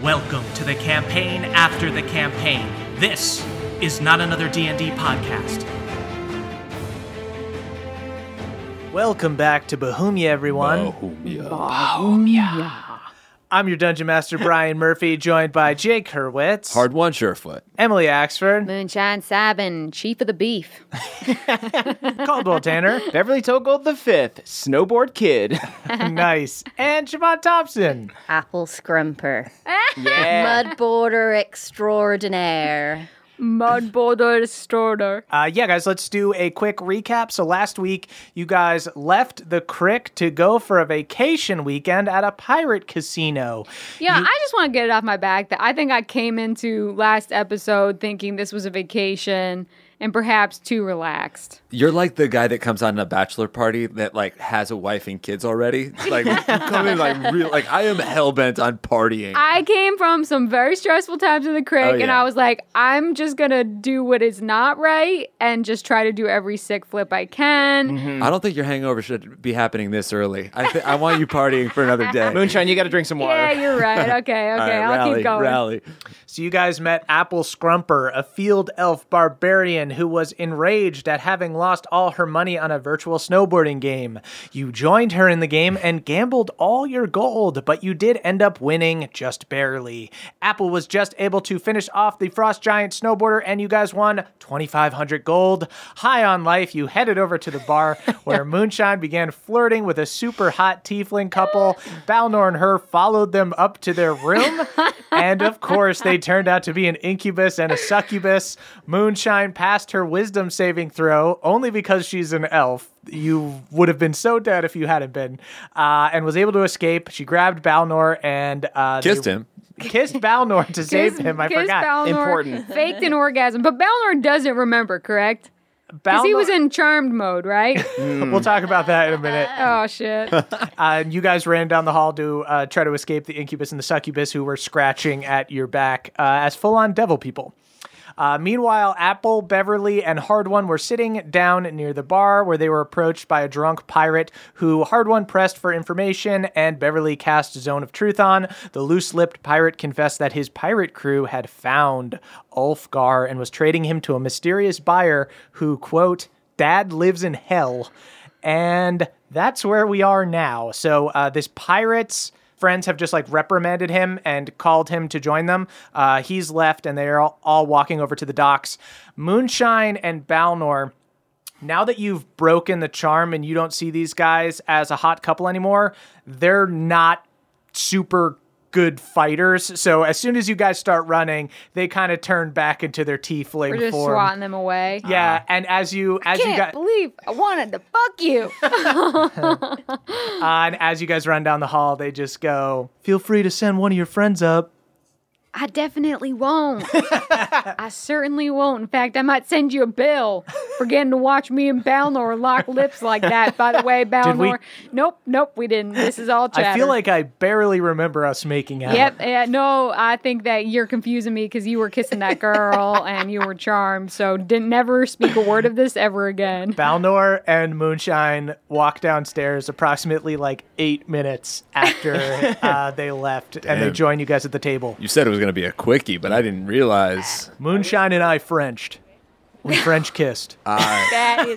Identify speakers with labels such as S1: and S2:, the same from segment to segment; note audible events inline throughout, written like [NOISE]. S1: Welcome to the campaign after the campaign. This is not another D&D podcast.
S2: Welcome back to Bohemia, everyone. I'm your Dungeon Master, Brian Murphy, joined by Jake Hurwitz,
S3: Hard one, surefoot.
S2: Emily Axford,
S4: Moonshine Sabin, chief of the beef.
S2: Caldwell Tanner,
S3: Beverly Togold the fifth, snowboard kid.
S2: nice, and Siobhan Thompson.
S4: Apple [LAUGHS] scrumper.
S3: Yeah.
S4: Mud border extraordinaire.
S5: Mud border starter.
S2: Uh, yeah, guys, let's do a quick recap. So last week, you guys left the crick to go for a vacation weekend at a pirate casino.
S5: Yeah, I just want to get it off my back that I think I came into last episode thinking this was a vacation and perhaps too relaxed.
S3: You're like the guy that comes on a bachelor party that like has a wife and kids already.
S5: [LAUGHS]
S3: Like you come in like real like I am hell bent on partying.
S5: I came from some very stressful times in the crick
S3: Oh,
S5: and
S3: yeah.
S5: I was like, I'm just going to do what is not right and just try to do every sick flip I can.
S6: Hmm.
S3: I don't think your hangover should be happening this early. I th- I want you partying for another day.
S6: Moonshine, you got to drink some water.
S5: Yeah, you're right. Okay, okay.
S3: All right,
S5: I'll
S3: rally,
S5: keep going.
S3: Rally.
S2: So you guys met Apple Scrumper, a field elf barbarian who was enraged at having lost all her money on a virtual snowboarding game. You joined her in the game and gambled all your gold, but you did end up winning just barely. Apple was just able to finish off the frost giant snowboarder and you guys won 2500 gold. High on life, you headed over to the
S5: [LAUGHS]
S2: bar where Moonshine began flirting with a super hot tiefling couple. Balnor and her followed them up to their
S5: [LAUGHS]
S2: room. and of course, they turned out to be an incubus and a succubus. Moonshine passed her wisdom saving throw only because she's an elf. You would have been so dead if you hadn't been, uh, and was able to escape. She grabbed Balnor and uh,
S3: Kissed
S2: they-
S3: him.
S2: Kissed Balnor
S5: [LAUGHS]
S2: to save him. I
S5: Kiss
S2: forgot.
S5: Balnor
S6: [LAUGHS] Important.
S5: Faked an orgasm, but Balnor doesn't remember, correct? Because he was
S2: Balnor- Mm.
S5: in charmed mode, right?
S2: We'll talk about that in a minute.
S5: oh, shit.
S2: Uh, and you guys ran down the hall to uh, try to escape the incubus and the succubus who were scratching at your back uh, as full on devil people. Uh, meanwhile, Apple, Beverly, and Hard One were sitting down near the bar where they were approached by a drunk pirate who Hard One pressed for information and Beverly cast Zone of Truth on. The loose lipped pirate confessed that his pirate crew had found Ulfgar and was trading him to a mysterious buyer who, quote, Dad lives in hell. And that's where we are now. So uh, this pirate's friends have just like reprimanded him and called him to join them. Uh, he's left and they're all, all walking over to the docks. Moonshine and Balnor, now that you've broken the charm and you don't see these guys as a hot couple anymore, they're not super good fighters. So as soon as you guys start running, they kind of turn back into their tiefling
S5: We're just
S2: form.
S5: swatting them away.
S2: yeah, and as you as you
S5: can't
S2: got
S5: believe I wanted to
S2: [LAUGHS]
S5: fuck you.
S2: Uh, and as you guys run down the hall, they just go, "Feel free to send one of your friends up."
S5: I definitely won't. I certainly won't. In fact, I might send you a bill for getting to watch me and Balnor lock lips like that. By the way, Balnor. Nope, nope, we didn't. This is all chatter.
S2: I feel like I barely remember us making out.
S5: Yep. Yeah, no, I think that you're confusing me because you were kissing that girl and you were charmed. So didn't never speak a word of this ever again.
S2: Balnor and Moonshine walk downstairs approximately like eight minutes
S5: [LAUGHS]
S2: after uh, they left, and they
S3: Damn.
S2: join you guys at the table.
S3: You said it was going to be a quickie, but I didn't realize.
S2: Moonshine and I Frenched.
S5: [LAUGHS]
S2: We French kissed.
S5: That is,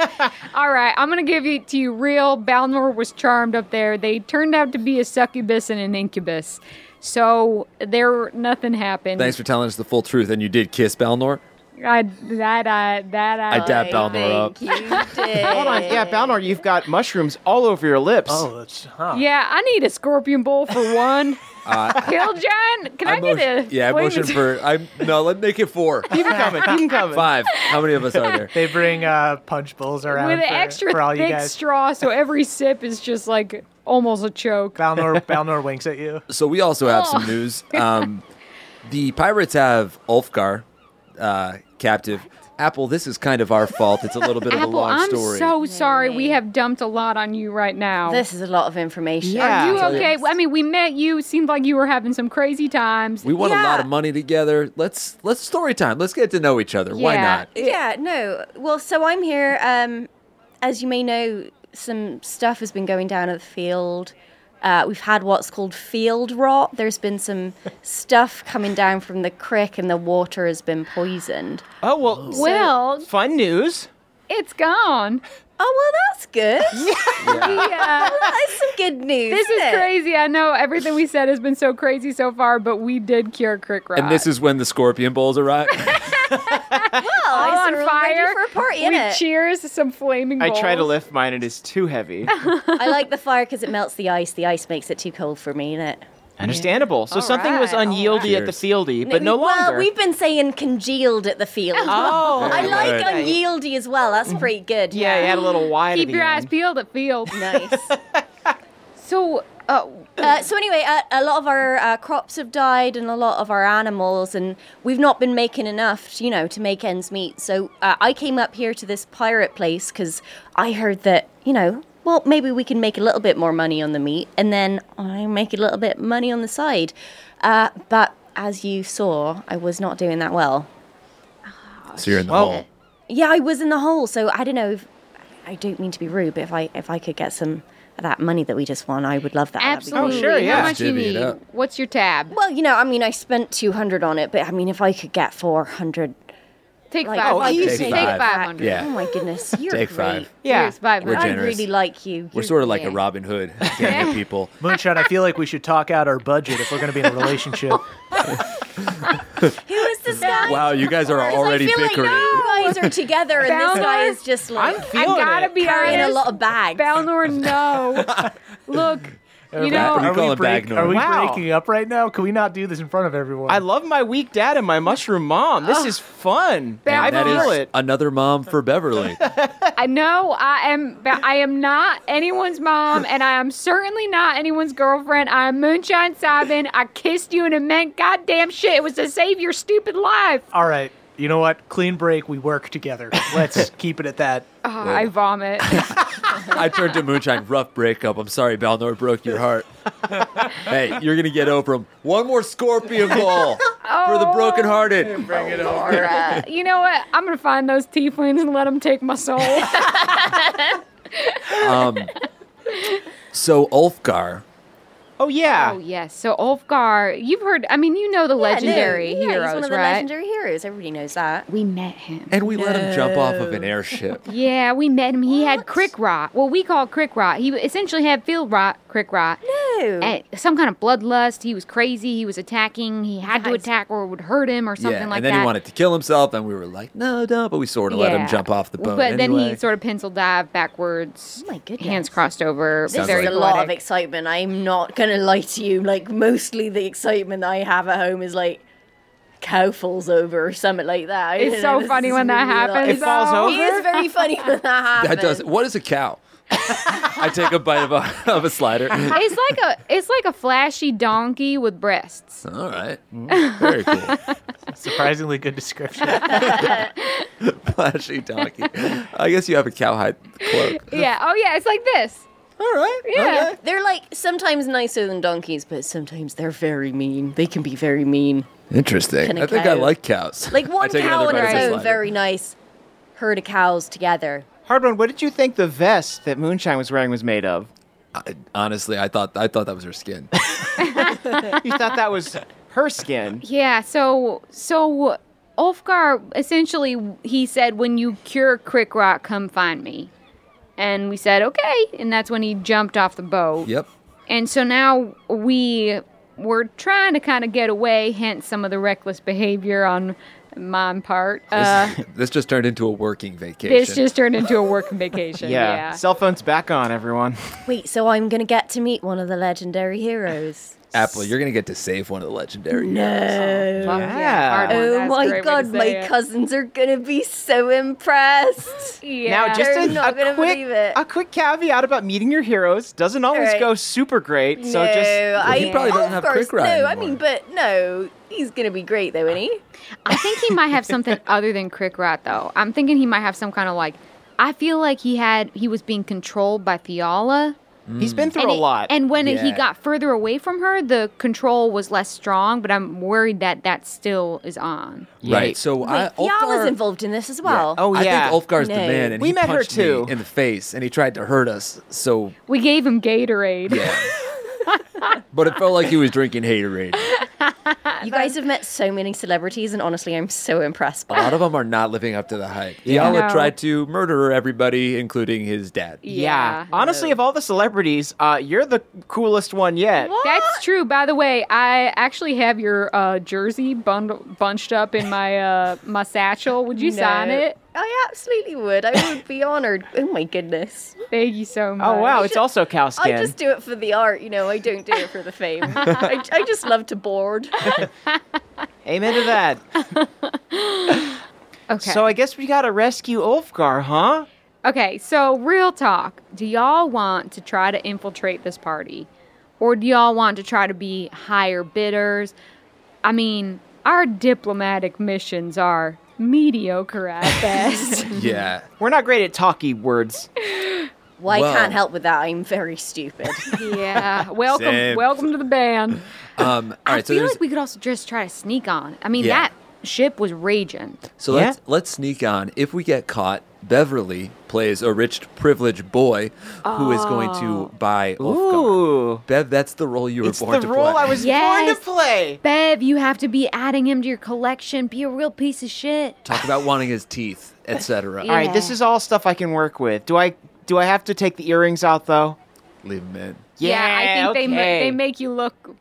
S5: all right, I'm gonna give it to you. Real Balnor was charmed up there. They turned out to be a succubus and an incubus. So there, nothing happened.
S3: Thanks for telling us the full truth, and you did kiss Balnor.
S5: I, that I that I.
S3: I dab Balnor up.
S4: think you did.
S6: Hold on, yeah, Balnor, you've got mushrooms all over your lips.
S2: oh, that's huh.
S5: Yeah, I need a scorpion bowl for one. Kill John. Can I,
S3: motion-
S5: get a?
S3: yeah, I
S5: wait a
S3: motion
S5: minute.
S3: for. I'm no. Let make it four,
S6: Keep it coming, keep it coming.
S3: five. How many of us are there?
S2: They bring uh, punch bowls around
S5: with an
S2: for,
S5: extra
S2: for all you
S5: thick
S2: guys.
S5: straw, so every sip is just like almost a choke.
S2: Balnor, Balnor winks at
S5: [LAUGHS]
S2: you.
S3: So we also have
S5: Oh.
S3: some news. Um, the pirates have Ulfgar uh, captive. Apple, this is kind of our fault. It's a little bit of a
S5: Apple,
S3: long
S5: I'm
S3: story.
S5: so sorry. We have dumped a lot on you right now.
S4: This is a lot of information.
S6: Yeah.
S5: Are you
S6: I'll tell
S5: okay? Well, I mean, we met you. Seemed like you were having some crazy times.
S3: we won a
S4: Yeah.
S3: lot of money together. Let's let's story time. Let's get to know each other. Why
S5: Yeah.
S3: not?
S4: Yeah, no. Well, so I'm here. Um, as you may know, some stuff has been going down at the field. Uh, we've had what's called field rot. There's
S5: [LAUGHS]
S4: been some stuff coming down from the creek, and the water has been poisoned.
S6: Oh, well,
S5: Well,
S6: fun news.
S5: it's gone.
S4: Oh well, that's [LAUGHS] good.
S5: Yeah.
S4: that's some good news.
S5: This is
S4: isn't it?
S5: crazy. I know everything we said has been so crazy so far, but we did cure Crick Rock.
S3: And this is when the scorpion
S5: [LAUGHS]
S3: bowls arrive.
S4: Well,
S5: all on
S4: it's ready
S5: fire.
S4: for a party,
S5: we
S4: innit?
S5: cheers to some flaming.
S6: I try to
S5: bowls.
S6: lift mine, it is
S5: [LAUGHS]
S6: too heavy.
S4: I like the fire because it melts the ice. The ice makes it too cold for me, innit?
S6: Understandable. So
S5: All
S6: something was
S5: right, all
S6: unyieldy at the fieldy, but no
S4: well,
S6: longer.
S4: we've been saying congealed at the field.
S6: [LAUGHS] Oh,
S4: I like
S6: right.
S4: unyieldy as well. That's pretty good.
S6: Yeah, you had a little wide.
S5: Keep your eyes peeled. It feels
S4: [LAUGHS] Nice.
S5: [LAUGHS] so. Uh,
S4: Uh, so anyway, uh, a lot of our uh, crops have died, and a lot of our animals, and we've not been making enough, you know, to make ends meet. So uh, I came up here to this pirate place because I heard that, you know, well, maybe we can make a little bit more money on the meat, and then I make a little bit money on the side. Uh, but as you saw, I was not doing that well.
S3: so you're in the
S2: Well-
S3: hole.
S4: Yeah, I was in the hole, so I don't know. If, I don't mean to be rude, but if I if I could get some of that money that we just won, I would love that. That'd be great.
S3: Oh,
S5: absolutely.
S6: yeah.
S5: How much you
S3: Divvy it
S5: need?
S3: up.
S5: What's your tab?
S4: Well, you know, I mean, I spent 200 on it, but I mean, if I could get 400.
S5: Take
S4: Like,
S5: five.
S4: oh,
S5: hundred.
S3: easy.
S5: Take
S3: Take five.
S5: five hundred.
S3: Yeah.
S4: Oh my
S3: [LAUGHS]
S4: goodness. You're
S3: Take
S4: great.
S3: five.
S6: Yeah.
S5: Here's five
S3: We're
S4: I
S5: hundred.
S3: generous.
S4: really like you.
S3: We're
S4: You're
S3: sort of like a
S4: great.
S3: Robin Hood gang of people.
S2: Moonshine, I feel like we should talk out our budget if we're going to be in a relationship.
S4: Who is this guy?
S3: Wow, you guys are
S4: 'Cause
S3: already
S4: I feel
S3: bickering.
S4: like you guys are together, and this
S5: Balnor?
S4: guy is just like
S5: I gotta be
S4: carrying
S5: honest.
S4: a lot of bags.
S5: Balnor,
S4: [LAUGHS]
S5: no. Look, you
S3: back.
S5: know,
S3: We call
S2: we,
S3: it bag
S2: are we
S3: noise.
S6: Wow.
S2: breaking up right now? Can we not do this in front of everyone?
S6: I love my weak dad and my mushroom mom. This is fun. I
S3: That
S6: feel
S3: is
S6: it.
S3: another mom for Beverly.
S5: I know I am. ba- I am not anyone's mom, and I am certainly not anyone's girlfriend. I am Moonshine Sabin. I kissed you, and it meant goddamn shit. It was to save your stupid life.
S2: All right. You know what? Clean break. We work together. Let's keep it at that.
S5: Oh, I vomit.
S4: [LAUGHS]
S3: I turned to Moonshine. Rough breakup. I'm sorry, Balnor broke your heart. hey, you're gonna get over him. One more scorpion ball for
S5: Oh.
S3: the brokenhearted. Bring it over.
S5: you know what? I'm gonna find those tieflings and let them take my soul.
S4: [LAUGHS]
S5: [LAUGHS]
S3: So Ulfgar,
S6: Oh yeah.
S5: oh yes. So Ulfgar, you've heard. I mean, you know the
S4: Yeah, no,
S5: legendary
S4: yeah,
S5: heroes,
S4: he's one of the
S5: right?
S4: legendary heroes. Everybody knows that.
S5: we met him.
S3: and we let him jump off of an airship.
S5: Yeah, we met him. He had
S4: What?
S5: crick rot. Well, we call it crick rot. He essentially had field rot, crick rot.
S4: No.
S5: And some kind of bloodlust. He was crazy. He was attacking. He had to
S4: Guys.
S5: attack or it would hurt him or [LAUGHS] something
S3: yeah,
S5: like
S3: and then
S5: that.
S3: he wanted to kill himself, and we were like, no, don't. But we sort of let him
S5: Yeah.
S3: jump off the boat.
S5: But then
S3: anyway.
S5: he sort of pencil dive backwards.
S4: Oh my goodness.
S5: Hands crossed over.
S4: This
S5: very
S4: is a lot of
S5: poetic.
S4: excitement. I'm not gonna lie to you. Like mostly the excitement that I have at home is like cow falls over or something like that. I
S5: It's
S4: don't
S5: so
S4: [LAUGHS] this
S5: funny
S4: is
S5: when that
S4: really, like-
S5: happens.
S6: It
S5: [LAUGHS]
S6: falls
S5: though.
S6: over?
S4: It is very funny when that happens.
S3: that does. What is a cow? I take a bite of a, of
S5: [LAUGHS]
S3: a slider.
S5: It's like a it's like a flashy donkey with
S3: [LAUGHS]
S5: breasts.
S3: All right. Mm, Very cool. [LAUGHS]
S2: Surprisingly good description.
S3: Flashy donkey. I guess you have a cowhide cloak.
S5: Yeah. Oh yeah. It's like this.
S3: All right.
S5: Yeah.
S3: okay.
S4: They're like sometimes nicer than donkeys, but sometimes they're very mean. They can be very mean.
S3: Interesting.
S4: Kinda
S3: I think I
S4: cow.
S3: like cows.
S4: Like
S3: I
S4: one
S3: take
S4: cow
S3: another
S4: on
S3: bite
S4: its
S3: of the
S4: own,
S3: slider.
S4: very nice. Herd of cows together.
S6: Hardwin, what did you think the vest that Moonshine was wearing was made of?
S3: I- honestly, I thought I thought that was her skin.
S6: You thought
S5: [LAUGHS]
S6: that was her skin.
S5: Yeah. So so Ulfgar essentially he said when you cure Crick Rock, come find me. And we said okay, and that's when he jumped off the boat.
S3: yep.
S5: And so now we were trying to kind of get away, hence some of the reckless behavior on my part. Uh,
S3: This just turned into a working vacation.
S5: this just turned into a work vacation.
S6: Yeah.
S5: yeah.
S6: Cell phone's back on, everyone.
S4: Wait, so I'm gonna get to meet one of the legendary heroes.
S3: Apple, you're gonna get to save one of the
S4: Mm,
S3: legendary.
S5: Fuck
S6: Yeah.
S5: hard one.
S4: oh
S5: That's a
S4: my
S5: great way to
S4: god,
S5: say
S4: my
S5: it.
S4: cousins are gonna be so
S5: [LAUGHS]
S4: impressed.
S5: Yeah.
S6: Now, just
S4: They're
S6: a,
S4: not
S6: a
S4: gonna
S6: quick,
S4: believe it.
S6: a quick caveat about meeting your heroes doesn't always
S4: Alright.
S6: go super great. So
S4: no,
S6: just
S4: I
S3: he probably doesn't have
S4: of course,
S3: Crick Ride
S4: No, I
S3: anymore.
S4: mean, but no, he's gonna be great though, isn't he?
S5: I think he might have
S6: [LAUGHS]
S5: something other than Crick Rat, though. I'm thinking he might have some kind of like. I feel like he had he was being controlled by Fiala.
S6: he's been through
S5: and
S6: a
S5: it-
S6: lot.
S5: and when it- he
S3: Yeah.
S5: got further away from her, the control was less strong. But I'm worried that that still is on.
S3: Right. So Uh, I
S4: Wait, Yala's
S3: Ulfgar-
S4: involved in this as well.
S6: Oh,
S3: I
S6: yeah.
S3: think Ulfgar's the
S4: No.
S3: man, and
S6: We
S3: he
S6: met her
S3: punched me
S6: too.
S3: in the face, and he tried to hurt us. So
S5: We gave him Gatorade.
S3: yeah, but it felt like he was drinking haterade.
S4: you guys have met so many celebrities, and honestly, I'm so impressed
S3: A
S4: by.
S3: lot of them are not living up to the hype. Yala
S5: No.
S3: tried to murder everybody, including his dad.
S6: yeah. Honestly, of all the celebrities, uh, you're the coolest one yet.
S5: [LAUGHS] That's true. By the way, I actually have your uh, jersey bund- bunched up in my uh, my satchel. Would you
S4: No.
S5: sign it?
S4: I absolutely would. I would be honored. Oh my goodness.
S5: Thank you so much.
S6: Oh wow, it's also cow skin.
S4: I just do it for the art, you know. I don't do it for the fame. I, I just love to board.
S6: Amen to that.
S5: [LAUGHS] Okay.
S6: So I guess we gotta rescue Ulfgar, huh?
S5: Okay, so real talk. Do y'all want to try to infiltrate this party? Or do y'all want to try to be higher bidders? I mean, our diplomatic missions are mediocre [LAUGHS] at best.
S3: Yeah.
S6: We're not great at talky words.
S4: Well,
S3: Well.
S4: I can't help with that. I'm very stupid.
S5: [LAUGHS] yeah. Welcome
S3: Same.
S5: welcome to the band.
S3: Um, all right.
S5: I
S3: so
S5: feel
S3: there's,
S5: like we could also just try to sneak on. I mean,
S3: Yeah.
S5: that ship was raging.
S3: So
S6: Yeah.
S3: let's let's sneak on. If we get caught, Beverly plays a rich, privileged boy who is going
S5: Oh.
S3: to buy Ulfgar.
S6: Ooh.
S3: Bev, that's the role you were
S6: It's
S3: born
S6: the
S3: to
S6: role
S3: play.
S6: I was born
S5: Yes.
S6: to play.
S5: Bev, you have to be adding him to your collection. Be a real piece of shit.
S3: [LAUGHS] Talk about wanting his
S5: [LAUGHS]
S3: teeth, etc.
S6: All right, this
S5: Yeah.
S6: is all stuff I can work with. Do I do I have to take the earrings out though?
S3: Leave him in.
S5: I think they, ma-
S6: okay.
S5: they make you look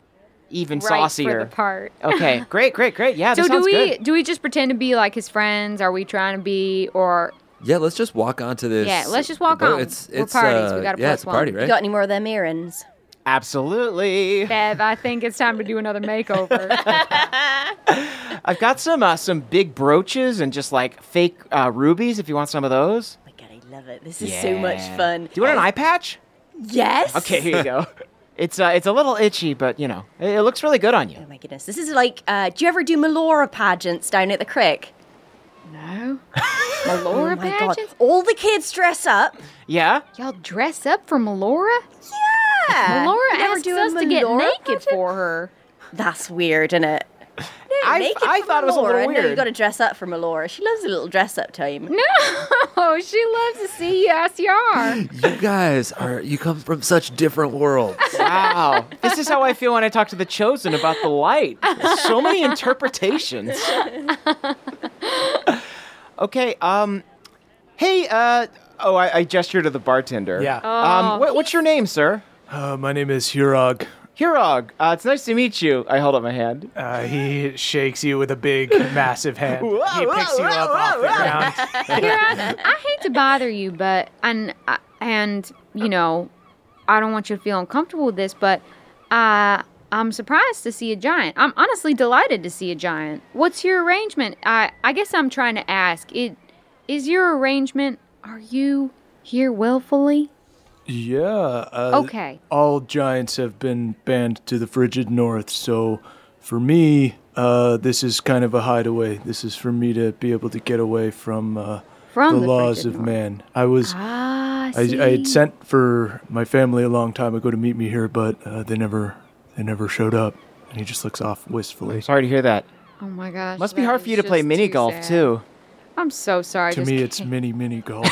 S6: even
S5: right
S6: saucier.
S5: for the part.
S6: okay, great, great, great. Yeah,
S5: So
S6: this
S5: do
S6: sounds
S5: we
S6: good.
S5: do we just pretend to be like his friends? Are we trying to be or
S3: Yeah, let's just walk on to this.
S5: Yeah, let's just walk
S3: the boat.
S5: on.
S3: It's
S5: We're
S3: it's
S5: parties.
S3: Uh,
S5: We got a
S3: yeah,
S5: plus
S3: it's a party,
S5: one.
S3: right?
S4: You got any more of them earrings?
S6: Absolutely.
S5: Bev? I think it's time to do another
S4: [LAUGHS]
S5: makeover.
S6: I've got some uh, some big brooches and just like fake uh, rubies. If you want some of those,
S4: Oh my god, I love it. This is so much
S6: Yeah.
S4: fun.
S6: Do you want an eye patch?
S4: Yes.
S6: Okay, here you go. [LAUGHS] it's uh, it's a little itchy, but you know it, it looks really good on you.
S4: Oh my goodness, this is like. Uh, do you ever do Melora pageants down at the crick?
S5: no, Melora
S4: oh my god!
S5: pageants.
S4: All the kids dress up.
S6: Yeah.
S5: Y'all dress up for Melora. [LAUGHS]
S4: Yeah.
S5: Melora
S4: Uh, You never
S5: asks
S4: do a
S5: us to get
S4: Melora
S5: naked
S4: pageant?
S5: for her. [LAUGHS]
S4: That's weird, isn't it? No,
S6: I-
S4: naked
S6: I
S4: for
S6: thought it was a little
S4: Melora. No, you
S6: weird.
S4: got to dress up for Melora. She loves a little dress up time.
S5: No, Oh, she loves to see you as you
S4: [LAUGHS]
S5: are.
S3: You guys are you come from such
S5: [LAUGHS]
S3: different worlds.
S6: [LAUGHS] Wow. this is how I feel when I talk to the chosen about the light. So many interpretations. okay. Um. Hey. Uh. Oh, I, I gesture to the bartender.
S2: Yeah.
S6: Um. What, what's your name, sir?
S2: Uh, my name is Hirog.
S6: Hirog, uh, it's nice to meet you. I hold up my hand.
S2: Uh, he shakes you with a big, massive hand. he picks you up off the ground.
S5: Kira, I hate to bother you, but and uh, and you know, I don't want you to feel uncomfortable with this, but uh, I'm surprised to see a giant. I'm honestly delighted to see a giant. What's your arrangement? I I guess I'm trying to ask. It is your arrangement. Are you here willfully?
S7: Yeah. Uh,
S5: Okay.
S7: All giants have been banned to the frigid north, so for me, uh, this is kind of a hideaway. This is for me to be able to get away from, uh,
S5: From
S7: the,
S5: the
S7: laws
S5: frigid
S7: of
S5: north.
S7: man. I was.
S5: Ah,
S7: I,
S5: see.
S7: I had sent for my family a long time ago to meet me here, but uh, they never they never showed up. And he just looks off wistfully.
S6: Sorry to hear that.
S5: Oh my gosh.
S6: Must be
S5: that
S6: hard
S5: is
S6: for you to play
S5: just
S6: mini
S5: too
S6: golf
S5: sad.
S6: too.
S5: I'm so sorry.
S7: To
S5: just
S7: me,
S5: ca-
S7: it's
S2: [LAUGHS]
S7: mini mini golf.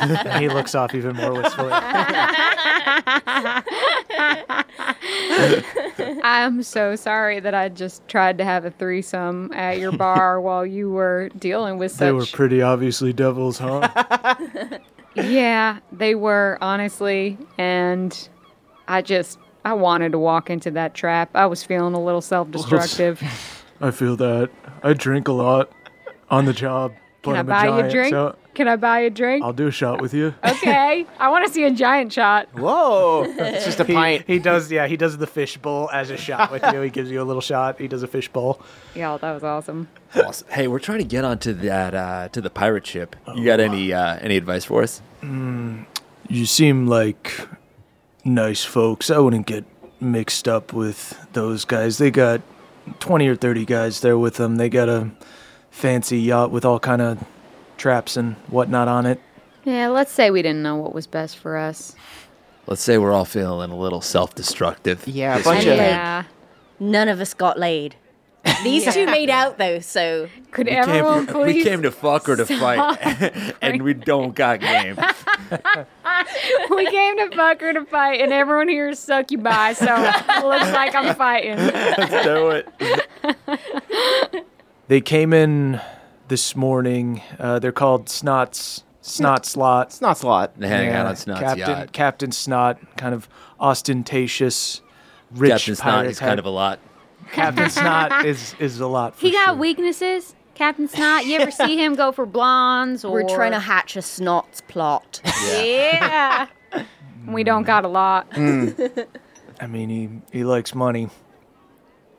S2: And he looks off even
S7: [LAUGHS]
S2: more wistfully.
S5: I'm so sorry that I just tried to have a threesome at
S7: [LAUGHS]
S5: your bar while you were dealing with such.
S7: they were pretty obviously
S2: [LAUGHS]
S7: devils, huh?
S5: yeah, they were honestly, and I just I wanted to walk into that trap. I was feeling a little
S7: [LAUGHS]
S5: self-destructive.
S7: I feel that. I drink a lot on the job. but
S5: Can I
S7: I'm a
S5: buy you a
S7: giant,
S5: drink?
S7: so
S5: Can I buy a drink?
S7: I'll [LAUGHS] do a shot with you.
S5: okay, I want to see a giant shot.
S6: Whoa! it's just a
S2: He,
S6: pint.
S2: he does, yeah, he does the fish bowl as a shot with you. He gives you a little shot. He does a fish bowl.
S5: Y'all, that was awesome.
S3: Awesome. Hey, we're trying to get onto that uh, to the pirate ship.
S5: Oh,
S3: You got any uh, any advice for us?
S7: You seem like nice folks. I wouldn't get mixed up with those guys. They got 20 or 30 guys there with them. They got a fancy yacht with all kind of traps and whatnot on it.
S5: Yeah, let's say we didn't know what was best for us.
S3: Let's say we're all feeling a little self destructive.
S6: [LAUGHS] Yeah, a bunch
S4: Yeah.
S6: of
S5: Yeah.
S4: None of us
S6: [LAUGHS]
S4: got laid. These two made out though, so
S5: Could
S3: We
S5: everyone
S3: came,
S5: please?
S3: we came to fuck or to fight, [LAUGHS] and we don't got game.
S5: we came to fuck her to fight, and everyone here is succubi, so it looks like I'm fighting.
S3: Let's do it.
S2: They came in this morning. Uh, they're called Snots, Snot Slot.
S6: snot
S3: [LAUGHS]
S6: slot.
S3: Hang
S2: Yeah,
S3: on, it's not
S2: Captain
S3: yacht.
S2: Captain Snot, kind of ostentatious, rich
S3: Captain Snot
S2: pirate
S3: is kind
S2: type.
S3: of a lot.
S2: Captain Snot is is a lot. For
S8: He got
S2: sure.
S8: weaknesses. Captain Snot, you ever see him go for blondes or
S4: we're trying to hatch a snots
S6: [LAUGHS]
S4: plot.
S5: Yeah. [LAUGHS] we don't got a lot.
S2: I mean, he he likes money.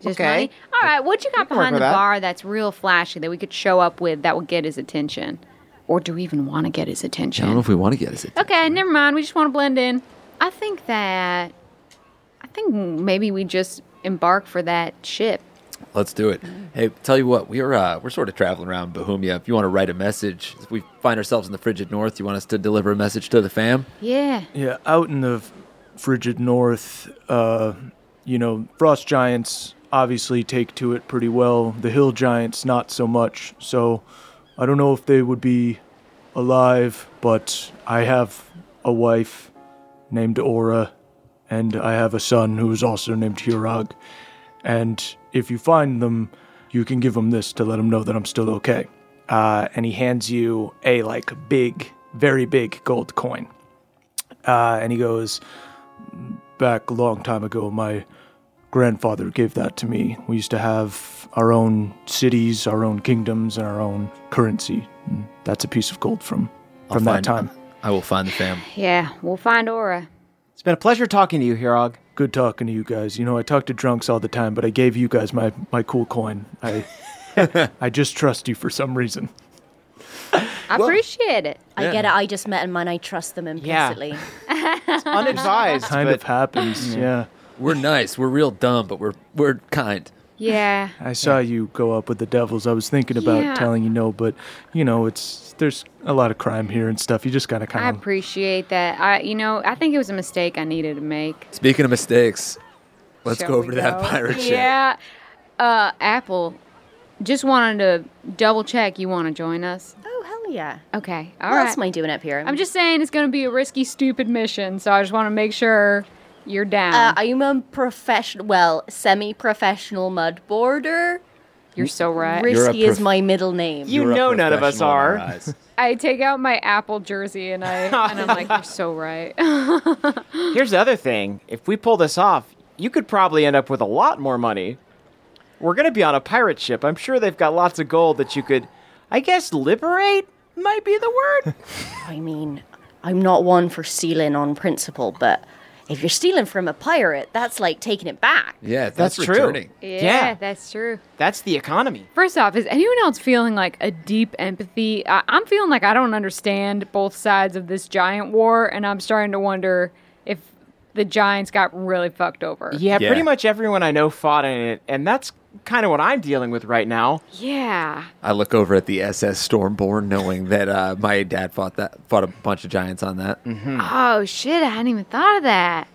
S8: just
S6: Okay.
S8: money? All right, what you got
S6: work
S8: behind the
S6: with that.
S8: bar that's real flashy that we could show up with that would get his attention? Or do we even want to get his
S3: I don't know
S8: attention?
S3: if we want to get it.
S8: Okay, never mind. We just want to blend in.
S5: I think that. I think maybe we just embark for that ship.
S3: Let's do it. Hey, tell you what, we're uh, we're sort of traveling around Bohemia. If you want to write a message, if we find ourselves in the frigid north, you want us to deliver a message to the fam?
S5: Yeah.
S7: Yeah, out in the frigid north, uh, you know, frost giants obviously take to it pretty well. The hill giants, not so much. So I don't know if they would be alive, but I have a wife named Aura, and I have a son who is also named Hurag. And if you find them, you can give them this to let them know that I'm still okay.
S2: Uh, and he hands you a like big, very big gold coin.
S7: Uh, and he goes, Back a long time ago, my grandfather gave that to me. We used to have our own cities, our own kingdoms, and our own currency. And that's a piece of gold from, from
S3: find-
S7: that time.
S3: I will find the fam.
S5: Yeah, we'll find Aura.
S6: It's been a pleasure talking to you, Hirog.
S7: Good talking to you guys. You know, I talk to drunks all the time, but I gave you guys my, my cool coin. I, I just trust you for some reason.
S5: I appreciate it.
S4: I get it. I just met him and I trust
S6: [LAUGHS]
S4: them implicitly.
S6: Unadvised,
S7: Kind
S6: but
S7: of happens. yeah.
S3: We're nice. We're real dumb, but we're we're kind. [SIGHS]
S5: Yeah.
S7: I saw you go up with the devils. I was thinking about
S5: Yeah.
S7: telling you no, but you know, it's there's a lot of crime here and stuff. You just gotta
S5: I
S7: kind of
S5: appreciate that. I, you know, I think it was a mistake I needed to make.
S3: Speaking of mistakes, let's
S5: Shall
S3: go over
S5: we
S3: to that
S5: go?
S3: pirate ship.
S5: Yeah. Uh, Apple, just wanted to double check you want to join us.
S4: Oh hell yeah!
S5: Okay. all
S4: what
S5: right.
S4: else am I doing up here?
S5: I'm just saying it's going to be a risky, stupid mission, so I just want to make sure you're down.
S4: Uh, I'm a professional, well, semi-professional mud boarder.
S5: you're so right.
S3: You're a
S4: Risky is
S3: prof-
S4: my middle name.
S6: you
S3: You're a
S6: know none of us
S3: professional in our
S6: are.
S3: eyes.
S5: I take out my Apple jersey and I and I'm like, you're so right. [LAUGHS]
S6: Here's the other thing: if we pull this off, you could probably end up with a lot more money. We're gonna be on a pirate ship. I'm sure they've got lots of gold that you could, I guess, liberate. Might be the word.
S4: I mean, I'm not one for stealing on principle, but if you're stealing from a pirate, that's like taking it back.
S3: Yeah,
S6: That's
S3: that's,
S6: true.
S3: returning.
S9: Yeah,
S6: Yeah.
S9: that's true.
S6: That's the economy.
S9: First off, is anyone else feeling like a deep empathy? I- I'm feeling like I don't understand both sides of this giant war, and I'm starting to wonder if the giants got really fucked over.
S6: Yeah,
S3: [LAUGHS] Yeah.
S6: pretty much everyone I know fought in it, and that's kind of what I'm dealing with right now.
S9: Yeah.
S3: I look over at the SS Stormborn, knowing that uh, my dad fought that fought a bunch of giants on that.
S2: Mm-hmm.
S9: Oh shit! I hadn't even thought of that.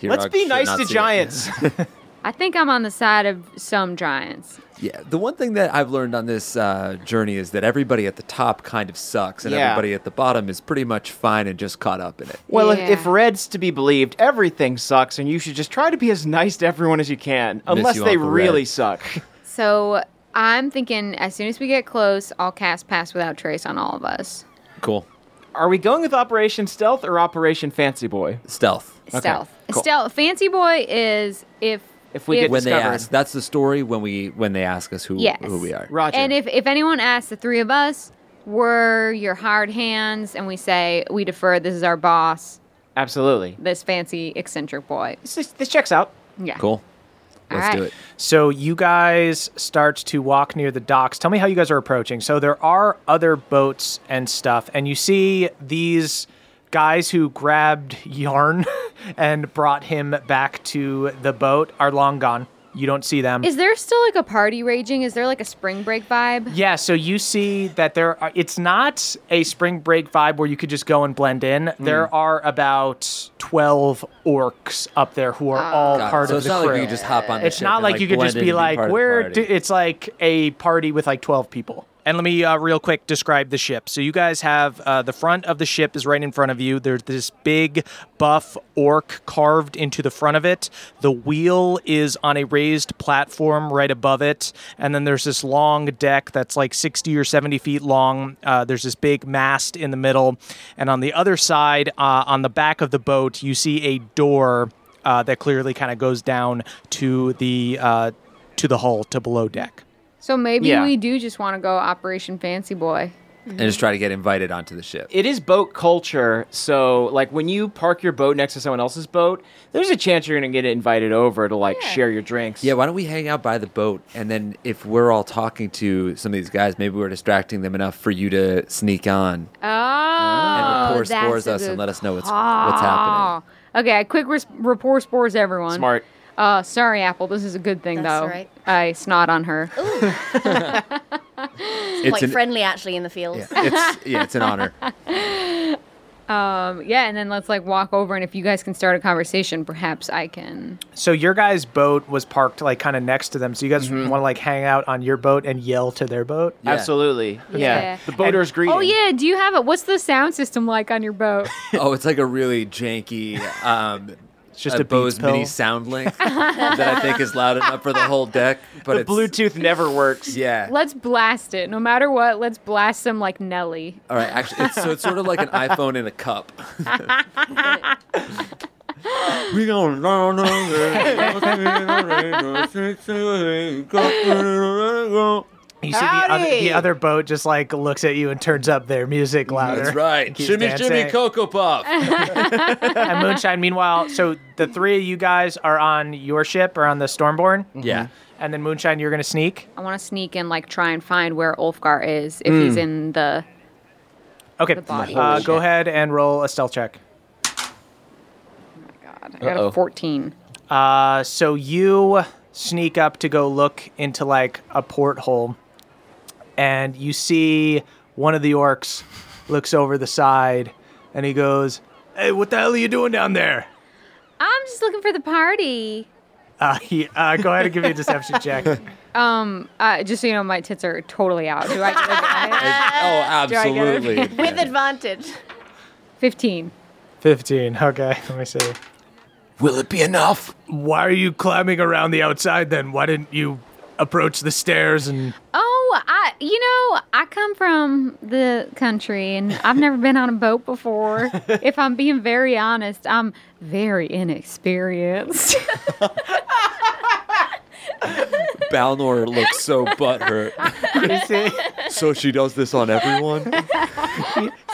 S3: Here,
S6: Let's
S3: I
S6: be
S3: should
S6: nice
S3: not
S6: to
S3: see it. [LAUGHS]
S6: giants. [LAUGHS]
S9: I think I'm on the side of some giants.
S3: Yeah, the one thing that I've learned on this uh, journey is that everybody at the top kind of sucks, and
S6: Yeah.
S3: everybody at the bottom is pretty much fine and just caught up in it.
S6: well,
S9: Yeah.
S6: if, if Red's to be believed, everything sucks, and you should just try to be as nice to everyone as you can, unless
S3: you,
S6: they
S3: Uncle
S6: really
S3: Red.
S6: suck.
S5: So I'm thinking as soon as we get close, I'll cast Pass Without Trace on all of us.
S3: Cool.
S6: Are we going with Operation Stealth or Operation Fancy Boy?
S3: Stealth.
S5: Stealth.
S6: cool.
S5: Stealth. Fancy Boy is if
S6: If we get
S3: When they
S6: discovered.
S3: ask, that's the story. When we when they ask us who
S5: Yes.
S3: who we are.
S6: Roger.
S5: And if, if anyone asks the three of us, we're your hired hands, and we say, we defer, this is our boss,
S6: Absolutely.
S5: this fancy eccentric boy.
S6: This, is- this checks out.
S5: Yeah.
S3: Cool.
S5: All
S3: Let's do
S5: right.
S3: it.
S2: So you guys start to walk near the docks. Tell me how you guys are approaching. So there are other boats and stuff, and you see these guys who grabbed Yarn [LAUGHS] and brought him back to the boat are long gone. You don't see them.
S5: Is there still like a party raging? Is there like a spring break vibe?
S2: Yeah, so you see that there are, it's not a spring break vibe where you could just go and blend in.
S3: Mm.
S2: There are about 12 orcs up there who are all
S3: Got it.
S2: part
S3: so
S2: of
S3: it's
S2: the
S3: not
S2: crew.
S3: like you could just hop on. the
S2: it's
S3: ship
S2: not
S3: and,
S2: like, you could
S3: blend
S2: just
S3: in and
S2: be like,
S3: part of the
S2: we're,
S3: party.
S2: d- it's like a party with like 12 people. And let me uh, real quick describe the ship. So you guys have uh, the front of the ship is right in front of you. There's this big buff orc carved into the front of it. The wheel is on a raised platform right above it, and then there's this long deck that's like 60 or 70 feet long. Uh, there's this big mast in the middle, and on the other side, uh, on the back of the boat, you see a door uh, that clearly kind of goes down to the uh, to the hull to below deck.
S5: So maybe
S6: Yeah.
S5: we do just want to go Operation Fancy Boy.
S3: and just try to get invited onto the ship.
S6: It is boat culture, so like when you park your boat next to someone else's boat, there's a chance you're gonna get invited over to like share your drinks.
S3: Yeah, why don't we hang out by the boat? And then if we're all talking to some of these guys, maybe we're distracting them enough for you to sneak on
S5: Oh,
S3: and
S5: and
S3: rapport spores us and let us know what's, what's happening.
S5: Okay, I quick res- rapport spores everyone.
S6: Smart.
S5: Uh, sorry, Apple. This is a good thing
S4: That's
S5: though.
S4: all right.
S5: I snot on her.
S3: It's
S4: Quite
S3: an-
S4: friendly, actually, in the fields.
S3: Yeah, it's, yeah, it's an honor.
S5: Um, yeah, and then let's like walk over, and if you guys can start a conversation, perhaps I can.
S2: So your guys' boat was parked like kind of next to them. So you guys want to like hang out on your boat and yell to their boat.
S3: Mm-hmm. Yeah.
S6: Absolutely. Yeah.
S5: Yeah.
S6: The boater's greeting.
S5: Oh yeah, do you have it? What's the sound system like on your [LAUGHS] boat?
S3: Oh, it's like a really janky. Um, it's
S2: just a Beats
S3: Bose
S2: pill.
S3: Mini sound link that I think is loud enough for the whole deck.
S2: [LAUGHS]
S3: But
S6: The
S3: it's,
S6: Bluetooth never works.
S3: Yeah.
S5: let's blast it. No matter what, let's blast some like Nelly.
S3: All right. Actually, it's, so it's sort of like an iPhone in a cup. [LAUGHS] we going down under.
S2: You see the other, the other boat just like looks at you and turns up their music louder.
S3: That's
S2: [LAUGHS]
S3: right.
S2: Keeps
S3: Shimmy, shimmy,
S2: dancing.
S3: Cocoa Puff. Oh,
S2: and Moonshine, meanwhile, so the three of you guys are on your ship or on the Stormborn.
S3: Yeah.
S2: And then Moonshine, you're gonna sneak.
S5: I want to sneak and like try and find where Ulfgar is if he's in the.
S2: Okay.
S5: The body.
S2: Uh,
S5: Holy
S2: go
S5: shit.
S2: ahead and roll a stealth check.
S5: God, I got a fourteen.
S2: Uh, so you sneak up to go look into like a porthole, and you see one of the orcs looks over the side, and he goes, "Hey, what the hell are you doing down there?"
S5: I'm just looking for the party.
S2: Uh, he, uh, go ahead and give me a deception check.
S5: Um, uh, just so you know, my tits are totally out. Do I? do I [LAUGHS] get it?
S3: Oh, absolutely.
S4: With [LAUGHS] advantage.
S5: Fifteen.
S2: Fifteen. Okay, let me see.
S3: Will it be enough?
S2: Why are you climbing around the outside then? Why didn't you approach the stairs and? [LAUGHS]
S5: Oh, I you know I come from the country and I've never been on a boat [LAUGHS] before. if I'm being very honest, I'm very inexperienced.
S3: Balnor looks so butthurt.
S2: You see?
S3: So she does this on everyone?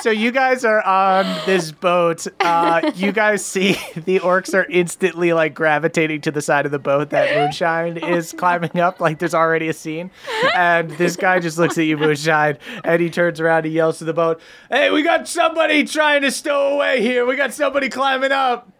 S2: So you guys are on this boat. Uh, you guys see [LAUGHS] the orcs are instantly like gravitating to the side of the boat that Moonshine is climbing up. Like there's already a scene, and this guy just looks at you, Moonshine, and he turns around and yells to the boat, "Hey, we got somebody trying to stow away here. We got somebody climbing up."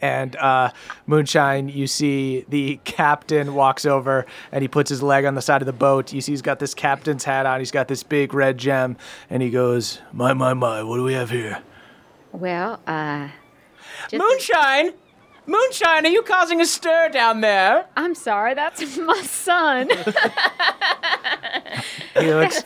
S2: And uh, Moonshine, you see the captain walks over and he puts his leg on the side of the boat. You see he's got this captain's hat on. He's got this big red gem. And he goes, My, my, my, what do we have here?
S8: Well, uh,
S10: Moonshine? Moonshine, are you causing a stir down there?
S8: I'm sorry, that's [LAUGHS] my
S7: [LAUGHS]
S8: son.
S2: He looks,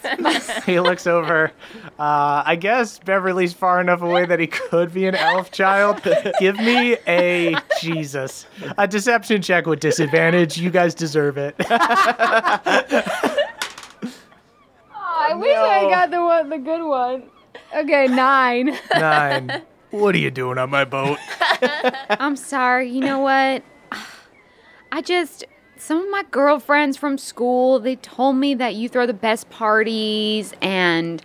S2: [LAUGHS] he looks over. Uh, I guess Beverly's far enough away that he could be an elf child. Give me a Jesus. A deception check with disadvantage. You guys deserve it. [LAUGHS]
S5: I wish I got the one, the good one. Okay, nine.
S2: Nine. What are you doing on my boat?
S8: [LAUGHS] I'm sorry. You know what? I just some of my girlfriends from school, they told me that you throw the best parties and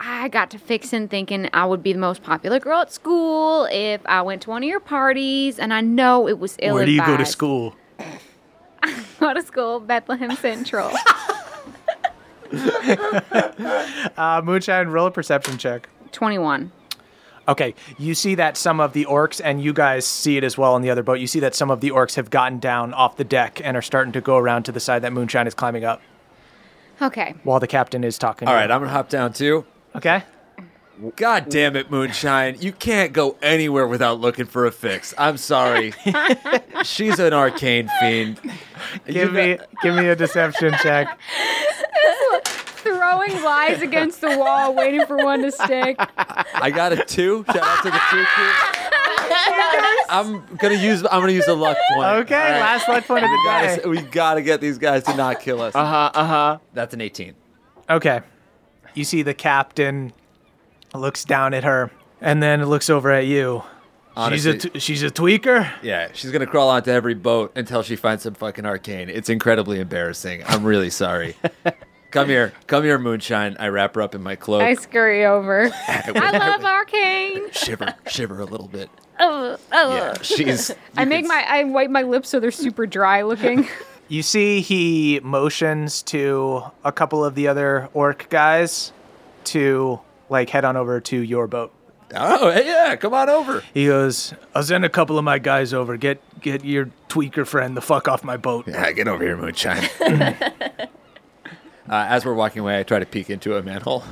S8: I got to fixing thinking I would be the most popular girl at school if I went to one of your parties and I know it was ill
S7: Where do you go to school?
S8: [LAUGHS] Go to school, Bethlehem
S7: [LAUGHS]
S8: Central.
S2: Uh, Moonshine, roll a perception check.
S8: 21.
S2: Okay, you see that some of the orcs, and you guys see it as well on the other boat. You see that some of the orcs have gotten down off the deck and are starting to go around to the side that Moonshine is climbing up
S8: Okay.
S2: while the captain is talking.
S3: All right, I'm going to hop down too.
S2: Okay.
S3: God damn it, Moonshine. You can't go anywhere without looking for a fix.
S2: [LAUGHS]
S3: I'm sorry. She's an arcane fiend.
S2: Give
S3: You
S2: me,
S3: got-
S2: give me a deception
S3: [LAUGHS]
S2: check.
S5: Throwing lies against the wall, waiting for one to stick.
S3: I got a two. Shout out to the two kid. I'm gonna use I'm gonna use a luck point.
S2: Okay, last luck point of the day.
S3: Guys, we gotta get these guys to not kill us.
S6: Uh
S2: Uh-huh,
S6: huh. Uh huh.
S3: That's an 18.
S2: Okay. You see the captain looks down at her and then looks over at you.
S3: Honestly,
S2: She's a t- she's a tweaker.
S3: yeah, she's gonna crawl onto every boat until she finds some fucking arcane. It's incredibly embarrassing. I'm
S2: [LAUGHS]
S3: really sorry. Come here, come here, Moonshine. I wrap her up in my cloak.
S5: I scurry over.
S8: I love Arcane.
S3: shiver, shiver a little bit.
S8: Oh, oh.
S3: Yeah, she's.
S5: I make my I wipe my lips so they're super
S2: [LAUGHS]
S5: dry looking.
S2: You see he motions to a couple of the other orc guys to like head on over to your boat.
S3: Oh hey, yeah, come on over.
S2: He goes, "I'll send a couple of my guys over. Get get your tweaker friend the fuck off my [LAUGHS] boat."
S3: Yeah, get over here, Moonshine.
S5: [LAUGHS]
S3: [LAUGHS] uh, as we're walking away, I try to peek into a manhole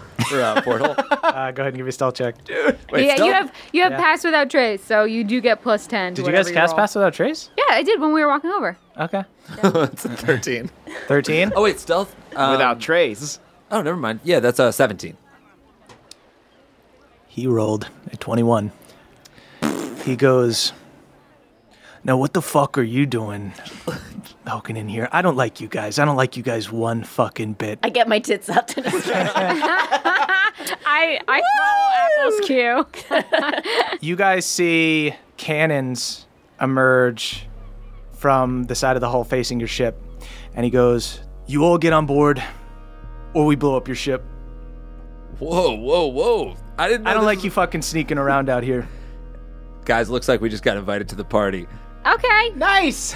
S5: [LAUGHS]
S3: or a portal.
S2: Uh, go ahead and give me a stealth check. Did
S3: Wait,
S5: yeah,
S3: stealth?
S5: you have you have
S2: Yeah.
S5: pass without trace, so you do get plus ten. Did
S2: you guys cast pass without trace?
S5: Yeah, I did when we were walking over.
S2: Okay.
S3: [LAUGHS] it's a 13.
S2: 13.
S3: Oh, wait, stealth? Um,
S6: Without trace.
S3: Oh, never mind. Yeah, that's uh, 17.
S2: [LAUGHS] He rolled a 21. He goes, Now, what the fuck are you doing [LAUGHS] poking in here? I don't like you guys. I don't like you guys one fucking bit.
S4: I get my tits out.
S5: I I follow Apple's cue.
S2: You guys see cannons emerge from the side of the hull facing your ship. And he goes, You all get on board or we blow up your ship.
S3: Whoa, whoa, whoa. I didn't know
S2: I don't
S3: this
S2: like you fucking sneaking around out here.
S3: was- Guys, looks like we just got invited to the party.
S5: Okay.
S6: Nice.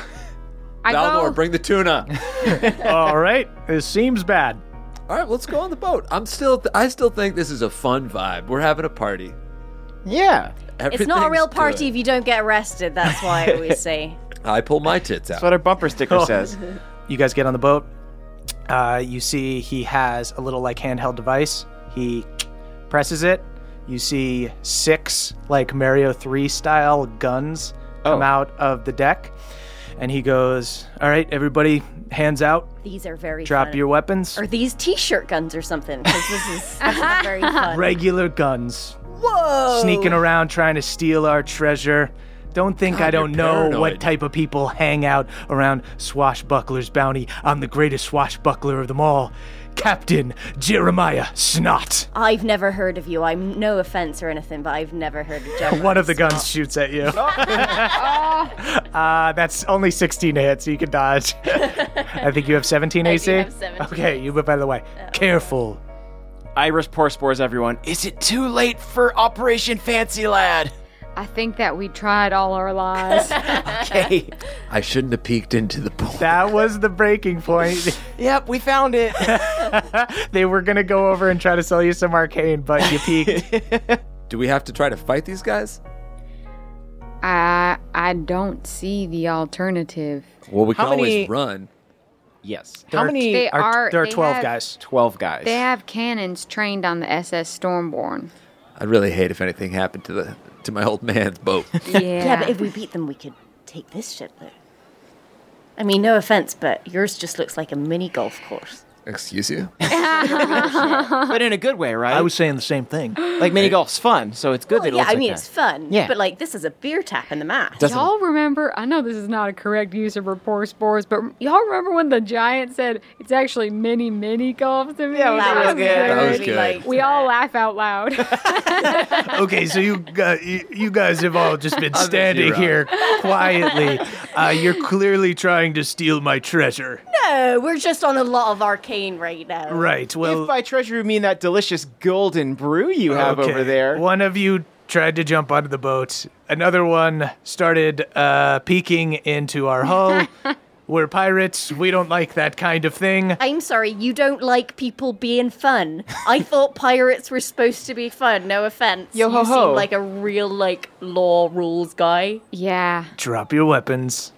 S5: I
S3: Balmor,
S5: go.
S3: bring the tuna.
S2: [LAUGHS]
S3: [LAUGHS]
S2: all right. This seems bad.
S3: All right, let's go on the boat. I'm still, I still think this is a fun vibe. We're having a party.
S6: Yeah.
S4: It's not a real
S3: Everything's
S4: party
S3: good.
S4: if you don't get arrested. That's why I always say.
S3: I pull my tits
S6: That's what
S3: out.
S6: our bumper sticker says.
S2: Oh. You guys get on the boat. Uh, you see he has a little like handheld device. He presses it. You see six like Mario 3 style guns come
S6: Oh.
S2: out of the deck. And he goes, All right, everybody, hands out,
S4: [LAUGHS] These are very
S2: drop
S4: fun.
S2: your weapons.
S4: Are these t-shirt guns or something? 'Cause this is that's not [LAUGHS] very fun.
S2: Regular guns.
S4: Whoa!
S2: Sneaking around trying to steal our treasure. Don't think I don't
S7: you're
S2: know
S7: paranoid.
S2: what type of people hang out around Swashbuckler's Bounty. I'm the greatest swashbuckler of them all, Captain Jeremiah Snot.
S4: I've never heard of you. I'm no offense or anything, but I've never heard of Joe.
S2: One of the guns shoots at you. [LAUGHS] uh, that's only 16 to hit, so you can dodge. I think you have 17
S4: I do
S2: AC.
S4: have 17
S2: okay, you move out of the way. Careful.
S6: Iris Porspores, everyone. Is it too late for Operation Fancy Lad?
S5: I think that we tried all our lives.
S6: Okay.
S3: I shouldn't have peeked into the pool.
S2: That was the breaking point.
S6: yep, we found it.
S2: they were going to go over and try to sell you some arcane, but you peeked.
S3: Do we have to try to fight these guys?
S5: I I don't see the alternative.
S3: Well, we
S6: How
S3: can
S6: many-
S3: always run.
S6: [LAUGHS] yes.
S2: There
S6: How
S2: are-
S6: many?
S5: They
S2: Are-
S5: are.
S2: there are
S5: they
S2: 12
S5: have-
S2: guys.
S6: 12 guys.
S5: They have cannons trained on the SS Stormborn.
S3: I'd really hate if anything happened to the to my old man's boat.
S5: Yeah.
S4: Yeah, but if we beat them, we could take this shitload. I mean, no offense, but yours just looks like a mini golf course.
S3: Excuse you?
S6: but in a good way, right?
S2: I was saying the same thing.
S6: like mini golf's fun, so it's good that it
S4: Well, Oh, yeah,
S6: looks
S4: I
S6: like
S4: mean
S6: that.
S4: it's fun.
S6: Yeah.
S4: But like this is a beer tap in the mask.
S5: Y'all remember? I know this is not a correct use of rapport spores, but y'all remember when the giant said it's actually mini mini golf to me? Yeah,
S4: that was good.
S3: That was good.
S5: We all laugh out loud.
S2: [LAUGHS]
S4: [LAUGHS]
S2: okay, so you, uh, you you guys have all just [LAUGHS] been standing
S3: zero.
S2: here quietly. Uh, you're clearly trying to steal my treasure.
S4: No, oh, we're just on a lot of arcane right now.
S2: Right. Well,
S6: if by treasure you mean that delicious golden brew you have
S2: okay.
S6: over there.
S2: One of you tried to jump onto the boat. Another one started uh, peeking into our hull. We're pirates. We don't like that kind of thing.
S4: I'm sorry, you don't like people being fun. I thought pirates were supposed to be fun. No offense.
S6: Yo ho
S4: you
S6: ho.
S4: seem like a real like law rules guy.
S5: yeah.
S2: Drop your weapons.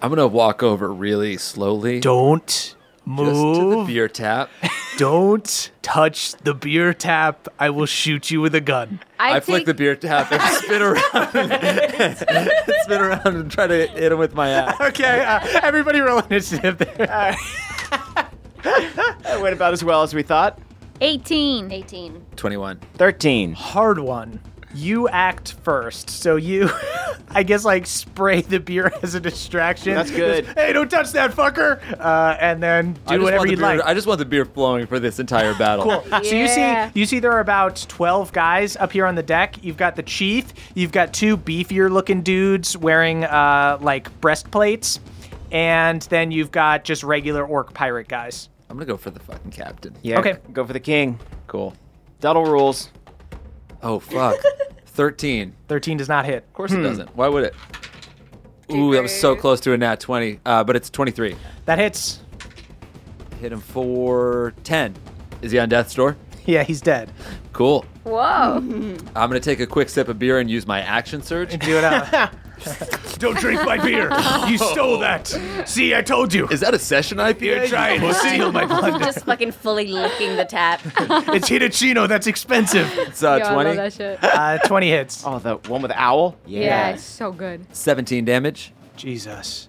S3: I'm gonna walk over really slowly
S2: Don't
S3: just to the
S2: move.
S3: beer tap.
S2: Don't touch the beer tap. I will shoot you with a gun.
S3: I,
S5: I,
S3: flick
S5: take,
S3: the beer tap and [LAUGHS] spin around, [LAUGHS] spin around and try to hit him with my axe.
S2: Okay, uh, everybody roll initiative there.
S6: That went about as well as we thought.
S5: 18.
S4: 18.
S3: 21.
S6: 13.
S2: hard one. You act first, so you, [LAUGHS] I guess, like spray the beer [LAUGHS] as a distraction.
S6: That's good.
S2: Just, hey, don't touch that fucker! Uh, and then
S3: I
S2: do
S3: just
S2: whatever
S3: want the
S2: you'd
S3: beer-
S2: like.
S3: I just want the beer flowing for this entire battle. Cool.
S2: So you
S5: Yeah.
S2: see, you see, there are about twelve guys up here on the deck. You've got the chief. You've got two beefier-looking dudes wearing uh, like breastplates, and then you've got just regular orc pirate guys.
S3: I'm gonna go for the fucking captain.
S6: Yeah.
S2: Okay.
S6: Go for the king.
S3: Cool.
S6: Duddle rules.
S3: Oh fuck. 13. Of
S2: Thirteen does not hit.
S3: course it doesn't. Why would it? Ooh, that was so close to a nat 20. Uh, but it's 23.
S2: That hits.
S3: Hit him for 10. Is he on death's door?
S2: Yeah, he's dead.
S3: Cool.
S5: Whoa.
S3: I'm gonna take a quick sip of beer and use my action surge.
S2: Do it out. Don't drink my beer. You stole that. See, I told you.
S3: Is that a session IPA?
S2: trying to steal
S4: [LAUGHS]
S2: my blood.
S4: Just fucking fully licking the tap.
S2: It's Hitachino. That's expensive.
S3: It's uh,
S5: Yo, I love
S3: 20.
S5: that
S3: [LAUGHS]
S5: shit.
S2: Uh, 20 hits.
S6: Oh, the one with the owl?
S5: Yeah. it's so good.
S3: 17 damage.
S2: Jesus.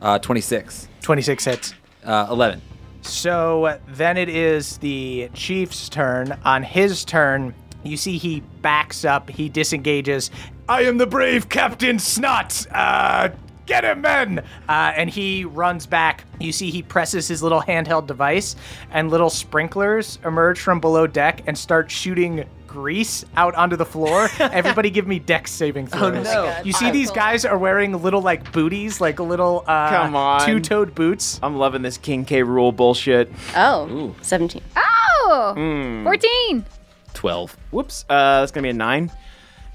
S3: Uh, 26.
S2: 26 hits.
S3: Uh, 11.
S2: So then it is the chief's turn. On his turn, you see he backs up, he disengages. I am the brave Captain Snot. Uh, get him, men! Uh, and he runs back. You see he presses his little handheld device, and little sprinklers emerge from below deck and start shooting grease out onto the
S6: [LAUGHS]
S2: floor. Everybody give me deck saving throws.
S6: Oh, no.
S2: You see these guys are wearing little like booties, like little uh,
S6: Come on.
S2: two-toed boots.
S6: I'm loving this King K rule bullshit.
S4: Oh, 17.
S5: Oh!
S4: Hmm.
S5: 14.
S3: 12.
S6: Whoops. Uh, that's going to be a nine.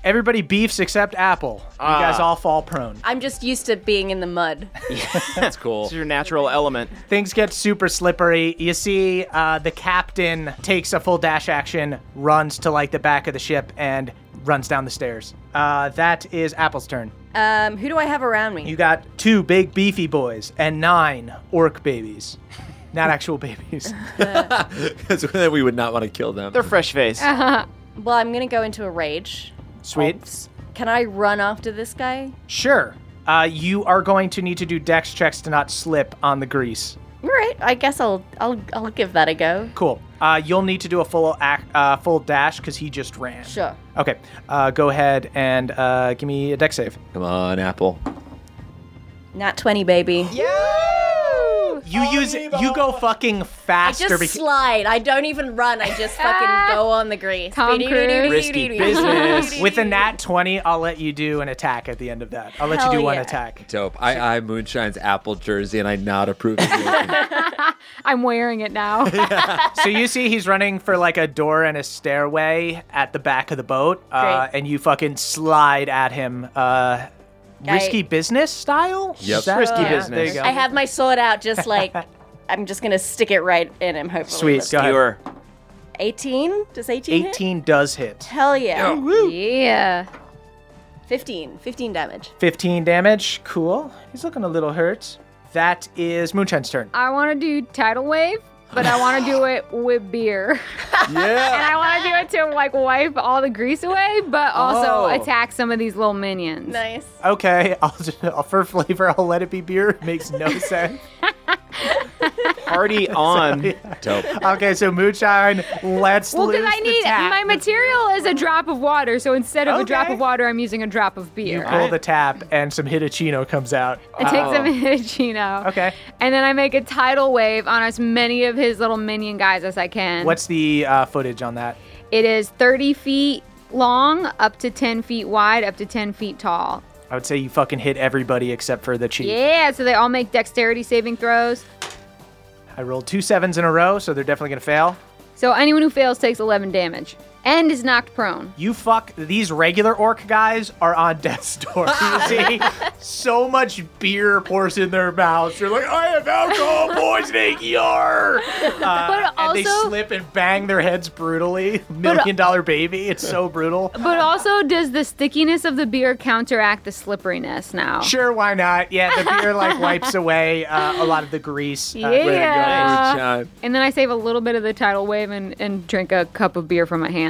S2: Everybody beefs except Apple. You guys all fall prone.
S4: I'm just used to being in the mud.
S3: That's cool. [LAUGHS]
S6: It's your natural element.
S2: Things get super slippery. You see, uh, the captain takes a full dash action, runs to like the back of the ship, and runs down the stairs. Uh, that is Apple's turn.
S4: Um, who do I have around me?
S2: You got two big beefy boys and nine orc babies. Not actual babies.
S3: Because then we would not want to kill them.
S6: They're fresh face.
S4: Well, I'm gonna go into a rage.
S2: Sweet.
S4: Can I run after this guy?
S2: Sure. Uh, you are going to need to do dex checks to not slip on the grease.
S4: All right, I guess I'll I'll I'll give that a go.
S2: Cool. Uh, you'll need to do a full ac- uh, full dash because he just ran.
S4: Sure.
S2: Okay. Uh, go ahead and uh, give me a deck save.
S3: Come on, Apple.
S4: Nat twenty, baby.
S2: You
S6: Oh,
S2: use you go fucking
S4: I
S2: faster.
S4: just
S2: because-
S4: slide. I don't even run. I just fucking go on the grease.
S5: Tom Cruise.
S3: Risky business.
S4: [LAUGHS]
S2: with a nat 20 i'll let you do an attack at the end of that i'll let
S4: Hell
S2: you do one
S4: yeah.
S2: attack
S3: Dope. I, I Moonshine's Apple jersey, and I not approve of it.
S5: [LAUGHS] I'm wearing it
S3: [LAUGHS]
S5: now. [LAUGHS]
S2: so you see he's running for like a door and a stairway at the back of the boat uh,
S4: Great.
S2: and you fucking slide at him uh, risky business style
S3: Yep.
S2: Is that-
S6: Risky
S2: yeah,
S6: business.
S2: there you go.
S4: I have my sword out,
S2: [LAUGHS]
S4: just like I'm just gonna stick it right in him. Hopefully,
S2: sweet go ahead.
S6: Skewer.
S4: 18? Does 18 hit?
S2: 18 does hit
S4: Hell yeah.
S8: Yeah.
S4: 15. 15 damage.
S2: 15 damage cool he's looking a little hurt that is moonshine's turn
S5: I want to do tidal wave, but I want to do it with beer. [LAUGHS] and
S3: Yeah.
S5: I want to do it to like wipe all the grease away, but also
S6: Oh.
S5: attack some of these little minions.
S4: Nice.
S2: okay [LAUGHS] I'll, I'll for flavor i'll let it be beer [LAUGHS] makes
S5: [LAUGHS]
S2: no sense
S6: Party on.
S5: [LAUGHS]
S3: Dope.
S2: okay so moonshine let's
S5: Well,
S2: lose
S5: because I
S2: the
S5: need
S2: tap.
S5: my material is a drop of water, so instead of a drop
S2: Okay.
S5: of water, I'm using a drop of beer.
S2: pull the tap and some hitachino comes out
S5: I take some [LAUGHS] Hitachino.
S2: Oh. Okay.
S5: And then I make a tidal wave on as many of his little minion guys as I can.
S2: What's the uh, footage on that?
S5: It is 30 feet long, up to 10 feet wide, up to 10 feet tall.
S2: I would say you fucking hit everybody except for the chief.
S5: Yeah, so they all make dexterity saving throws.
S2: I rolled two sevens in a row, so they're definitely gonna fail.
S5: So anyone who fails takes 11 damage and is knocked prone.
S2: You fuck these regular orc guys are on death's
S5: [LAUGHS]
S2: door. You see, so much beer pours in their mouths. They're like, I have alcohol poisoning, yar.
S5: but
S2: Uh, and they
S5: also, uh,
S2: slip and bang their heads brutally. Million dollar baby, it's so
S5: [LAUGHS]
S2: brutal.
S5: but also, does the stickiness of the beer counteract the slipperiness now?
S2: Sure, why not? Yeah, the beer like wipes away uh, a lot of the grease. uh,
S5: Yeah. Ah.
S3: Way to go, Moonshine.
S5: And then I save a little bit of the tidal wave and, and drink a cup of beer from my hand.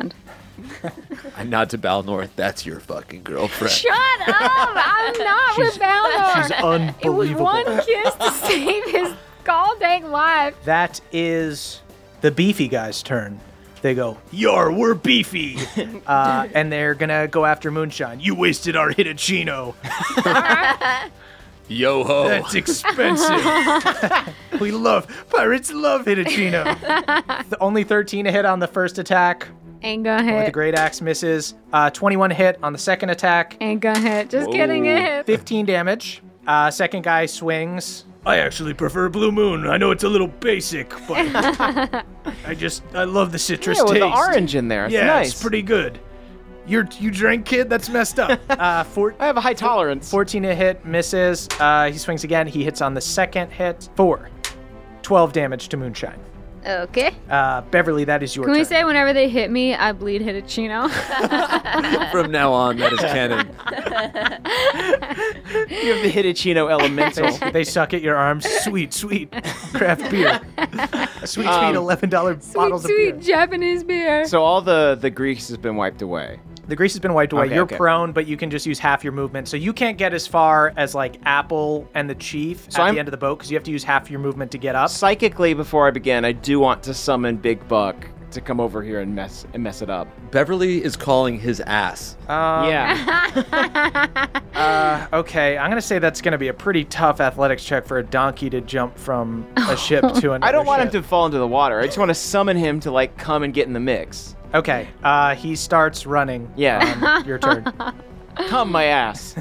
S3: And not to Bal North. That's your fucking
S5: [LAUGHS]
S3: girlfriend.
S5: Shut up! [LAUGHS] I'm not with Balnor.
S2: She's
S5: It was
S2: unbelievable.
S5: one kiss to save his goddamn life.
S2: That is the beefy guy's turn. They go, Yar, we're
S5: [LAUGHS]
S2: beefy. uh, and they're going to go after Moonshine. You wasted our Hitachino.
S3: Yo ho.
S2: That's expensive. [LAUGHS] we love, pirates love Hitachino. the [LAUGHS] only 13 to hit on the first attack.
S5: Ain't gonna
S2: With the
S5: hit.
S2: great axe misses. Uh, 21 hit on the second attack.
S5: Ain't gonna hit. Just kidding. It hit.
S2: 15 damage. Uh, second guy swings.
S7: I actually prefer Blue Moon. I know it's a little basic, but
S2: [LAUGHS]
S7: I just I love the citrus
S6: Yeah, with the orange in there. It's nice.
S7: good. You're you drank, kid? That's messed up.
S2: [LAUGHS] Uh, four,
S6: I have a high tolerance.
S2: 14 to hit, misses. Uh, he swings again. He hits on the second hit. Four. 12 damage to Moonshine.
S5: Okay.
S2: Uh, Beverly, that is your
S5: Can
S2: turn.
S5: we say whenever they hit me, I bleed Hitachino?
S3: From now on, that
S5: [LAUGHS]
S3: is canon.
S6: you have the [LAUGHS] Hitachino elemental.
S2: [LAUGHS] they, they suck at your arms. Sweet,
S5: [LAUGHS]
S2: sweet craft beer. Sweet,
S6: Um,
S2: sweet $11
S5: sweet,
S2: [LAUGHS] bottles
S5: sweet
S2: of beer.
S5: Japanese beer.
S6: so all the the grease has been wiped away.
S2: The grease has been wiped away.
S6: Okay,
S2: You're
S6: okay.
S2: prone, but you can just use half your movement. So you can't get as far as like Apple and the Chief
S6: So
S2: at
S6: I'm-
S2: the end of the boat because you have to use half your movement to get up.
S6: Psychically, before I begin, I do want to summon Big Buck to come over here and mess and mess it up.
S3: Beverly is calling his ass.
S2: Um,
S6: yeah.
S2: Uh, okay, I'm gonna say that's gonna be a pretty tough athletics check for a donkey to jump from a
S5: [LAUGHS]
S2: ship to [LAUGHS] another.
S6: I don't want him
S2: ship.
S6: to fall into the water. I just want to summon him to like come and get in the mix.
S2: Okay, uh, he starts running.
S6: Yeah.
S2: Um, your turn.
S6: Come
S2: [LAUGHS]
S6: my ass.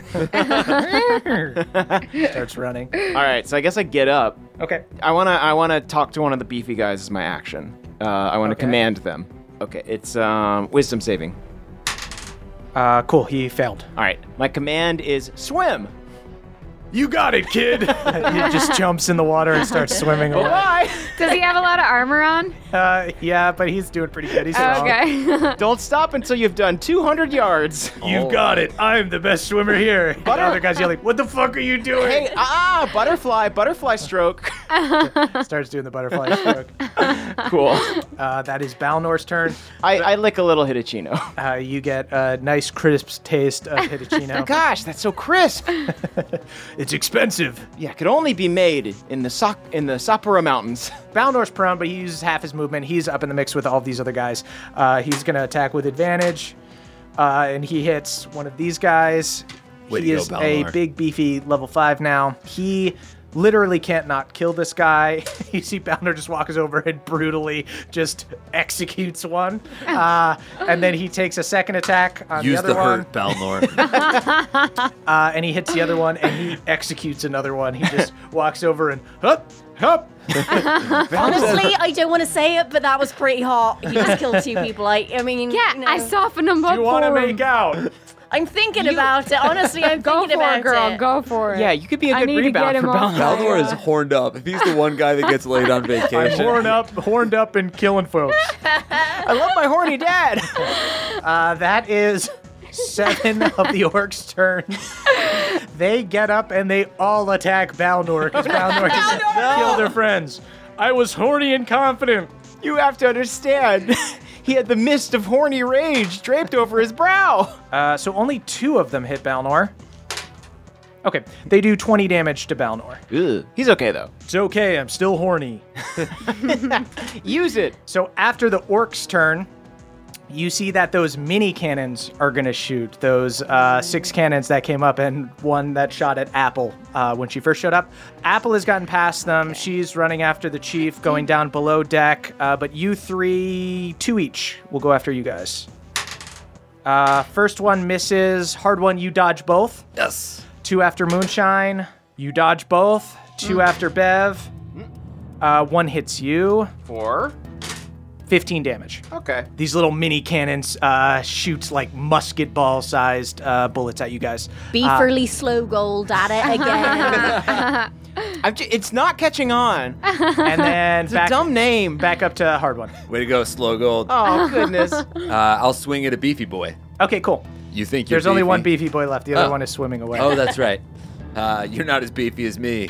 S2: starts running.
S6: All right. So I guess I get up.
S2: Okay.
S6: I wanna I wanna talk to one of the beefy guys as my action. Uh, I wanna
S2: Okay.
S6: command them. Okay, it's um, wisdom saving.
S2: Uh, cool. He failed.
S6: All right, my command is swim.
S7: you got it,
S2: [LAUGHS]
S7: kid.
S2: he just jumps in the water and starts swimming away. [LAUGHS]
S6: Bye.
S5: Does he have a lot of armor on?
S2: Uh, yeah, but he's doing pretty good. He's strong.
S5: [LAUGHS]
S8: Okay.
S6: Don't stop until you've done 200 yards. Oh.
S2: You've got it. I'm the best swimmer here. But the other guy's yelling, "What the fuck are you doing?"
S6: Hey, ah, butterfly, butterfly stroke.
S2: [LAUGHS] Starts doing the butterfly stroke.
S6: cool.
S2: Uh, that is Balnor's turn.
S6: I, I lick a little [LAUGHS] Hitachino.
S2: Uh, you get a nice crisp taste of Hitachino.
S6: Gosh, that's so [LAUGHS] crisp.
S2: it's expensive.
S6: Yeah, could only be made in the Sok in the Sapporo Mountains.
S2: Balnor's prone, but he uses half his movement. He's up in the mix with all these other guys. Uh, he's gonna attack with advantage, uh, and he hits one of these guys.
S3: Way
S2: he
S3: to go,
S2: is a
S3: Balnor.
S2: big beefy level five now. He literally can't not kill this guy. [LAUGHS] you see Balnor just walks over and brutally just executes one, uh, and then he takes a second attack on the
S3: Use
S2: other
S3: the
S2: one. [LAUGHS]
S3: hurt, Balnor.
S2: Uh, and he hits the other one and
S3: [LAUGHS]
S2: he executes another one. He just walks over and hup, hup.
S4: [LAUGHS] Honestly, I don't want to say it, but that was pretty hot. You just killed two people. I, I mean,
S8: Yeah,
S4: you
S8: I
S4: know.
S8: softened him up
S2: You want to
S8: for
S2: make
S8: him.
S2: out?
S4: I'm thinking about it. Honestly,
S8: [LAUGHS]
S4: I'm
S8: Go
S4: thinking
S8: for
S4: about
S8: it, girl.
S4: it.
S8: Go for it.
S6: [LAUGHS]
S5: [LAUGHS]
S6: Yeah, you could be a
S8: I
S6: good
S8: need to
S6: rebound
S8: get him
S6: for
S8: off
S6: Balnor.
S8: fire.
S3: Balnor is horned up. If he's the one guy that gets laid on vacation,
S2: [LAUGHS] Horned up, horned up and killing folks.
S6: I love my horny [LAUGHS] dad.
S2: Uh, that is seven of the orcs' turns. They get up and they all attack Balnor because [LAUGHS] Balnor just killed their friends. I was horny and confident.
S6: you have to understand. [LAUGHS] He had the mist of horny rage draped over his [LAUGHS] brow.
S2: Uh, so only two of them hit Balnor. Okay, they do 20 damage to Balnor.
S6: He's okay though.
S2: It's okay, I'm still horny.
S6: Use it.
S2: So after the orc's turn, you see that those mini cannons are going to shoot. Those uh, six cannons that came up and one that shot at Apple uh, when she first showed up. Apple has gotten past them. She's running after the chief, going down below deck. Uh, but you three, two each, will go after you guys. Uh, first one misses. Hard one, you dodge both.
S3: yes.
S2: Two after Moonshine. You dodge both. Two after Bev. Uh, one hits you.
S6: Four.
S2: 15 damage
S6: Okay.
S2: these little mini cannons uh, shoot like musket ball sized uh, bullets at you guys.
S4: Beeferly slow gold at
S8: [LAUGHS]
S4: it again.
S6: I'm ju- it's not
S8: [LAUGHS]
S6: catching on. [LAUGHS]
S2: And then
S6: It's a
S2: back,
S6: dumb name.
S2: back up to hard one.
S3: Way to go, slow gold.
S8: [LAUGHS]
S6: Oh goodness.
S3: Uh, I'll swing at a beefy boy.
S2: Okay, cool.
S3: You think you're
S2: There's only one
S3: beefy?
S2: beefy boy left. The other
S3: Oh.
S2: one is swimming away.
S3: Oh, that's right. Uh, you're not as beefy as me.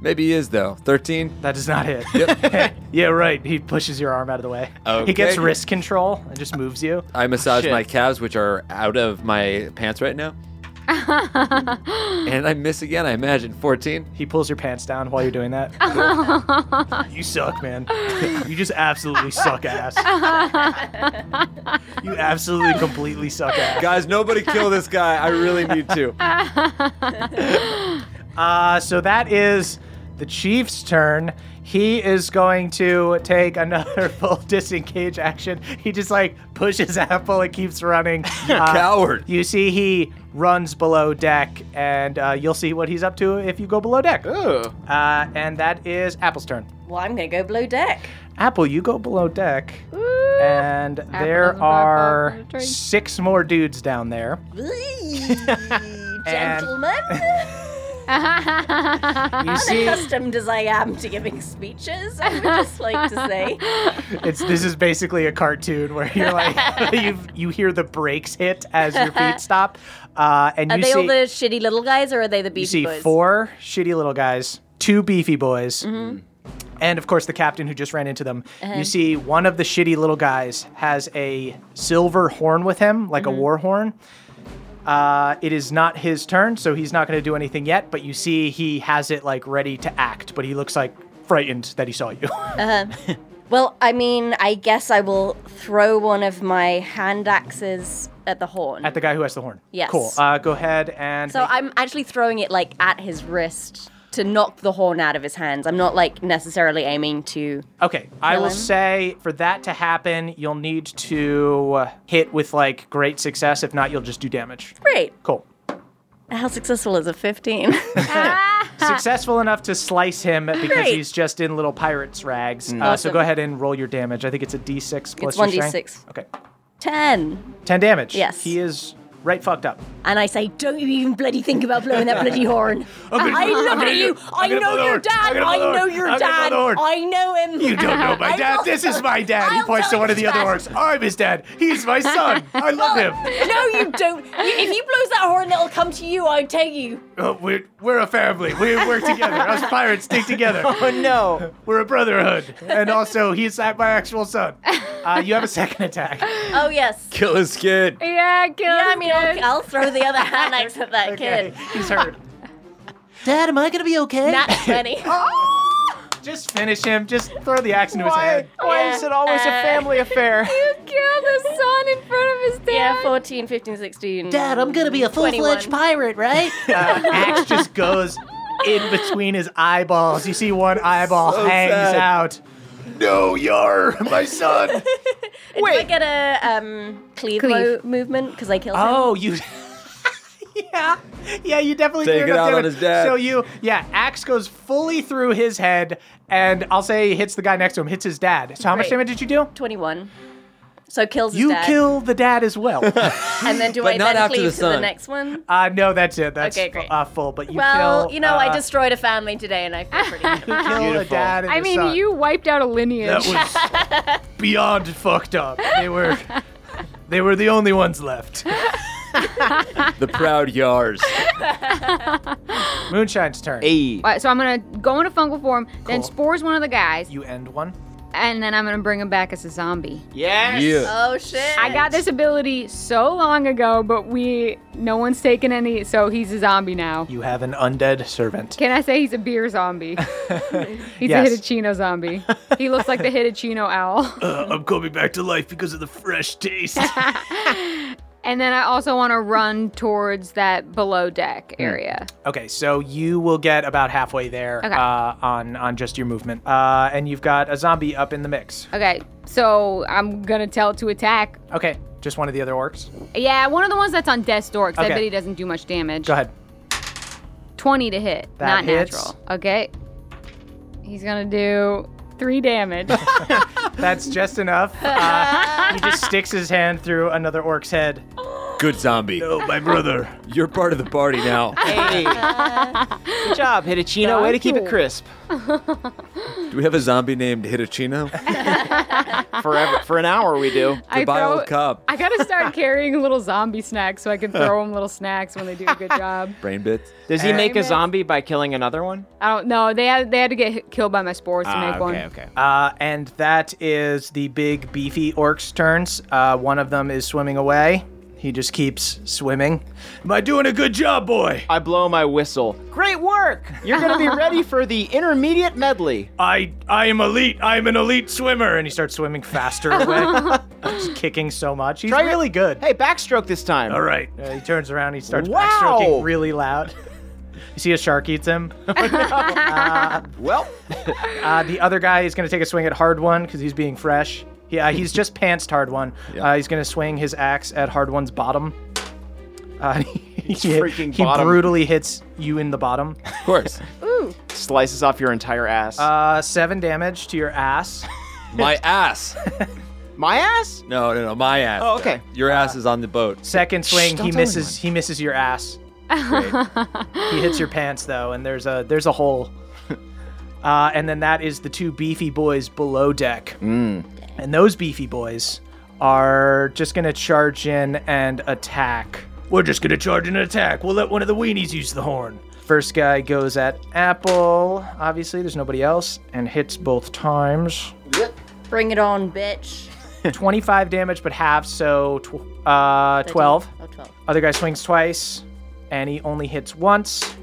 S3: Maybe he is though. Thirteen.
S2: That does not hit.
S3: Yep.
S2: [LAUGHS] yeah, right. He pushes your arm out of the way. He
S3: Okay.
S2: gets wrist control and just moves you.
S3: I massage
S6: Shit.
S3: my calves, which are out of my pants
S2: [LAUGHS]
S3: right now. and I miss again. I imagine fourteen.
S2: He pulls your pants down while you're doing
S6: [LAUGHS]
S2: that. you suck, man. You just absolutely suck
S6: [LAUGHS]
S2: ass. you absolutely completely suck ass.
S3: Guys, nobody kill this guy. I really need to.
S2: Uh, so that is the Chief's turn. He is going to take another [LAUGHS] full disengage action. He just like pushes Apple and keeps running. Uh,
S3: Coward.
S2: You see, he runs below deck, and uh, you'll see what he's up to if you go below deck.
S6: Ooh.
S2: Uh, and that is Apple's turn.
S4: [LAUGHS] well, I'm gonna go blow deck.
S2: Apple, you go below deck, and there
S8: doesn't back off
S2: are
S8: from the tree.
S2: six more dudes down there.
S4: [LAUGHS] Gentlemen,
S2: You see,
S4: accustomed as I am to giving speeches, I would just like
S8: [LAUGHS]
S4: to say.
S2: It's this is basically a cartoon where you're
S4: [LAUGHS]
S2: like [LAUGHS] you you hear the brakes hit as your feet stop, uh, and
S4: Are
S2: you
S4: they all
S2: see
S4: the shitty little guys, or are they the
S2: you
S4: beefy
S2: see
S4: boys?
S2: four shitty little guys, two beefy boys,
S4: Mm-hmm.
S2: and of course the captain who just ran into them.
S4: Uh-huh.
S2: You see one of the shitty little guys has a silver horn with him, like
S4: Mm-hmm.
S2: a war horn. Uh, it is not his turn, so he's not going to do anything yet. But you see, he has it like ready to act, but he looks like frightened that he saw you. [LAUGHS]
S4: Well, I mean, I guess I will throw one of my hand axes at the horn.
S2: At the guy who has the horn.
S4: Yes.
S2: Cool. Uh, go ahead and.
S4: so
S2: make-
S4: I'm actually throwing it like at his wrist to knock the horn out of his hands. I'm not like necessarily aiming to.
S2: Okay, I will
S4: him.
S2: say for that to happen, you'll need to uh, hit with like great success. If not, you'll just do damage.
S4: Great.
S2: Cool.
S4: How successful is a [LAUGHS] 15?
S2: Successful enough to slice him because
S4: Great.
S2: he's just in little pirate's rags. Uh, So
S4: Awesome.
S2: go ahead and roll your damage. I think it's a d6 plus
S4: It's
S2: your strength.
S4: 1d6.
S2: Okay,
S4: 10.
S2: ten damage.
S4: Yes.
S2: He is Right fucked up.
S4: And I say, don't you even bloody think about blowing that bloody
S2: [LAUGHS]
S4: horn.
S2: gonna-
S4: I
S2: I'm
S4: look
S2: gonna-
S4: at you. I
S2: I'm gonna blow the
S4: know your
S2: horn. I'm
S4: dad.
S2: gonna
S4: I
S2: blow the
S4: know
S2: horn.
S4: your
S2: I'm gonna blow
S4: dad.
S2: the horn.
S4: I know him.
S2: You
S4: [LAUGHS]
S2: don't know my
S4: I
S2: dad.
S4: will-
S2: This is my dad. he
S4: I'll
S2: points to
S4: tell
S2: one of the
S4: his
S2: other
S4: dad.
S2: orcs. I'm his dad. He's my son. I love him.
S4: [LAUGHS] No, you don't. You- If he blows that horn, it'll come to you. I tell you.
S2: Oh, we're, we're a family. We work together. Us pirates stick together. Oh,
S6: no.
S2: We're a brotherhood. [LAUGHS] And also, he's my actual son. Uh, you have a second attack.
S4: Oh yes.
S3: Kill his kid.
S5: Yeah, kill
S4: Yeah, I mean, I'll, I'll throw the other hand axe
S2: [LAUGHS]
S4: at that kid.
S2: He's
S4: [LAUGHS]
S2: hurt.
S11: Dad, am I gonna be okay?
S4: Not [LAUGHS] funny.
S2: Just finish him. Just throw the axe into his
S6: Why,
S2: head.
S6: why is it always a family
S4: [LAUGHS]
S6: affair?
S8: You killed uh, [LAUGHS] the son in front of his dad.
S4: Yeah, 14, 15, 16.
S11: Dad, I'm gonna be a full-fledged
S4: 21.
S11: pirate, right?
S2: Uh, axe just goes in between his eyeballs. You see one eyeball
S3: So
S2: hangs
S3: sad.
S2: out. No, you're my son.
S4: Did I get a um, cleave,
S8: Cleave.
S4: mo- movement because I killed him?
S2: Oh, you. [LAUGHS] yeah, yeah, you definitely
S3: Take
S2: cleared
S3: it
S2: up
S3: out on
S2: damage.
S3: his dad.
S2: So you, yeah, axe goes fully through his head, and I'll say hits the guy next to him, hits his dad. So how much
S4: Great.
S2: damage did you do?
S4: 21. So kills his
S2: You
S4: dad.
S2: kill the dad as
S4: [LAUGHS]
S2: well.
S4: And then do
S3: But
S4: I
S3: not
S4: then
S3: after
S4: cleave
S3: the
S4: to the
S3: son.
S4: next one?
S2: uh, no, that's it. That's
S4: Okay, great.
S2: Uh, full. But you
S4: well,
S2: kill.
S4: you know, I
S2: uh,
S4: destroyed a family today and
S8: [LAUGHS]
S4: I feel pretty good.
S2: you kill the dad. And
S5: I
S2: the
S5: mean,
S2: son.
S5: you wiped out a lineage.
S2: That
S5: [LAUGHS]
S2: was beyond fucked up. They were. They were the only ones left.
S3: The proud yars.
S2: [LAUGHS] Moonshine's turn.
S6: Hey.
S8: All right, so I'm gonna go into fungal form, then
S2: Cool.
S8: spores one of the guys,
S2: You end one.
S8: and then I'm gonna bring him back as a zombie.
S6: Yes.
S3: Yeah.
S4: Oh, shit.
S8: I
S4: I
S8: got this ability so long ago, but we no one's taken any, so he's a zombie now.
S2: You have an undead servant.
S8: Can I say he's a beer
S2: [LAUGHS]
S8: zombie? [LAUGHS] he's
S2: Yes.
S8: a Hitachino
S2: [LAUGHS]
S8: zombie. He looks like the Hitachino owl. [LAUGHS]
S2: I'm coming back to life because of the fresh taste.
S8: And then I also want to run towards that below deck
S2: Hmm.
S8: area.
S2: okay, so you will get about halfway there
S8: Okay.
S2: uh, on on just your movement, uh, and you've got a zombie up in the mix.
S8: Okay, so I'm gonna tell it to attack.
S2: Okay, just one of the other orcs.
S8: Yeah, one of the ones that's on death's door, because
S2: Okay.
S8: I bet he doesn't do much damage.
S2: Go ahead.
S8: 20 to hit.
S2: That
S8: not
S2: hits.
S8: natural. Okay. He's going to do three
S2: [LAUGHS]
S8: damage.
S2: That's just enough. Uh, he just sticks his hand through another orc's head.
S3: Good zombie.
S2: Oh, my brother.
S3: You're part of the party now.
S8: [LAUGHS]
S6: Hey. Good job, Hitachino. Way to keep it crisp.
S3: Do we have a zombie named Hitachino?
S6: Forever. For an hour, we do.
S8: I
S3: Goodbye,
S8: throw-
S3: old cop.
S8: I got to
S2: [LAUGHS]
S8: start carrying little zombie snacks so I can throw them little snacks when they do a good job.
S3: Brain bits.
S6: Does he make a zombie by killing another one?
S8: I don't know. They had, they had to get hit- killed by my spores to
S6: Ah,
S8: make
S6: okay,
S8: one.
S6: okay.
S2: Uh, and that is the big beefy orc's turns. Uh, one of them is swimming away. He just keeps swimming. Am I doing a good job, boy?
S6: I blow my whistle. Great work! You're gonna be ready for the
S2: [LAUGHS]
S6: intermediate medley.
S2: I I am elite. I am an elite swimmer, and he starts swimming faster
S6: [LAUGHS]
S2: away. Just kicking so much. He's
S6: Try it.
S2: really good.
S6: Hey, backstroke this time.
S2: All right. Uh, he turns around. He starts
S6: Wow.
S2: backstroking really loud. [LAUGHS] you see a shark eats him.
S6: Well, [LAUGHS]
S2: Uh, the other guy is going to take a swing at hard one because he's being fresh. He, uh, he's just pantsed hard one. Uh, he's going to swing his axe at hard one's bottom. Uh, [LAUGHS] he,
S6: freaking
S2: he
S6: bottom.
S2: brutally hits you in the bottom.
S3: Of course.
S6: slices off your entire ass.
S2: Uh, seven damage to your ass.
S3: My ass.
S6: My ass?
S3: No, no, no. My ass.
S6: Oh, okay.
S3: Your ass is on the boat.
S2: Second swing,
S6: don't
S2: he
S6: tell
S2: misses. He misses your ass.
S6: [LAUGHS]
S2: he hits your pants though, and there's a there's a hole. Uh, and then that is the two beefy boys below deck,
S6: Mm.
S2: and those beefy boys are just gonna charge in and attack. We're just gonna charge in and attack. We'll let one of the weenies use the horn. First guy goes at Apple. Obviously, there's nobody else, and hits both times.
S4: Bring it on, bitch.
S2: 25 damage, but half, so tw- uh, 12.
S8: [LAUGHS]
S4: Oh, 12.
S2: Other guy swings twice, and he only hits once.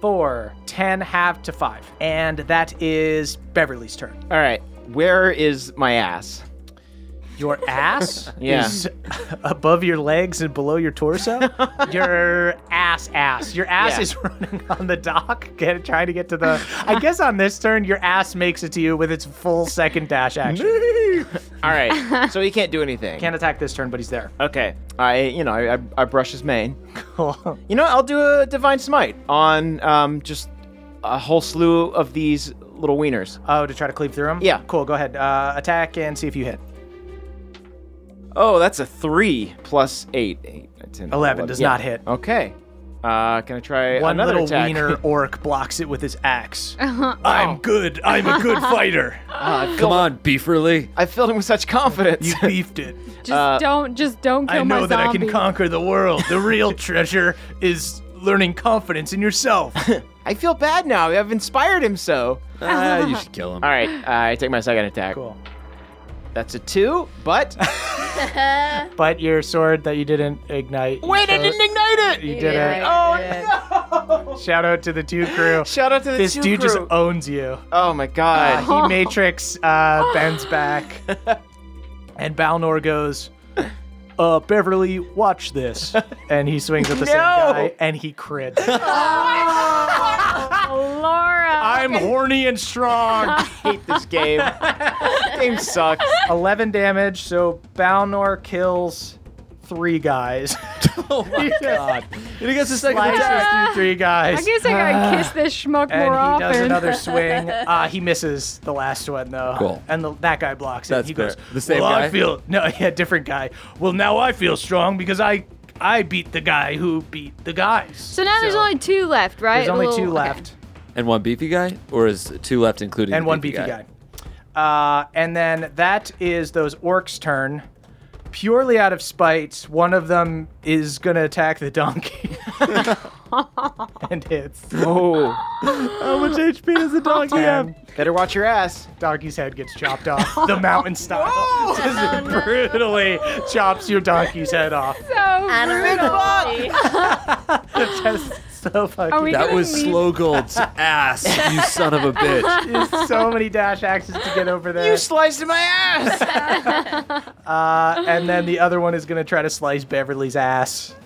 S2: Four, ten, half to five. And that is Beverly's turn.
S6: All right. Where is my ass? [LAUGHS]
S2: Your ass
S6: Yeah.
S2: is [LAUGHS] above your legs and below your torso.
S6: [LAUGHS]
S2: your ass, ass. Your ass
S6: Yeah.
S2: is [LAUGHS] running on the dock, get, trying to get to the. I guess on this turn, your ass makes it to you with its full second dash action.
S6: [LAUGHS] All [LAUGHS] right. so he can't do anything.
S2: Can't attack this turn, but he's
S6: [LAUGHS]
S2: there.
S6: Okay. I, you know, I, I, I brush his mane. You know, I'll do a divine smite on um, just a whole slew of these little wieners.
S2: Oh, to try to cleave through him?
S6: Yeah.
S2: Cool, go ahead. Uh, attack and see if you hit.
S6: Oh, that's a three plus eight. Eight, uh, 10,
S2: 11 does not hit.
S6: Okay. Uh, can I try
S2: One
S6: another
S2: little
S6: attack? [LAUGHS]
S2: wiener orc blocks it with his axe. I'm good. I'm a good fighter.
S3: Come on, Beeferly.
S6: Ah, I filled him with such confidence.
S5: [LAUGHS]
S2: You beefed it.
S5: Just
S2: Uh,
S5: don't, just don't kill
S2: I
S5: my
S2: know that I
S5: zombie.
S2: can conquer the world. The real treasure is learning confidence in [LAUGHS] yourself.
S6: [LAUGHS] I feel bad now. I've inspired him so.
S3: Ah, you should kill him.
S6: All right, I take my second attack.
S2: Cool.
S6: That's a two,
S2: [LAUGHS]
S6: but
S2: But your sword that you didn't ignite. you
S6: wait, I
S2: showed-
S6: didn't ignite it.
S2: You did it. Oh. [LAUGHS] Shout out to the two crew.
S6: Shout out to the
S2: this
S6: two
S2: dude just uh,
S6: crew.
S2: owns you.
S6: Oh my
S2: [LAUGHS]
S6: god.
S2: Uh, he matrix
S5: [LAUGHS]
S2: uh, bends back, and Balnor goes, "Uh, Beverly, watch [LAUGHS] this." And he swings at the same
S6: No.
S2: guy, and he crits.
S5: Laura.
S2: [LAUGHS] I'm horny and strong.
S6: hate this game. [LAUGHS]
S2: [LAUGHS]
S6: game sucks.
S2: Eleven damage. So Balnor kills three guys.
S3: [LAUGHS] Oh my
S2: [LAUGHS]
S3: god. And he gets a second
S2: Slices
S3: attack.
S2: through three guys.
S5: I guess
S2: [SIGHS]
S5: I gotta kiss this schmuck
S2: and
S5: more
S2: he
S5: often.
S2: does
S5: [LAUGHS]
S2: another swing. Uh, he misses the last one though.
S3: Cool.
S2: And the, that guy blocks
S3: That's
S2: it. He
S3: fair.
S2: goes,
S3: The same
S2: well, I
S3: guy?"
S2: feel [LAUGHS] no, yeah, different guy. Well, now I feel strong because I I beat the guy who beat the guys.
S8: [LAUGHS] So now there's only two left, right?
S2: there's only
S8: Little-
S2: two
S8: okay. [LAUGHS]
S2: left
S3: And one beefy guy? Or is two left, including
S2: and
S3: the
S2: one beefy guy. Uh, and then that is those orcs' turn. Purely out of spite, one of them is gonna attack the donkey. and hits.
S6: Oh,
S3: How much HP does the donkey have?
S6: better watch your ass.
S2: donkey's head gets chopped off the mountain style. Just brutally chops your donkey's head off.
S4: Animal.
S2: Just so
S5: Are
S2: fucking.
S5: we
S3: That
S5: gonna
S3: was
S5: need-
S3: Slow Gold's ass, you son of
S2: [LAUGHS]
S3: a bitch.
S2: There's so many dash axes to get over there.
S6: You sliced my ass.
S2: Uh, and then the other one is gonna try to slice Beverly's ass.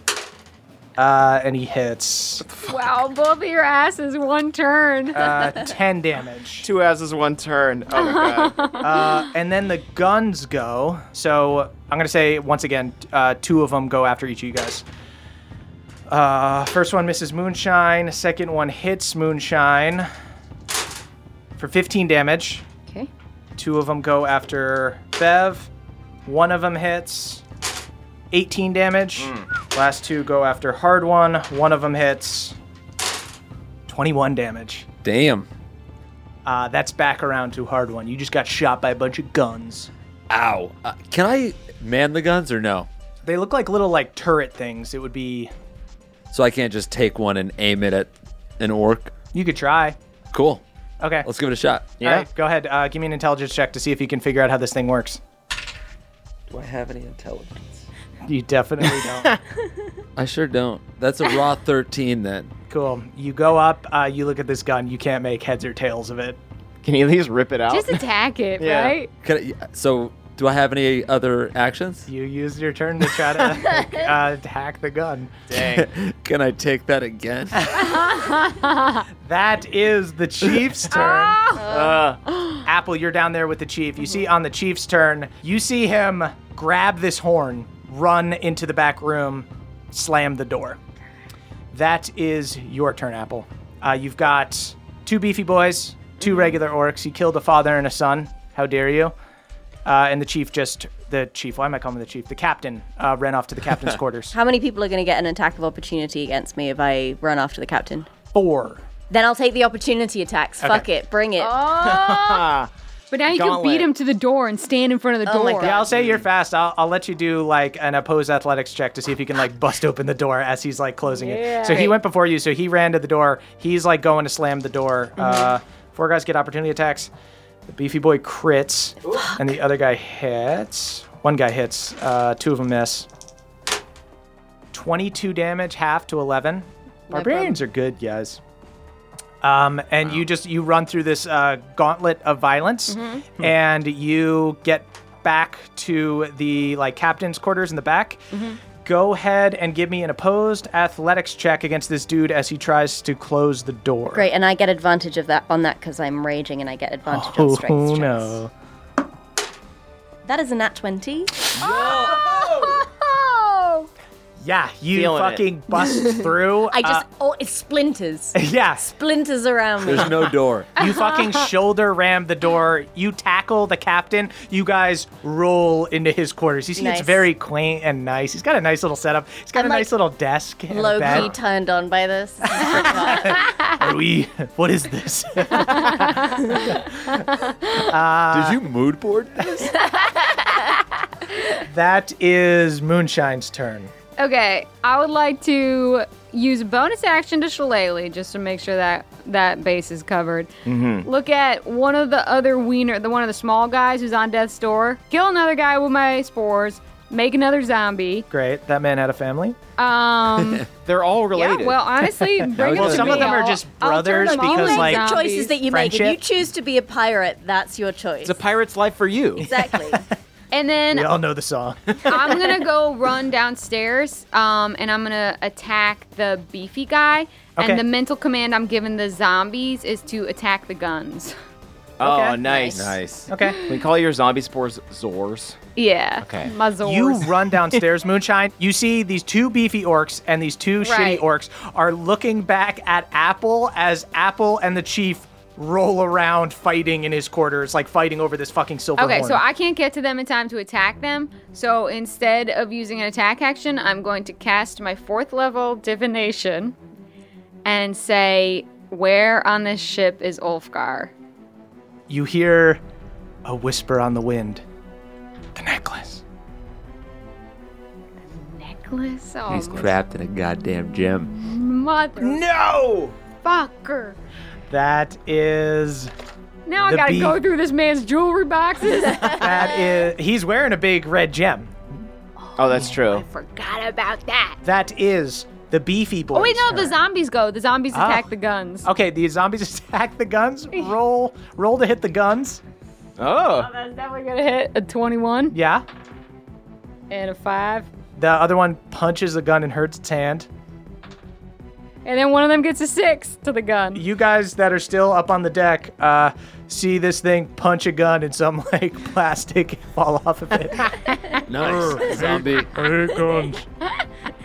S2: Uh, and he hits
S5: Wow, both of your asses one turn.
S2: uh, 10 damage.
S6: Two asses, one turn. Oh my [LAUGHS] god.
S2: Uh, and then the guns go. So I'm going to say once again, uh, two of them go after each of you guys. Uh, first one misses Moonshine. Second one hits Moonshine for 15 damage.
S8: Okay.
S2: Two of them go after Bev. One of them hits 18 damage. Last two go after Hard One. One of them hits 21 damage.
S3: Damn.
S2: Uh, that's back around to Hard One. You just got shot by a bunch of guns.
S3: Ow. Uh, can I man the guns or no?
S2: They look like little like turret things. It would be
S3: So I can't just take one and aim it at an orc?
S2: you could try.
S3: Cool.
S2: Okay.
S3: Let's give it a shot.
S2: All right, go ahead. Uh, give me an intelligence check to see if you can figure out how this thing works.
S3: Do I have any intelligence?
S2: You definitely
S3: [LAUGHS]
S2: don't.
S3: I sure don't. That's a [LAUGHS] raw 13 then.
S2: cool. You go up. Uh, you look at this gun. You can't make heads or tails of it.
S6: Can you at least rip it out?
S5: Just
S2: [LAUGHS]
S5: attack it,
S6: Yeah.
S5: right?
S3: Can I, so do I have any other actions?
S2: You used your turn to try
S3: [LAUGHS]
S2: to uh, hack the gun.
S6: Dang.
S3: Can I take that again?
S2: That is the chief's turn.
S6: Uh,
S2: Apple, you're down there with the chief. You see on the chief's turn, you see him grab this horn, run into the back room, slam the door. That is your turn, Apple. Uh, you've got two beefy boys, two regular orcs. You killed a father and a son. How dare you? Uh, and the chief just, the chief, why am I calling him the chief? The captain uh, ran off to the captain's quarters.
S4: How many people are going to get an attack of opportunity against me if I run after the captain?
S2: Four.
S4: Then I'll take the opportunity attacks. Fuck it. Bring
S8: Oh,
S4: it.
S5: But now you can
S6: Gauntlet.
S5: beat him to the door and stand in front of the door.
S4: my
S2: Yeah, I'll say you're fast. I'll, I'll let you do like an opposed athletics check to see if you can like bust open the door as he's like closing it. So he went before you, so he ran to the door. He's like going to slam the door. Uh, four guys get opportunity attacks. The beefy boy crits, and the other guy hits. One guy hits. Uh, two of them miss. Twenty-two damage, half to eleven. Barbarians are good, guys. Um, and you just you run through this uh, gauntlet of violence,
S4: Mm-hmm. Hmm.
S2: and you get back to the like captain's quarters in the back.
S4: Mm-hmm.
S2: Go ahead and give me an opposed athletics check against this dude as he tries to close the door.
S4: Great. And I get advantage of that on that because I'm raging and I get advantage on
S2: Oh
S4: strength checks.
S2: no!
S4: That is a nat 20.
S2: Yeah, you
S6: Feeling it.
S2: fucking
S4: [LAUGHS]
S2: bust through.
S4: I just
S2: uh, [LAUGHS]
S4: oh, it's splinters.
S2: yeah.
S4: Splinters around
S3: [LAUGHS]
S4: me.
S3: There's no door.
S2: You
S4: [LAUGHS]
S2: fucking shoulder ram the door. You tackle the captain. You guys roll into his quarters. You see,
S4: Nice.
S2: it's very quaint and nice. He's got a nice little setup. He's got
S4: I'm
S2: a nice
S4: like
S2: little desk. And a
S4: Low
S2: bed.
S4: key [LAUGHS] turned on by this.
S2: Are we? [LAUGHS] What is this? [LAUGHS]
S3: Did you mood board this?
S2: that is Moonshine's turn.
S5: Okay, I would like to use bonus action to Shillelagh just to make sure that that base is covered. Look at one of the other wiener, the one of the small guys who's on death's door. Kill another guy with my spores. Make another zombie.
S2: Great. That man had a family. [LAUGHS]
S5: Um,
S6: They're all
S5: yeah.
S6: related.
S5: Well, honestly, bring
S3: Well,
S5: it to
S3: some
S5: me.
S3: of them
S2: are
S5: I'll-
S2: just
S5: I'll turn
S2: brothers
S5: them all
S2: because,
S5: into
S2: like-
S4: the
S5: zombies.
S2: [LAUGHS]
S4: choices that you make. If you
S2: Friendship.
S4: choose to be a pirate, that's your choice.
S6: it's a pirate's life for [LAUGHS] you.
S2: [LAUGHS]
S4: exactly.
S5: And then
S2: We all know the song. [LAUGHS]
S5: I'm gonna go run downstairs, um, and I'm gonna attack the beefy guy.
S2: Okay.
S5: And the mental command I'm giving the zombies is to attack the guns.
S6: Oh,
S2: Okay.
S6: nice.
S3: nice.
S2: okay.
S6: We call your zombie spores Zors.
S5: Yeah.
S6: Okay.
S5: My Zors.
S2: You [LAUGHS] run
S5: [LAUGHS]
S2: downstairs, Moonshine. You see these two beefy orcs and these two shitty
S5: Right.
S2: orcs are looking back at Apple as Apple and the chief roll around fighting in his quarters, like fighting over this fucking silver
S5: Okay,
S2: horn.
S5: so I can't get to them in time to attack them. So instead of using an attack action, I'm going to cast my fourth level divination and say, Where on this ship is Ulfgar?
S2: you hear a whisper on the wind. The necklace.
S5: Necklace? Oh,
S3: [LAUGHS] He's trapped in a goddamn gym.
S5: motherfucker.
S2: No. That is
S5: Now I
S2: The
S5: gotta
S2: bee-
S5: go through this man's
S2: [LAUGHS]
S5: jewelry boxes.
S2: that
S5: Uh.
S2: is he's wearing a big red gem.
S6: Oh, that's true.
S5: Forgot about that.
S2: That is the beefy boy.
S5: Oh, wait, no, the zombies go. The zombies
S2: Ah.
S5: attack the guns.
S2: Okay, the zombies [LAUGHS] attack the
S5: [LAUGHS]
S2: guns. Roll roll to hit the guns.
S6: Oh,
S5: That's definitely gonna hit a 21
S2: Yeah.
S5: and a 5.
S2: The other one punches the gun and hurts its hand.
S5: And then one of them gets a 6 to the gun.
S2: You guys that are still up on the deck uh, see this thing punch a gun and some [LAUGHS] like plastic [LAUGHS] fall off of it.
S6: [LAUGHS]
S3: Nice. Zombie.
S7: Hey, guns.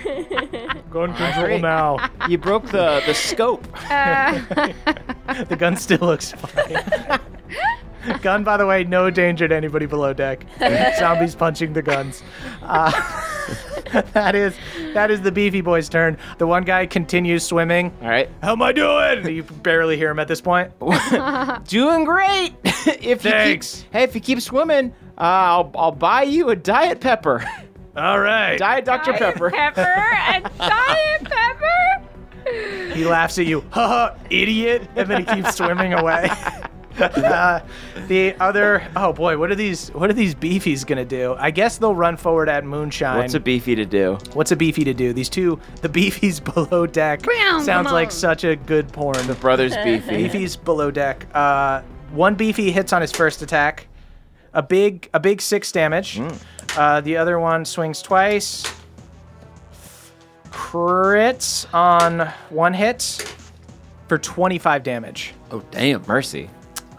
S7: Gun control now.
S6: you broke the, the scope.
S2: the gun still looks fine. gun, by the way, no danger to anybody below deck. Zombies punching the guns. Uh, [LAUGHS] that is that is the beefy boy's turn. The one guy continues swimming.
S6: All right.
S2: How am I doing? You barely hear him at this point.
S6: Doing great. [LAUGHS] if You
S2: Thanks.
S6: keep, hey, if you keep swimming, uh, I'll, I'll buy you a Diet Pepper. [LAUGHS]
S2: All right.
S6: Diet Dr. Pepper.
S5: Pepper and
S2: [LAUGHS]
S5: Diet Pepper.
S2: He laughs at you, ha ha, idiot, and then he keeps swimming away. [LAUGHS] uh, the other, oh boy, what are these? What are these beefies gonna do? I guess they'll run forward at Moonshine.
S6: What's a beefy to do?
S2: What's a beefy to do? These two, the beefies [LAUGHS] below deck,
S5: Bam,
S2: sounds
S5: come
S2: like
S5: on.
S2: such a good porn. The
S6: Brothers [LAUGHS] beefy.
S2: beefies below deck. Uh, one beefy hits on his first attack, a big, a big six damage. Uh, the other one swings twice, crits on one hit for 25 damage.
S3: Oh, damn.
S6: Mercy.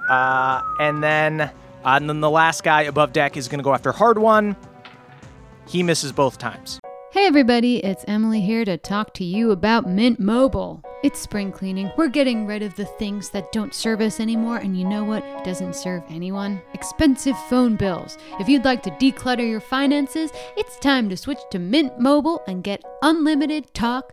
S2: Uh, and then uh, and then the last guy above deck is going to go after hard one. He misses both times.
S8: Hey everybody, it's Emily here to talk to you about Mint Mobile. It's spring cleaning. We're getting rid of the things that don't serve us anymore, and you know what doesn't serve anyone? Expensive phone bills. If you'd like to declutter your finances, it's time to switch to Mint Mobile and get unlimited talk,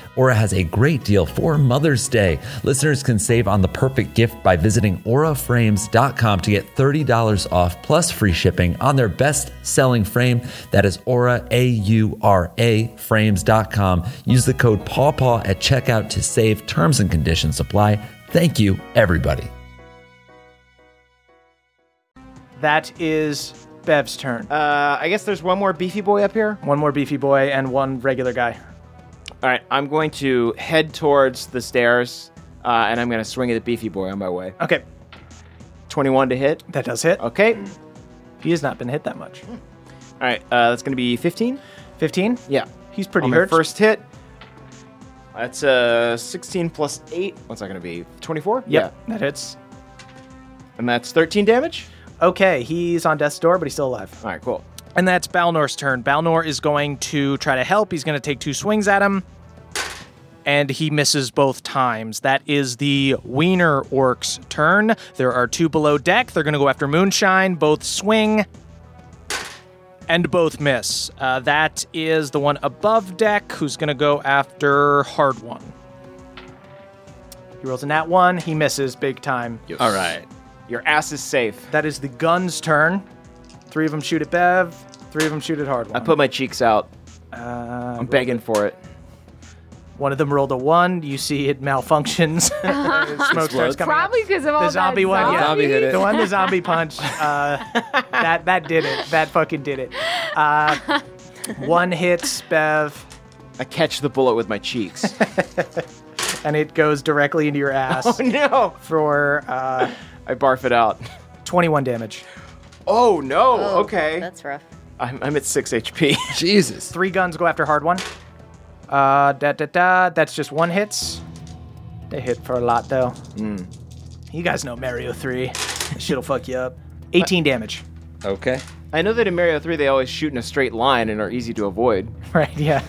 S7: Aura has a great deal for Mother's Day. Listeners can save on the perfect gift by visiting auraframes.com to get $30 off plus free shipping on their best selling frame. That is aura, A U R A, frames.com. Use the code PAWPAW at checkout to save. Terms and conditions apply. Thank you, everybody.
S2: That is Bev's turn.
S6: Uh, I guess there's one more beefy boy up here.
S2: One more beefy boy and one regular guy.
S6: All right, I'm going to head towards the stairs, uh, and I'm going to swing at the beefy boy on my way.
S2: Okay.
S6: 21 to hit.
S2: That does hit.
S6: Okay.
S2: He has not been hit that much.
S6: All right, uh, that's going to be 15.
S2: 15?
S6: Yeah.
S2: He's pretty
S6: on my
S2: hurt.
S6: first hit. That's uh, 16 plus 8. What's that going to be? 24?
S2: Yep, that hits.
S6: And that's 13 damage?
S2: Okay, he's on death's door, but he's still alive.
S6: All right, cool.
S2: And that's Balnor's turn. Balnor is going to try to help. He's going to take two swings at him. And he misses both times. That is the Wiener Orc's turn. There are two below deck. They're going to go after Moonshine. Both swing and both miss. Uh, that is the one above deck who's going to go after Hard One. He rolls a nat one. He misses big time.
S3: All right.
S6: Your ass is safe.
S2: That is the gun's turn. Three of them shoot at Bev. Three of them shoot at Hard One.
S6: I put my cheeks out.
S2: Uh,
S6: I'm begging for it.
S2: One of them rolled a one. You see it malfunctions. [LAUGHS] Smoke starts coming. out.
S5: Probably because of all
S2: The
S5: that
S2: zombie one, yeah.
S3: Zombie hit it.
S2: The one the zombie punch. Uh, that that did it. That fucking did it. Uh, one hits Bev,
S6: I catch the bullet with my [LAUGHS] cheeks.
S2: and it goes directly into your ass
S6: [LAUGHS] Oh, no!
S2: for uh,
S6: I barf it out.
S2: 21 damage.
S6: Oh, no. okay.
S4: That's rough.
S6: I'm, I'm at 6 HP.
S3: Jesus.
S2: Three guns go after hard one. Uh, da da da. That's just one hits. They hit for a lot though. You guys know Mario Three. Hmm. Shit'll fuck you [LAUGHS] up. 18 damage. [LAUGHS]
S3: Okay.
S6: [LAUGHS] I know that in Mario 3, they always shoot in a straight line and are easy to avoid.
S2: Right. [LAUGHS] Yeah.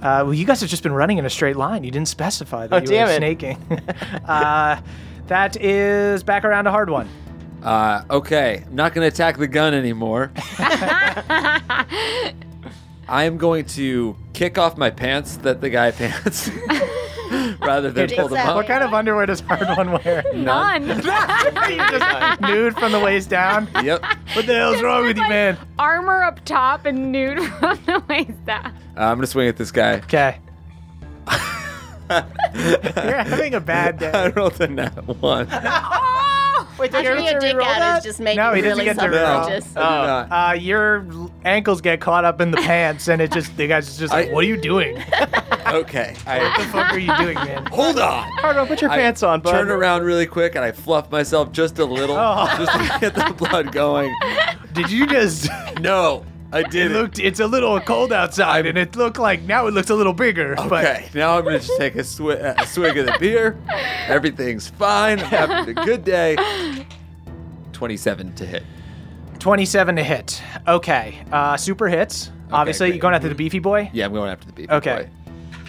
S2: Uh, well, you guys have just been running in a straight line. You didn't specify that
S6: Oh,
S2: you
S6: damn
S2: were
S6: it.
S2: [LAUGHS] snaking. uh, that is back around to hard one.
S3: Uh, okay. I'm not going to attack the gun anymore. I am going to kick off my pants that the guy [LAUGHS] pants rather than pull them
S4: Exactly.
S3: up.
S2: What kind of underwear does hard one wear?
S5: None.
S2: [LAUGHS] just nude from the waist down.
S3: Yep. Uh,
S2: What the hell's wrong with you, man?
S5: Armor up top and
S8: [LAUGHS]
S5: nude from the waist down.
S3: Uh, I'm going to swing at this guy.
S2: Okay. [LAUGHS] You're having a bad
S3: I
S2: day.
S3: rolled a nat one.
S6: Wait, did
S4: Actually, a dick ad is just making
S2: No, he
S4: me
S2: doesn't
S4: really
S2: get to roll.
S4: self-conscious.
S3: I did not.
S2: Uh, your l- ankles get caught up in the pants, and it just the guy's just like,
S3: I-
S2: "What are you doing? what
S3: Okay. I
S2: the fuck are you doing,
S6: [LAUGHS]
S2: man?"
S3: hold on.
S6: Hardwell, put your
S3: I
S6: pants on, bud.
S3: Turn around really quick and I fluff myself just a little just to get the blood going.
S2: Did you
S3: [LAUGHS]
S2: just?
S3: No, I
S2: It
S3: didn't.
S2: looked. It's a little cold outside, and it looked like now it looks a little bigger. [LAUGHS]
S3: okay, now I'm gonna just take a, swi- a swig of the beer. Everything's fine. I'm having a good day. 27 to hit.
S2: But 27 to hit. Okay. Uh, super hits. Obviously,
S3: great.
S2: you're going after the beefy boy.
S3: Yeah, I'm going after the beef.
S2: Okay.
S3: boy.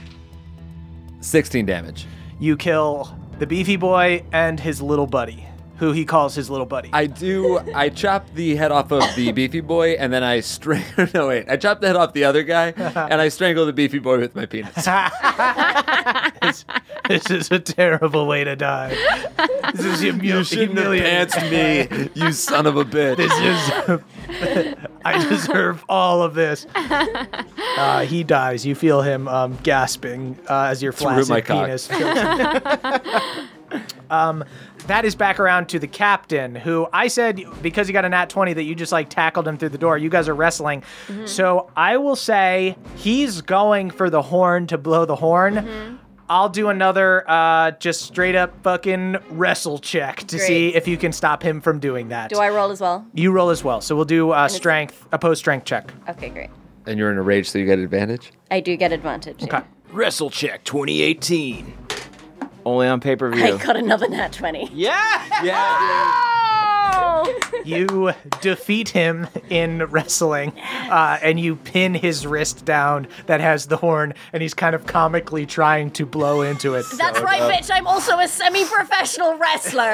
S3: 16 damage.
S2: You kill the beefy boy and his little buddy, who he calls his little buddy.
S3: I do. I chop the head off of the beefy boy, and then I string. [LAUGHS] No, wait. I chop the head off the
S2: [LAUGHS]
S3: other guy, and I strangle the beefy boy with my penis.
S2: [LAUGHS] this, this is a terrible way to die. [LAUGHS] This is humil-
S3: You shouldn't have
S2: humiliating. [LAUGHS]
S3: pants me, you son of a bitch.
S2: This is I
S4: [LAUGHS]
S2: deserve all of this. Uh, he dies. You feel him um, gasping uh, as your
S3: Through my
S2: flaccid
S3: cock.
S2: penis.
S3: [LAUGHS]
S2: um, that is back around to the captain, who I said because he got a nat twenty that you just like tackled him through the door. You guys are wrestling,
S4: Mm-hmm.
S2: so I will say he's going for the horn to blow the horn.
S4: Mm-hmm.
S2: I'll do another uh, just straight up fucking wrestle check to
S4: Great.
S2: see if you can stop him from doing that.
S4: Do I roll as well?
S2: You roll as well. So we'll do uh, strength, opposed strength check.
S4: Okay, great.
S3: And you're in a rage, so you get advantage.
S4: I do get advantage. yeah.
S6: Wrestle Check 2018. Only on pay per view.
S4: I got another nat 20.
S6: Yeah!
S4: Yeah,
S2: You defeat him in wrestling, uh, and you pin his wrist down that has the horn, and he's kind of comically trying to blow into it.
S4: That's right, bitch. I'm also a semi
S6: [LAUGHS]
S4: professional wrestler.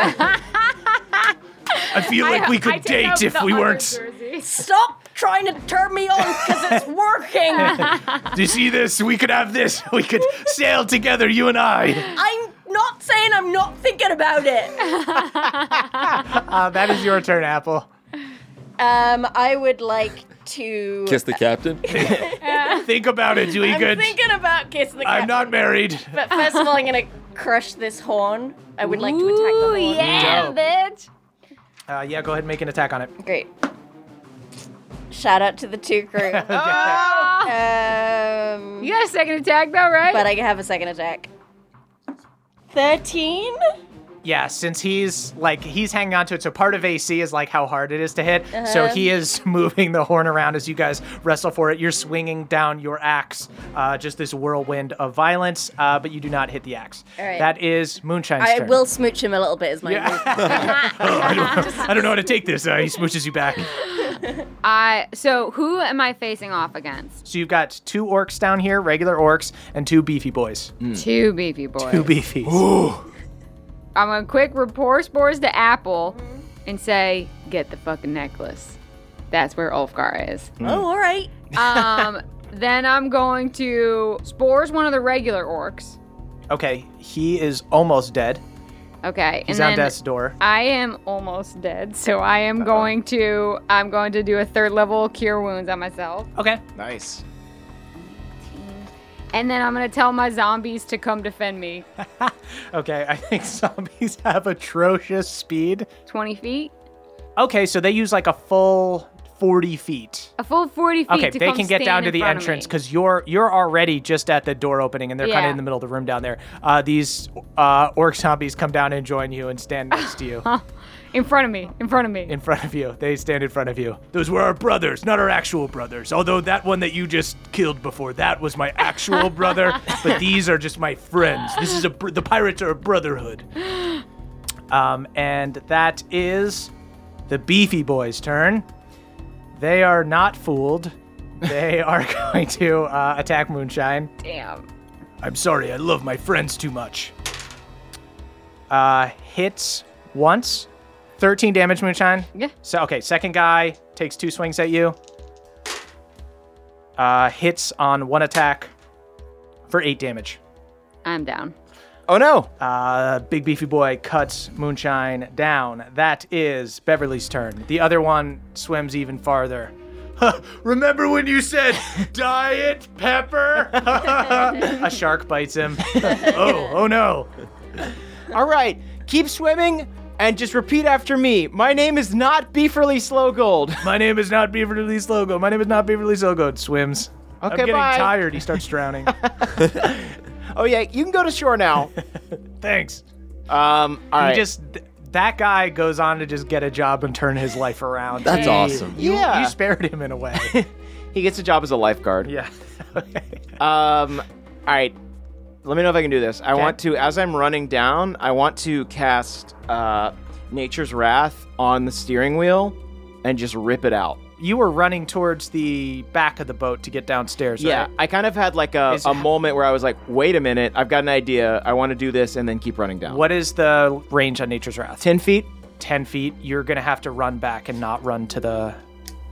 S2: I feel like we could date if we weren't.
S4: Stop trying to turn me on because
S2: [LAUGHS]
S4: it's working.
S2: Do you see this? We could have this. [LAUGHS] We could sail together, you and I.
S4: I'm not saying I'm not thinking about it.
S2: Uh, that is your turn, Apple.
S4: um, I would like to
S3: Kiss
S5: [LAUGHS]
S3: the captain.
S2: Think about it,
S4: I'm thinking about kissing the
S2: I'm
S4: cat.
S2: not married.
S4: But first of all,
S2: [LAUGHS]
S4: I'm gonna crush this horn. I would like to attack the horn.
S2: yeah, Dope.
S4: bitch!
S2: Uh, yeah, go ahead and make an attack on it.
S4: Great. Shout out to the two
S2: [LAUGHS]
S4: crew. um,
S5: You got a second attack though, right?
S4: But I have a second attack. Thirteen.
S2: Yeah, since he's like he's hanging on to it, so part of AC is like how hard it is to hit. So
S4: Uh-huh.
S2: he is [LAUGHS] moving the horn around as you guys wrestle for it. You're swinging down your axe, uh, just this whirlwind of violence, uh, but you do not hit the axe.
S4: All right.
S2: That is Moonshine's
S4: I
S2: turn.
S4: will smooch him a little bit as my
S2: [LAUGHS]
S4: [LAUGHS]
S2: I don't know how to take this. Uh, he smooshes you back.
S8: I so who am I facing off against?
S2: So you've got two orcs down here, regular orcs, and two beefy boys.
S5: Mm.
S8: Two beefy boys.
S2: Hmm. Two beefies.
S8: I'm gonna quick report spores to Apple and say, get the fucking necklace. That's where Ulfgar
S2: [LAUGHS]
S8: is.
S4: Oh, all right.
S8: Um, then I'm going to spores one of the regular orcs.
S2: Okay, he is almost dead.
S8: Okay,
S2: He's
S8: and
S2: on
S8: then
S2: death's door. Uh-huh.
S8: I am almost dead, so I am going to I'm going to do a third level cure wounds on myself.
S2: Okay.
S6: Nice.
S8: And then I'm gonna tell my zombies to come defend me.
S2: Okay, I think [LAUGHS] zombies have atrocious speed.
S8: 20 feet,
S2: Okay, so they use like a full 40 feet.
S8: a full 40 feet.
S2: Okay,
S8: to
S2: they
S8: come
S2: can get
S8: stand
S2: down to
S8: in
S2: the
S8: front of
S2: entrance
S8: me.
S2: because you're you're already just at the door opening, and they're
S8: Yeah.
S2: kind of in the middle of the room down there. Uh, these uh, orc zombies come down and join you and stand
S8: [LAUGHS]
S2: next to you,
S8: in front of me, in front of me.
S2: in front of you. They stand in front of you. Those were our brothers, not our actual brothers. Although that one that you just killed before, that was my actual brother. But these are just my friends. This is a br- the pirates are a brotherhood. Um, and that is the beefy boys' turn. They are not fooled. They are [LAUGHS] going to uh, attack Moonshine.
S8: Damn.
S2: I'm sorry, I love my friends too much. Uh, hits once, 13 damage, Moonshine.
S8: Yeah.
S2: So okay, second guy takes two swings at you. Uh, hits on one attack for eight damage.
S8: I'm down.
S6: Oh no!
S2: Uh, big beefy boy cuts Moonshine down. That is Beverly's turn. The other one swims even farther. Remember when you said [LAUGHS] diet pepper? [LAUGHS] a shark bites him. [LAUGHS] oh, oh no.
S6: All right, keep swimming and just repeat after me. My name is not Beeferly Slowgold.
S2: My name is not Beverly Slogo. My name is not Beverly Slogo. Swims. [LAUGHS] I'm
S6: Okay,
S2: getting
S6: bye.
S2: tired. He starts
S6: [LAUGHS]
S2: drowning.
S6: Oh yeah, you can go to
S2: [LAUGHS]
S6: shore now.
S2: Thanks.
S6: Um, all
S2: He
S6: right.
S2: just th- that guy goes on to just get a job and turn his life around.
S3: That's
S2: You-
S3: awesome.
S2: You,
S6: Yeah.
S2: you spared him in a
S6: [LAUGHS]
S2: way.
S6: he gets a job as a lifeguard.
S2: yeah. [LAUGHS]
S6: Um, all right. Let me know if I can do this. I
S2: Okay.
S6: want to, as I'm running down, I want to cast uh, Nature's Wrath on the steering wheel and just rip it out.
S2: You were running towards the back of the boat to get downstairs.
S6: Yeah,
S2: Right?
S6: I kind of had like a,
S2: Is-
S6: a moment where I was like, wait a minute, I've got an idea. I want to do this and then keep running down.
S2: What is the range on Nature's Wrath?
S6: 10 feet?
S2: Ten feet. You're gonna have to run back and not run to the.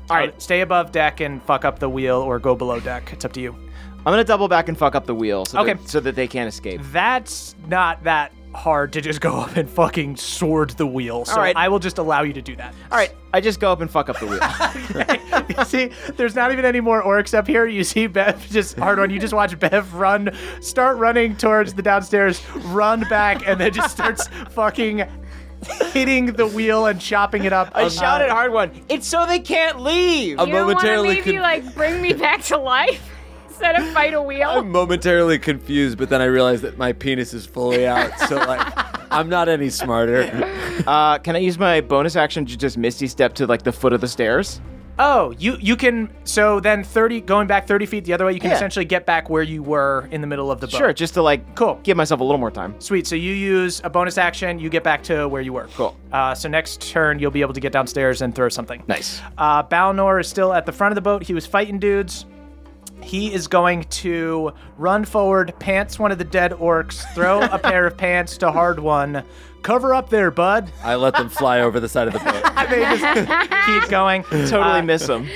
S6: All right.
S2: Stay above deck and fuck up the wheel, or go below deck. It's up to you.
S6: I'm going to double back and fuck up the wheel so,
S2: Okay.
S6: that, so that they can't escape.
S2: That's not that hard to just go [LAUGHS] up and fucking sword the wheel. So
S6: All right.
S2: I will just allow you to do that.
S6: All right, I just go up and fuck up the [LAUGHS] wheel.
S2: you [LAUGHS] see, there's not even any more orcs up here. You see Bev [LAUGHS] just hard on. You just watch Bev run, start running towards the downstairs, run back, and then just starts [LAUGHS] fucking hitting the wheel and chopping it up.
S6: I
S2: Uh,
S6: shouted hard one. It's so they can't leave.
S3: I'm momentarily
S5: maybe
S3: con-
S5: like bring me back to life
S8: [LAUGHS]
S5: instead of fight a
S2: [LAUGHS]
S5: wheel.
S3: I'm momentarily confused, but then I realize that my penis is fully out,
S2: [LAUGHS]
S3: so like I'm not any smarter.
S6: Uh, can I use my bonus action to just misty step to like the foot of the stairs?
S2: Oh, you you can. So then thirty, going back thirty feet the other way, you can
S6: Yeah.
S2: essentially get back where you were in the middle of the boat.
S6: Sure, just to like
S2: cool.
S6: give myself a little more time.
S2: Sweet. So you use a bonus action, you get back to where you were. Cool. Uh, so next turn, you'll be able to get downstairs and throw something.
S6: Nice.
S2: Uh, Balnor is still at the front of the boat. He was fighting dudes. He is going to run forward, pants one of the dead orcs, throw
S6: [LAUGHS]
S2: a pair of pants to hard one. Cover up there, bud.
S3: I let them fly over the side of the boat.
S2: I may just keep going.
S6: Totally
S2: Uh,
S6: miss him.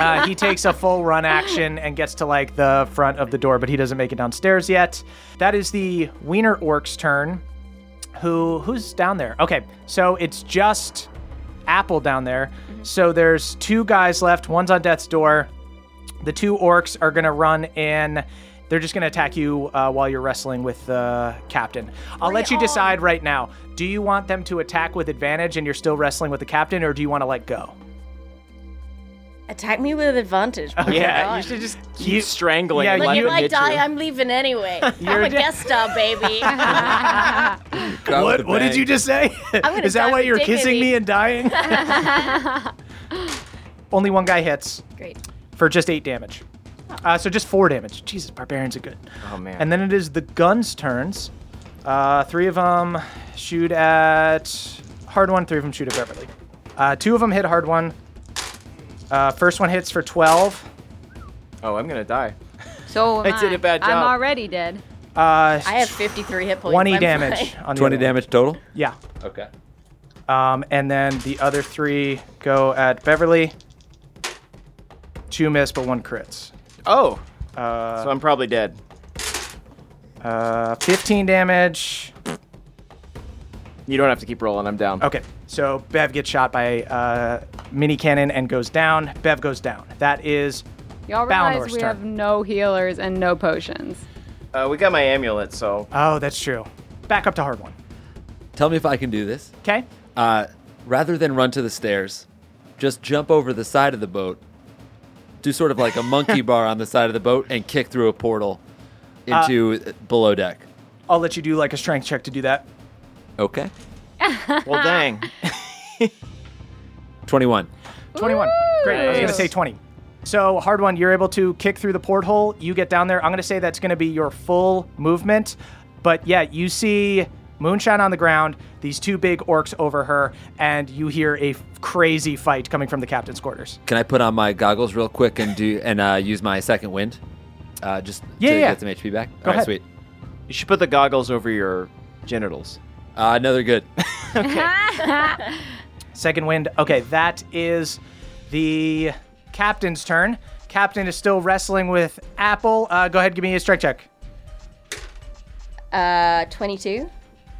S2: uh, he takes a full run action and gets to like the front of the door, but he doesn't make it downstairs yet. That is the Wiener Orc's turn. Who who's down there? Okay, so it's just Apple down there. So there's two guys left. One's on death's door. The two orcs are gonna run in. They're just gonna attack you uh, while you're wrestling with the captain. I'll let you decide right now. Do you want them to attack with advantage and you're still wrestling with the captain, or do you want to let go?
S4: Attack me with advantage.
S6: [LAUGHS]
S4: my
S6: Yeah,
S4: God.
S6: you should just keep
S2: You-
S6: strangling.
S2: Yeah,
S6: and
S4: Like
S6: let
S4: if
S6: them
S4: I
S6: hit
S4: die,
S6: you.
S4: I'm leaving [LAUGHS] anyway. I'm
S2: You're
S4: a
S2: de-
S4: guest star, [LAUGHS] baby.
S3: Grab
S2: What?
S3: the
S2: What did
S3: bag.
S2: you just say?
S4: gonna
S2: Is that
S4: die
S2: why
S4: with
S2: you're kissing
S4: dignity.
S2: me and dying?
S4: [LAUGHS]
S2: Only one guy hits
S4: Great. Oh.
S2: for just eight damage. Uh, so just four damage. Jesus, barbarians are good.
S6: Oh man.
S2: And then it is the guns' turns. Uh, three of them shoot at hard one. Three of them shoot at Beverly. Uh, two of them hit hard one. Uh, first one hits for twelve.
S6: oh, I'm gonna die.
S5: So am
S6: I did a bad
S5: I'm
S6: job.
S5: already dead.
S2: Uh,
S4: I have 53 hit points.
S2: twenty
S4: I'm [LAUGHS]
S2: damage.
S4: fine.
S2: On the other
S3: 20
S2: one.
S3: damage total?
S2: Yeah.
S3: Okay.
S2: Um, and then the other three go at Beverly. Two miss, but one crits.
S6: Oh,
S2: Uh,
S6: so I'm probably dead.
S2: uh, 15 damage.
S6: You don't have to keep rolling. I'm down.
S2: Okay, so Bev gets shot by uh, mini cannon and goes down. Bev goes down. That is
S5: Y'all
S2: Balnor's
S5: realize we
S2: turn.
S5: have no healers and no potions.
S6: Uh, we got my amulet, so [LAUGHS]
S2: oh, that's true. Back up to hard one.
S3: Tell me if I can do this.
S2: Okay.
S3: Uh, rather than run to the stairs, just jump over the side of the boat, do sort of like a monkey bar on the side of the boat, and kick through a portal into uh, below deck.
S2: I'll let you do like a strength check to do that.
S3: Okay.
S6: well, dang.
S3: 21.
S2: 21. Great. I was gonna say 20. So hard one. You're able to kick through the porthole. You get down there. I'm gonna say that's gonna be your full movement. But yeah, you see moonshine on the ground. These two big orcs over her, and you hear a crazy fight coming from the captain's quarters.
S3: Can I put on my goggles real quick and do and uh, use my second wind? Uh, just
S2: Yeah,
S3: to
S2: yeah.
S3: get some HP back. All right,
S2: ahead.
S3: sweet.
S6: You should put the goggles over your genitals.
S3: Uh,
S2: [LAUGHS]
S3: another good.
S2: Second wind. Okay, that is the captain's turn. Captain is still wrestling with Apple. Uh, go ahead, give me a strike check.
S4: Uh, 22.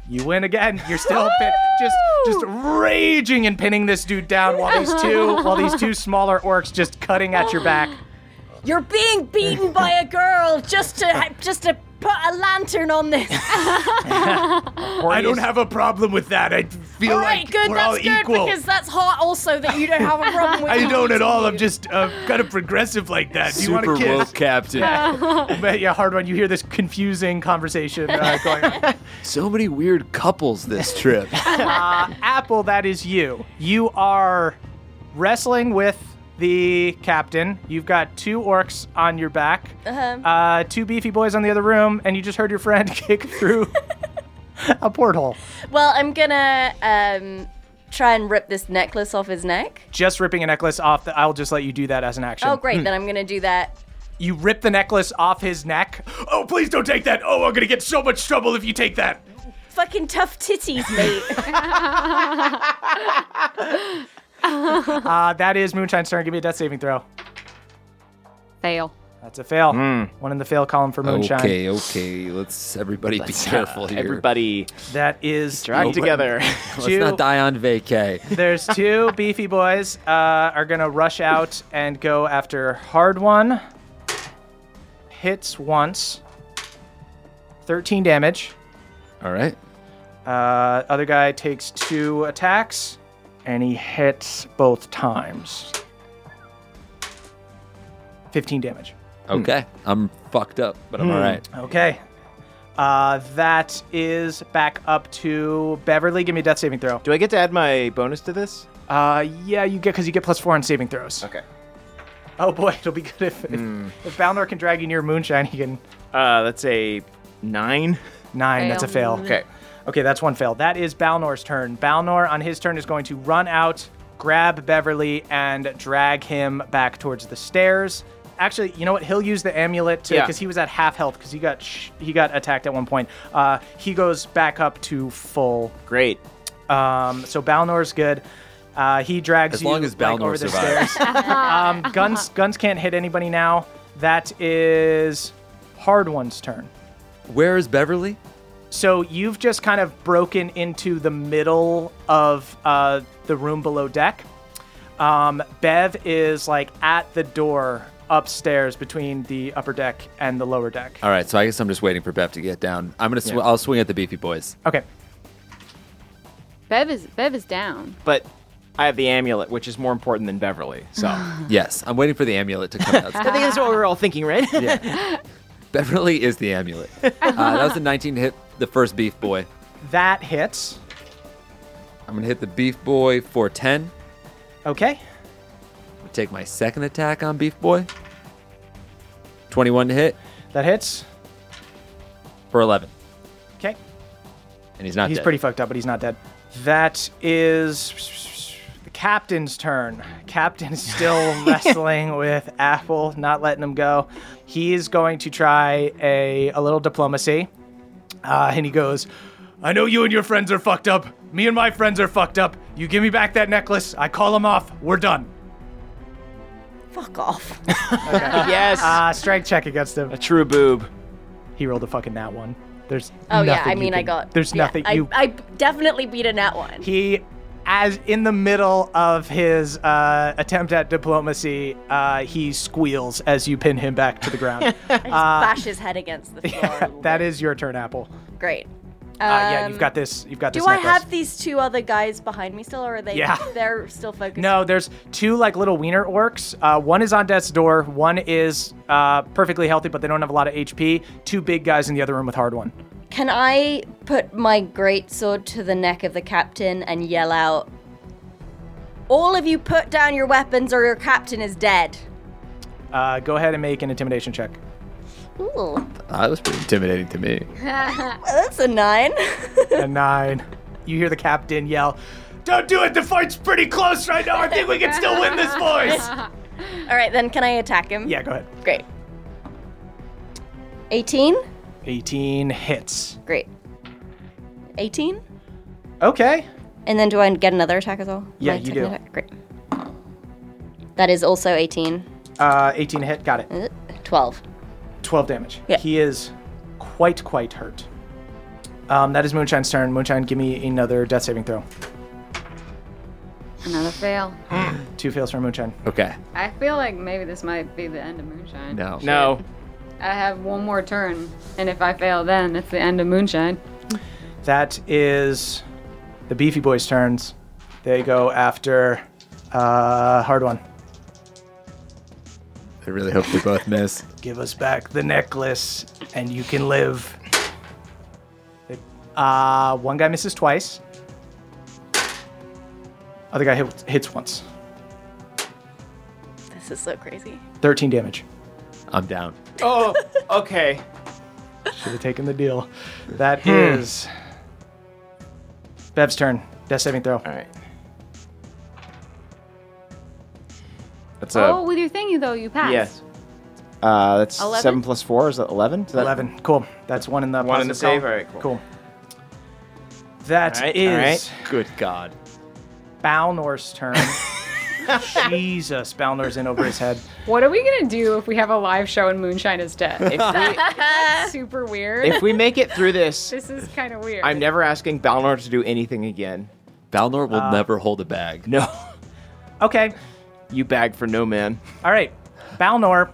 S2: You win again. You're [LAUGHS] still pin- just just raging and pinning this dude down while these two while these two smaller orcs just cutting at your back.
S4: You're being beaten by a girl just to just to put a lantern
S2: [LAUGHS]
S4: on this.
S2: [LAUGHS] I don't have a problem with that. I feel
S4: all right, good. That's good because that's hot. Also, that you don't have a
S2: [LAUGHS]
S4: problem with. me beating you.
S2: just uh, kind of progressive like that. Do
S3: Super woke captain.
S2: [LAUGHS] But yeah, hard one. You hear this confusing conversation uh, going on. [LAUGHS]
S3: So many weird couples this trip.
S2: Apple, that is you. You are wrestling with the captain. You've got two orcs on your back,
S4: Uh-huh.
S2: uh, two beefy boys on the other room, and you just heard your friend [LAUGHS] kick through a porthole.
S4: Well, I'm gonna um try and rip this necklace off his neck.
S2: Just ripping a necklace off. The, I'll just let you do that as an action.
S4: Oh, great. Then I'm gonna do that.
S2: You rip the necklace off his neck. Oh, please don't take that. Oh, I'm gonna get so much trouble if you take
S4: [LAUGHS]
S2: that.
S4: Fucking tough [LAUGHS] titties, mate.
S2: Uh, that is Moonshine's turn. Give me a death saving throw.
S5: Fail.
S2: That's a fail. One in the fail column for moonshine.
S3: Hmm. Okay, okay. Let's everybody
S6: [LAUGHS]
S2: Let's,
S3: be
S2: uh,
S3: careful here.
S2: everybody That is
S3: Get your
S2: [LAUGHS]
S3: act
S6: [LAUGHS]
S3: together. Let's not die on vacay.
S2: There's
S3: [LAUGHS]
S2: two beefy boys uh, are gonna rush out and go after hard one. Hits once. Thirteen damage.
S3: All right.
S2: Uh, other guy takes two attacks, and he hits both times. Fifteen damage.
S3: Okay. I'm fucked up, but I'm
S2: Hmm.
S3: all right.
S2: Okay. Uh, that is back up to Beverly. Give me a death saving throw. Do I get to add my bonus to this? Uh, yeah, you get because you get plus four on saving throws. Okay. Oh boy, [LAUGHS] it'll be good if if, if Balnor can drag you near moonshine. He can.
S6: Uh, that's a nine.
S2: Nine. That's a fail.
S6: Fail. Okay.
S2: Okay, that's one fail. That is Balnor's turn. Balnor on his turn is going to run out, grab Beverly, and drag him back towards the stairs. Actually, you know what? He'll use the amulet to
S6: Yeah.
S2: because he was at half health because he got sh- he got attacked at one point. Uh, he goes back up to full.
S6: [LAUGHS] Great.
S2: Um, so Balnor's good. Uh, he drags
S3: As
S2: you
S3: long as
S2: like,
S3: Balnor
S2: over the
S3: survives.
S2: stairs. um, guns guns can't hit anybody now. That is hard one's turn.
S3: Where is Beverly?
S2: So you've just kind of broken into the middle of uh, the room below deck. Um, Bev is like at the door upstairs between the upper deck and the lower deck.
S3: All right. So I guess I'm just waiting for Bev to get down. I'm gonna. Sw-
S2: Yeah.
S3: I'll swing at the
S2: [LAUGHS]
S3: beefy boys.
S2: Okay.
S8: Bev is Bev is down.
S6: But I have the amulet, which is more important than Beverly. So
S3: yes, I'm waiting for the amulet to come
S2: [LAUGHS]
S3: out. [LAUGHS]
S6: I think that's what we were all thinking, right? [LAUGHS]
S3: Yeah. Beverly is the
S2: [LAUGHS]
S3: amulet. Uh, that was a 19 to hit the first beef boy.
S2: That hits.
S3: I'm gonna hit the beef boy for 10.
S2: Okay.
S3: Take my second attack on beef boy. 21 to hit
S2: That hits.
S3: for 11,
S2: Okay.
S3: and he's not
S2: he's
S3: dead.
S2: pretty fucked up, but he's not dead. That is the captain's turn. Captain is still wrestling with Apple, not letting him go. He is going to try a, a little diplomacy. Uh, and he goes, I know you and your friends are fucked up. Me and my friends are fucked up. You give me back that necklace. I call him off. We're done. [LAUGHS]
S4: Fuck off.
S2: yes. Uh, strength check against him. A
S6: true boob.
S2: He rolled a fucking nat one. There's
S4: Oh yeah,
S2: nothing
S4: I
S2: you
S4: mean, I
S2: can-
S4: got.
S2: There's
S4: yeah,
S2: nothing
S4: I,
S2: you
S4: I definitely beat a nat one.
S2: He, as in the middle of his uh, attempt at diplomacy, uh, he squeals as you pin him back to the
S4: [LAUGHS]
S2: ground.
S4: I just
S2: Uh,
S4: bash his head against
S2: [LAUGHS]
S4: the floor.
S2: that is your turn, Apple.
S4: Great.
S2: Uh, yeah,
S4: Um,
S2: you've got this. You've got
S4: Do
S2: this.
S4: I
S2: necklace.
S4: have these two other guys behind me still, or are they?
S2: Yeah.
S4: [LAUGHS] They're still focused.
S2: No, there's two like little wiener orcs. Uh, one is on death's door. One is uh, perfectly healthy, but they don't have a lot of HP. Two big guys in the other room with hard one.
S4: Can I put my great sword to the neck of the captain and yell out, "All of you, put down your weapons, or your captain is dead."
S2: Uh, go ahead and make an intimidation check.
S4: Ooh,
S3: Ah, that was pretty intimidating to me.
S4: that's a nine. [LAUGHS]
S2: a nine. You hear the captain yell, "Don't do it! The fight's pretty close right now. I think we can still win
S4: [LAUGHS]
S2: this, boys."
S4: All right, then can I attack him?
S2: Yeah, go ahead.
S4: Great. 18?
S2: 18 hits.
S4: Great. 18?
S2: Okay.
S4: And then do I get another attack as well?
S2: Yeah,
S4: My
S2: you
S4: second
S2: do.
S4: attack? Great. That is also 18.
S2: Uh, 18 hit. Got it.
S4: Uh, 12.
S2: 12 damage.
S4: Yeah.
S2: He is quite, quite hurt. Um, that is Moonshine's turn. Moonshine, give me another death saving throw.
S5: Another fail.
S2: Two fails for Moonshine.
S3: [LAUGHS] Okay.
S5: I feel like maybe this might be the end of Moonshine.
S3: No.
S6: No.
S5: I have one more turn, and if I fail, then it's the end of Moonshine.
S2: That is the Beefy Boys' turns. They go after uh, hard one.
S3: I really hope they both miss.
S2: Give us back the necklace, and you can live. Uh, one guy misses twice. Other guy hit, hits once.
S4: This is so crazy.
S2: 13 damage.
S3: [LAUGHS] I'm down.
S6: [LAUGHS] Oh, okay.
S2: Should have taken the deal. That
S6: Hmm.
S2: is Bev's turn. Death saving throw. All
S6: right. That's a
S5: Oh, with your thingy though, you passed.
S6: yes. Uh, that's
S5: 11?
S6: seven plus four. Is that eleven? Is that-
S2: 11. Cool. That's one in the
S6: One in the
S2: positive
S6: save?
S2: column.
S6: All right, cool.
S2: That is
S6: All right, all right.
S3: Good God.
S6: [LAUGHS]
S2: Balnor's turn. Jesus, Balnor's in over his head.
S5: What are we gonna do if we have a live show and Moonshine is
S2: [LAUGHS]
S5: dead?
S6: If we-
S5: That's super weird.
S6: If we make it through this,
S5: this is kind of weird.
S6: I'm never asking Balnor to do anything again.
S3: Balnor will
S6: Uh,
S3: never hold a
S2: [LAUGHS]
S3: bag.
S6: No. [LAUGHS]
S2: Okay.
S6: You bag for no man.
S2: All right. Balnor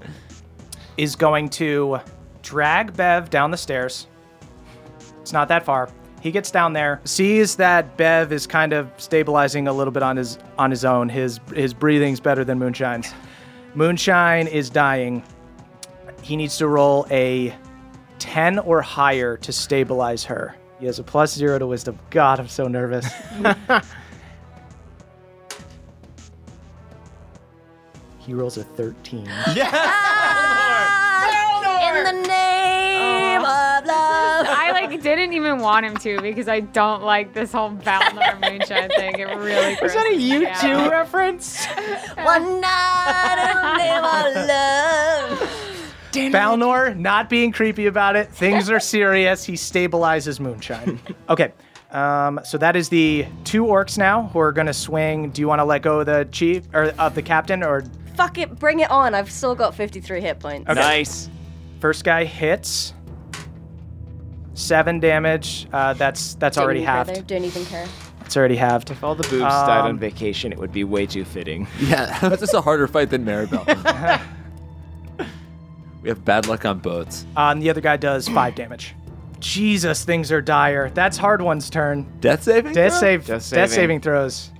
S2: is going to drag Bev down the stairs. It's not that far. He gets down there, sees that Bev is kind of stabilizing a little bit on his on his own. His his breathing's better than Moonshine's. Moonshine is dying. He needs to roll a 10 or higher to stabilize her. He has a plus 0 to wisdom. God, I'm so nervous. he rolls a 13.
S5: In
S4: the name of love.
S5: I like didn't even want him to because I don't like this whole
S2: [LAUGHS]
S5: Balnor Moonshine thing. It really
S6: Was that a
S5: grosses
S6: U2
S5: me out.
S6: reference?
S4: One night only, my [LAUGHS] love.
S2: Balnor not being creepy about it. Things are serious. He stabilizes
S6: [LAUGHS]
S2: Moonshine. Okay. Um, so that is the two orcs now who are going to swing. Do you want to let go of the chief or of the captain or
S4: Fuck it, bring it on. I've still got 53 hit points.
S6: Nice.
S2: First guy hits. Seven damage. Uh, that's that's
S4: Don't
S2: already
S4: even
S2: halved.
S4: bother, Don't even care.
S2: It's already halved. If
S6: all the boobs died
S2: Um,
S6: on vacation, it would be way too fitting.
S3: Yeah, [LAUGHS] this is a harder fight
S2: [LAUGHS]
S3: than Maribel. [LAUGHS] we have bad luck on boats.
S2: Uh, and the other guy does five damage. Jesus, things are dire. That's hard one's turn.
S3: Death saving?
S2: Death
S3: throw?
S2: save. Death saving throws.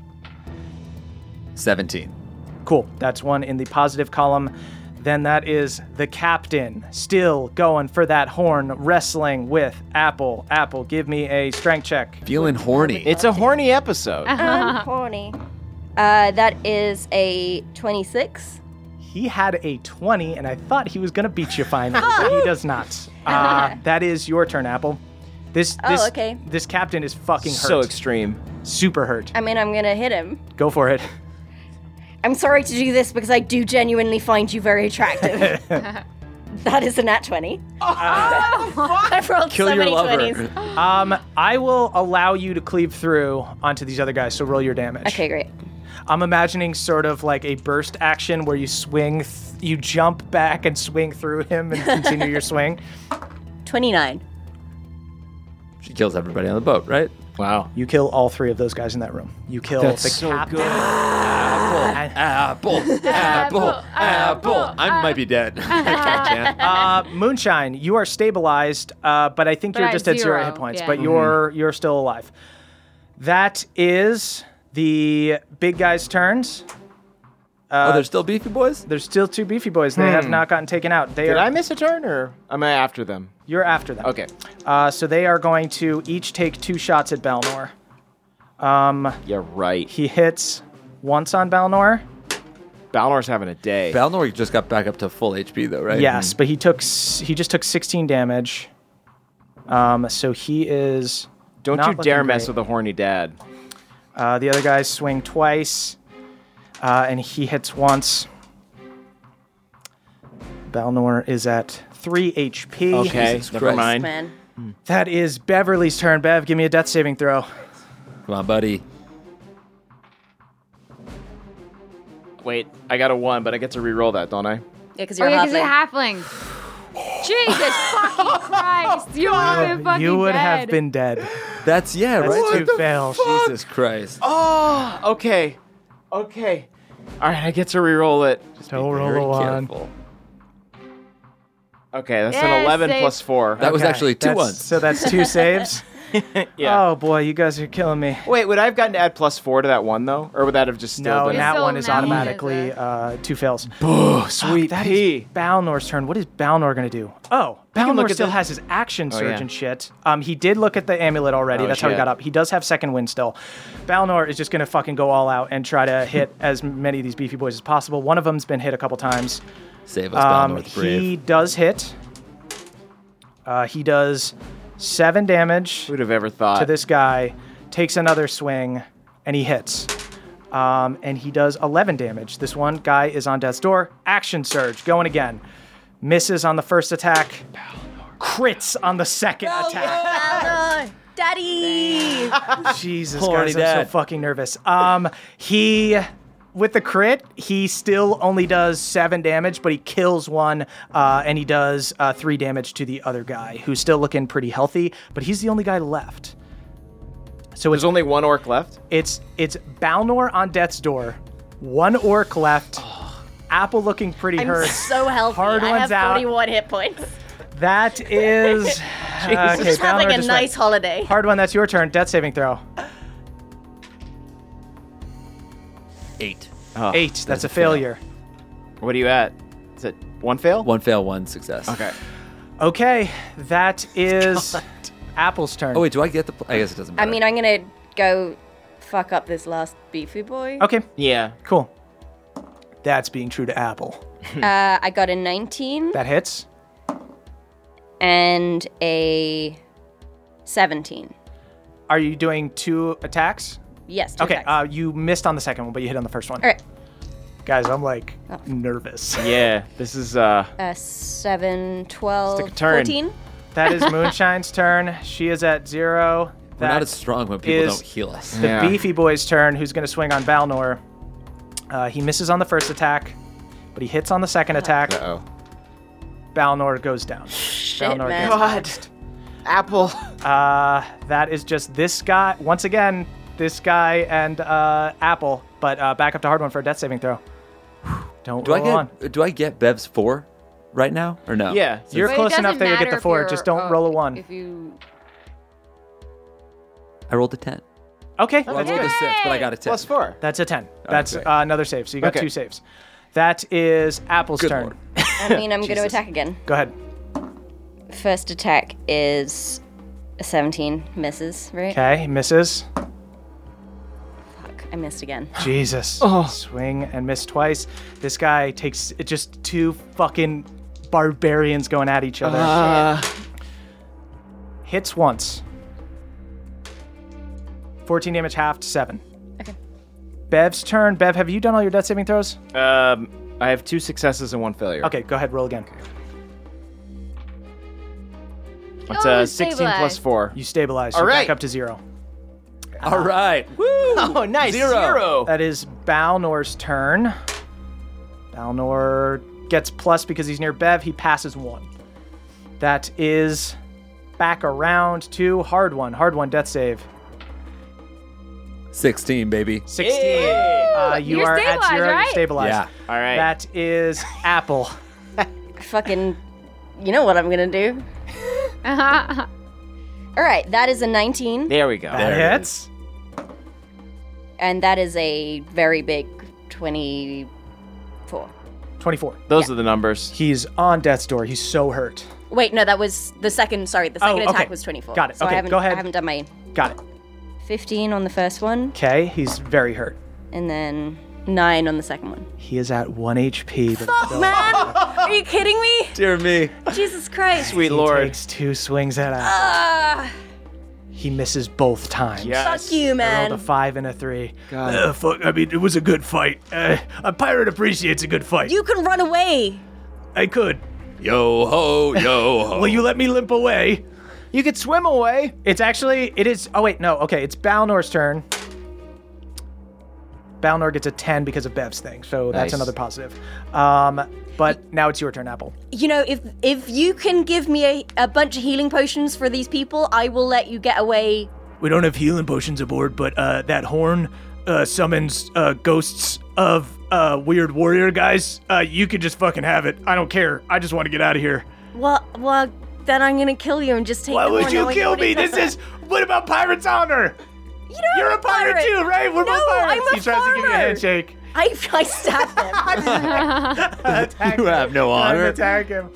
S3: 17.
S2: Cool. That's one in the positive column. Then that is the captain still going for that horn, wrestling with Apple. Apple, give me a strength check.
S3: Feeling horny.
S6: It's a horny episode.
S4: I'm [LAUGHS] horny. Uh, that is a 26.
S2: He had a 20, and I thought he was going to beat you finally, but he does
S4: [LAUGHS]
S2: not. Uh, that is your turn, Apple. This,
S4: Oh,
S2: this,
S4: okay.
S2: this captain is fucking hurt.
S6: So extreme.
S2: Super hurt.
S4: I mean, I'm gonna hit him.
S2: Go for it.
S4: I'm sorry to do this because I do genuinely find you very [LAUGHS] attractive. that is a nat [LAUGHS] 20. I've rolled so many 20s.
S2: um, I will allow you to cleave through onto these other guys, so roll your damage.
S4: Okay, great.
S2: I'm imagining sort of like a burst action where you swing, th- you jump back and swing through him and continue
S6: [LAUGHS]
S2: your swing.
S4: 29.
S3: [LAUGHS] She kills everybody on the boat, right?
S6: Wow.
S2: You kill all three of those guys in that room. You kill
S3: That's
S2: the
S3: so
S2: captain.
S3: Apple, apple, apple, apple. I might be dead.
S2: [GASPS]
S3: [LAUGHS]
S2: Uh, Moonshine, you are stabilized, uh, but I think
S5: But
S2: you're
S5: at
S2: just at zero
S5: zero,
S2: hit points.
S5: yeah.
S2: But
S5: Mhm.
S2: you're you're still alive. That is the big guys' turns. Uh,
S3: oh, there's still beefy boys?
S2: There's still two beefy boys. They have
S6: Hmm.
S2: not gotten taken out. They
S6: Did
S2: are,
S6: I miss a turn or am I after them?
S2: You're after them.
S6: Okay.
S2: Uh, so they are going to each take two shots at Balnor. Um,
S6: Yeah, right.
S2: he hits once on Balnor.
S3: Mhm.
S6: Balnor's having a day.
S3: Balnor just got back up to full HP, though, right?
S2: Yes, but he took s- he just took 16 damage. Um, so he is.
S6: Don't
S2: not
S6: you dare
S2: looking
S6: mess
S2: great.
S6: with a horny dad.
S2: Uh, the other guys swing twice, uh, and he hits once. Balnor is at three HP.
S6: Okay,
S3: Jesus
S6: never
S3: Christ.
S6: mind.
S4: Man.
S2: That is Beverly's turn. Bev, give me a death saving throw.
S3: Mm. Come on, buddy.
S6: Wait, I got a one, but I get to re-roll that, don't I?
S4: Yeah, because
S5: Oh
S4: you're
S5: yeah,
S4: half.
S5: because halfling. Jesus fucking
S2: [LAUGHS]
S5: Christ! You would have been fucking
S2: you would have
S5: dead.
S2: been dead.
S3: That's, yeah,
S2: That's
S3: right?
S2: two fails.
S3: Jesus Christ.
S2: Ah,
S6: Oh, okay. Okay. All right, I get to re-roll it.
S3: Just
S2: Don't roll
S3: very
S2: a one.
S3: careful.
S6: Okay, that's
S5: Yeah,
S6: an 11
S5: safe.
S6: plus 4.
S3: That was
S2: Okay,
S3: actually two
S2: that's-
S3: ones.
S2: So that's
S3: [LAUGHS]
S2: two saves.
S6: yeah.
S2: Oh boy, you guys are killing me.
S6: Wait, would I have gotten to add plus 4 to that one, though? Or would that have just still
S2: No,
S6: been...
S2: and that
S5: still
S2: one is
S5: now
S2: automatically
S5: is
S2: uh, two fails.
S6: Oh, sweet
S2: That
S6: pea.
S2: is Balnor's turn. What is Balnor going to do? Oh,
S6: can look
S2: Balnor
S6: at
S2: still
S6: the-
S2: has his action surge
S6: yeah.
S2: and shit. Um, he did look at the amulet already.
S6: Oh,
S2: That's how he
S6: shit.
S2: got up. He does have second wind still. Balnor is just going to fucking go all out and try to hit [LAUGHS] as many of these beefy boys as possible. One of them's been hit a couple times.
S3: Save us,
S2: Um,
S3: Balnor the Brave.
S2: he does hit. Uh, he does seven damage
S6: Who would have ever thought?
S2: to this guy, takes another swing, and he hits. Um, and he does 11 damage. This one guy is on death's door. Action surge, going again. Misses on the first attack. Crits on the second attack.
S4: Balnor, Daddy!
S2: Jesus,
S3: Horny
S2: guys, I'm
S3: dad.
S2: so fucking nervous. Um, he with the crit, he still only does seven damage, but he kills one, uh, and he does uh, three damage to the other guy, who's still looking pretty healthy. But he's the only guy left. So
S6: there's only one orc left.
S2: It's it's Balnor on death's door, one orc left. Apple looking pretty
S4: I'm
S2: hurt.
S4: so healthy.
S2: Hard
S4: I
S2: one's
S4: have
S2: out.
S4: 41 hit
S2: [LAUGHS]
S4: points. [LAUGHS]
S2: That is. uh, okay,
S4: just having
S2: Balnor
S4: a
S2: just went.
S4: nice Oh, holiday.
S2: Hard one. That's your turn. Death saving throw.
S3: Eight.
S6: Oh,
S2: Eight. That's, a failure.
S6: What are you at? Is it one fail?
S3: One fail, one success.
S6: Okay.
S2: Okay,
S4: [LAUGHS]
S2: that is Apple's turn.
S3: Oh wait, do I get the? Pl- I guess it doesn't
S4: I
S3: matter.
S4: mean, I'm gonna go fuck up this last beefy boy.
S2: Okay.
S6: Yeah.
S2: Cool. That's being true to Apple.
S4: uh, I got a 19
S2: That hits.
S4: and a 17.
S2: Are you doing two attacks?
S4: Yes. two
S2: okay,
S4: attacks.
S2: Uh, you missed on the second one, but you hit on the first one.
S4: All right. Oh.
S2: Guys, I'm like nervous.
S6: Yeah. This is uh.
S4: Uh, 7, 12,
S6: Let's take a turn.
S4: 14.
S2: That is Moonshine's turn. She is at zero.
S3: We're not
S2: That
S3: as strong when people
S2: is
S3: don't heal us.
S2: The
S3: Yeah.
S2: beefy boy's turn, who's going to swing on Balnor. Uh, he misses on the first attack, but he hits on the second attack.
S6: Uh-oh.
S2: Balnor goes down. Balnor
S6: man.
S2: goes
S6: God. Apple.
S2: Uh, that is just this guy. Once again, this guy and uh, Apple, but uh, back up to hard one for a death saving throw. Whew, Don't
S3: do I
S2: roll
S3: get?
S2: on.
S3: Do I get Bev's four right now or no?
S2: Yeah, you're
S8: But it
S2: close enough
S8: doesn't
S2: there to get
S8: matter
S2: the
S8: if
S2: four.
S8: you're,
S2: Just don't
S8: uh,
S2: roll a one.
S8: If you
S3: I rolled a ten.
S2: Okay,
S3: Well, I
S2: that's
S3: rolled
S2: good.
S3: a six, but I got a ten.
S6: Plus four.
S2: That's a ten. That's
S3: Okay.
S2: uh, another save. So you got
S3: Okay.
S2: two saves. That is Apple's
S3: Good
S2: turn.
S3: lord.
S4: I mean, I'm
S2: [LAUGHS]
S4: gonna attack again.
S2: Go ahead.
S4: First attack is a 17. Misses, right?
S2: Okay, misses.
S4: Fuck, I missed again. [LAUGHS]
S2: Jesus. Swing and miss twice. This guy takes it just two fucking barbarians going at each other.
S6: Uh.
S2: Hits once. 14 damage half to 7.
S4: Okay.
S2: Bev's turn. Bev, have you done all your death saving throws?
S6: Um, I have two successes and one failure.
S2: Okay, go ahead, roll again.
S6: It's
S2: Oh,
S6: uh, 16 plus four.
S2: You stabilize.
S6: All
S2: You're
S6: right.
S2: back up to zero.
S3: All right. Woo!
S6: Oh, nice. Zero.
S2: That is Balnor's turn. Balnor gets plus because he's near Bev. He passes one. That is back around to hard one. Hard one death save.
S3: Sixteen, baby.
S2: 16. Uh, you
S8: You're
S2: are at
S8: stabilized,
S2: zero.
S8: right?
S2: You're stabilized.
S3: Yeah.
S6: All right.
S2: That is
S8: [LAUGHS]
S2: Apple.
S4: Fucking, you know what I'm gonna do.
S8: uh-huh.
S4: All right, that is a 19,
S6: there we go.
S2: That hits.
S4: and that is a very big 24.
S2: 24.
S6: Those are the numbers.
S2: He's on death's door. He's so hurt.
S4: Wait, no, that was the second. Sorry, the
S2: Oh,
S4: second attack
S2: okay.
S4: was 24.
S2: Got it.
S4: So
S2: Okay,
S4: I haven't,
S2: go ahead.
S4: I haven't done my
S2: Got it.
S4: 15 on the first one,
S2: Okay, he's very hurt.
S4: and then nine on the second one.
S2: He is at 1 HP. But
S4: Fuck, [LAUGHS] man! Are you kidding me?
S3: Dear me.
S4: Jesus Christ!
S6: Sweet
S2: he
S6: lord.
S2: takes two swings at Apple.
S4: Ah,
S2: He misses both times.
S6: Yes.
S4: fuck you,
S2: I rolled
S4: man.
S2: a five and a three.
S6: God.
S7: Uh, fuck, I mean, it was a good fight. Uh, a pirate appreciates a good fight.
S4: you can run away.
S7: I could.
S3: Yo ho, yo ho.
S7: Will you let me limp away?
S6: You could swim away.
S2: It's actually it is. Oh wait, no. Okay, it's Balnor's turn. Balnor gets a ten because of Bev's thing, so that's
S6: Nice.
S2: another positive. Um, but now it's your turn, Apple.
S4: You know, if if you can give me a, a bunch of healing potions for these people, I will let you get away.
S7: We don't have healing potions aboard, but uh, that horn uh, summons uh, ghosts of uh, weird warrior guys. Uh, you could just fucking have it. I don't care. I just want to get out of here.
S4: Well, well, then I'm gonna kill you and just take.
S7: Why
S4: the
S7: would
S4: horn
S7: you
S4: away.
S7: kill me? This is. What about Pirate's Honor?
S4: You know,
S7: You're
S4: I'm
S7: a pirate too, right? We're
S4: no,
S7: both pirates.
S4: I'm a
S7: he tries to give you a
S4: farmer.
S7: handshake.
S4: [LAUGHS] I, I stabbed him.
S2: [LAUGHS]
S4: [LAUGHS]
S5: [LAUGHS]
S2: [LAUGHS] Attack
S3: You
S2: him.
S3: have no
S2: Time to
S3: honor.
S2: Attack him.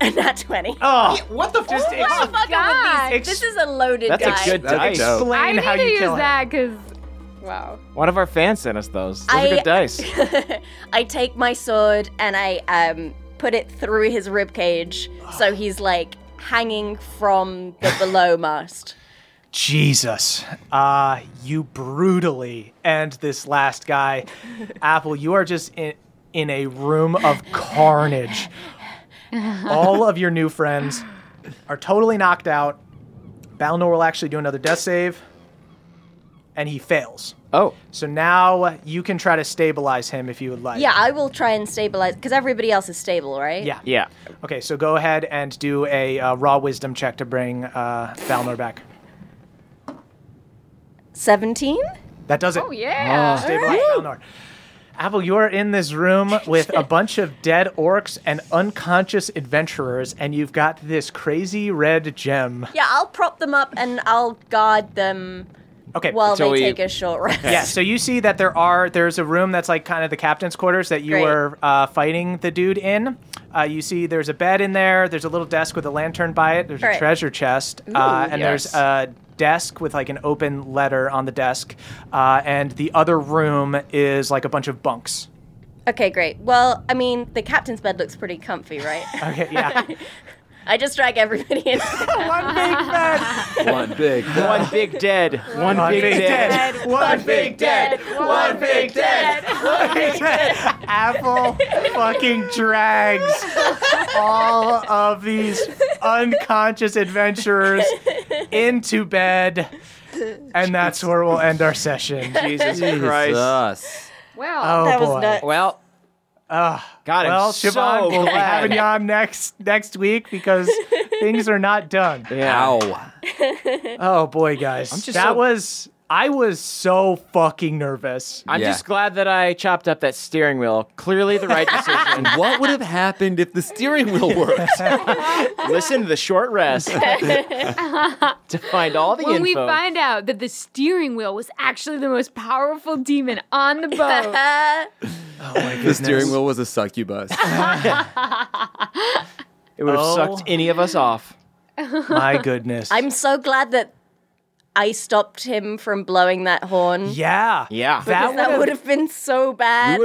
S4: and not twenty.
S2: Oh,
S6: What the
S2: just ex-
S4: I'm fucking with
S8: God.
S4: these. This is a loaded
S6: That's
S4: guy.
S6: a good dice.
S3: dope.
S8: I
S2: explain
S8: need
S2: how
S8: to
S2: you
S8: use
S2: kill him.
S8: that because wow.
S6: One of our fans sent us those. Those
S4: I-
S6: are good dice.
S2: [LAUGHS]
S4: [LAUGHS] I take my sword and I um, put it through his ribcage, so he's like hanging from the
S6: [LAUGHS]
S4: below mast.
S2: Jesus. Uh, you brutally end this last guy. Apple, you are just in, in a room of carnage. All of your new friends are totally knocked out. Balnor will actually do another death save. and he fails.
S6: Oh.
S2: So now you can try to stabilize him if you would like.
S4: Yeah, I will try and stabilize because everybody else is stable, right?
S2: Yeah.
S6: Yeah.
S2: Okay, so go ahead and do a uh, raw wisdom check to bring uh, Valnor back.
S4: 17?
S2: That does it.
S4: Oh, yeah. Oh.
S2: Stabilize
S4: All
S2: Valnor. Apple, you are in this room with a bunch of dead orcs and unconscious adventurers, and you've got this crazy red gem.
S4: Yeah, I'll prop them up and I'll guard them
S2: Okay.
S4: while they take a
S6: [LAUGHS]
S4: short rest.
S2: Yeah, so you see that there are there's a room that's like kind of the captain's quarters that you
S4: Great.
S2: were uh, fighting the dude in. Uh, you see there's a bed in there. There's a little desk with a lantern by it. There's
S7: All
S2: a
S7: right.
S2: treasure chest,
S7: Ooh,
S2: uh, and
S7: yes.
S2: there's a desk with like an open letter on the desk, uh, and the other room is like a bunch of bunks.
S4: Okay, great. Well, I mean, the captain's bed looks pretty comfy, right?
S6: [LAUGHS]
S2: Okay,
S7: [LAUGHS]
S2: yeah.
S4: I just drag everybody in. One
S2: big bed. [LAUGHS]
S3: One big,
S6: one big dead, one, big, dead.
S2: one big dead, one big dead, one big dead. Apple fucking drags all of these unconscious adventurers into bed, and that's where we'll end our [LAUGHS] session.
S6: Jesus Christ.
S5: Wow.
S2: Oh, That was boy. nuts.
S6: Well, God, I'm
S2: well,
S6: so
S2: Siobhan, we'll be
S6: glad.
S2: having you on next next week because things are not done.
S3: Ow.
S2: Oh boy, guys,
S6: I'm just
S2: that
S6: so-
S2: was I was so fucking nervous.
S6: I'm just glad that I chopped up that steering wheel. Clearly the
S2: [LAUGHS]
S6: right decision.
S5: [LAUGHS]
S3: what would have happened if the steering wheel worked?
S6: Listen to the
S2: [LAUGHS]
S6: short rest [LAUGHS] to find all the
S5: when
S6: info.
S5: we find out that the steering wheel was actually the most powerful demon on the boat.
S4: [LAUGHS] Uh,
S3: the steering wheel was a succubus.
S5: [LAUGHS]
S6: it would have
S3: Oh.
S6: sucked any of us off.
S2: My goodness.
S4: I'm so glad that I stopped him from blowing that horn.
S2: Yeah.
S6: Yeah.
S4: Because that would have been so bad.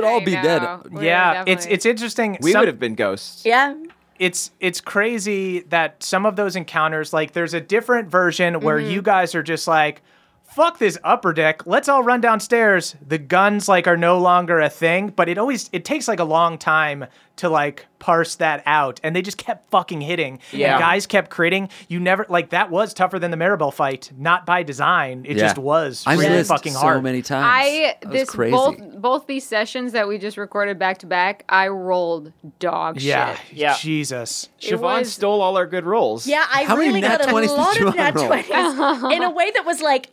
S2: Yeah, it's it's interesting.
S6: We
S2: Some-
S6: would have been ghosts.
S4: Yeah.
S2: it's it's crazy that some of those encounters like there's a different version where you guys are just like fuck this upper deck let's all run downstairs the guns like are no longer a thing but it always it takes like a long time to like parse that out and they just kept fucking hitting
S6: Yeah.
S2: and guys kept critting you never like that was tougher than the maribel fight not by design it
S3: Yeah.
S2: just was
S3: I
S2: really
S3: missed
S2: fucking
S3: so
S2: hard
S3: many times.
S5: I
S3: That was
S5: this
S3: crazy.
S5: both both these sessions that we just recorded back to back, I rolled dog
S2: yeah
S5: shit.
S6: Yeah.
S2: jesus
S6: Siobhan stole all our good rolls.
S4: Yeah, I really got a lot of nat 20s [LAUGHS] in a way that was like,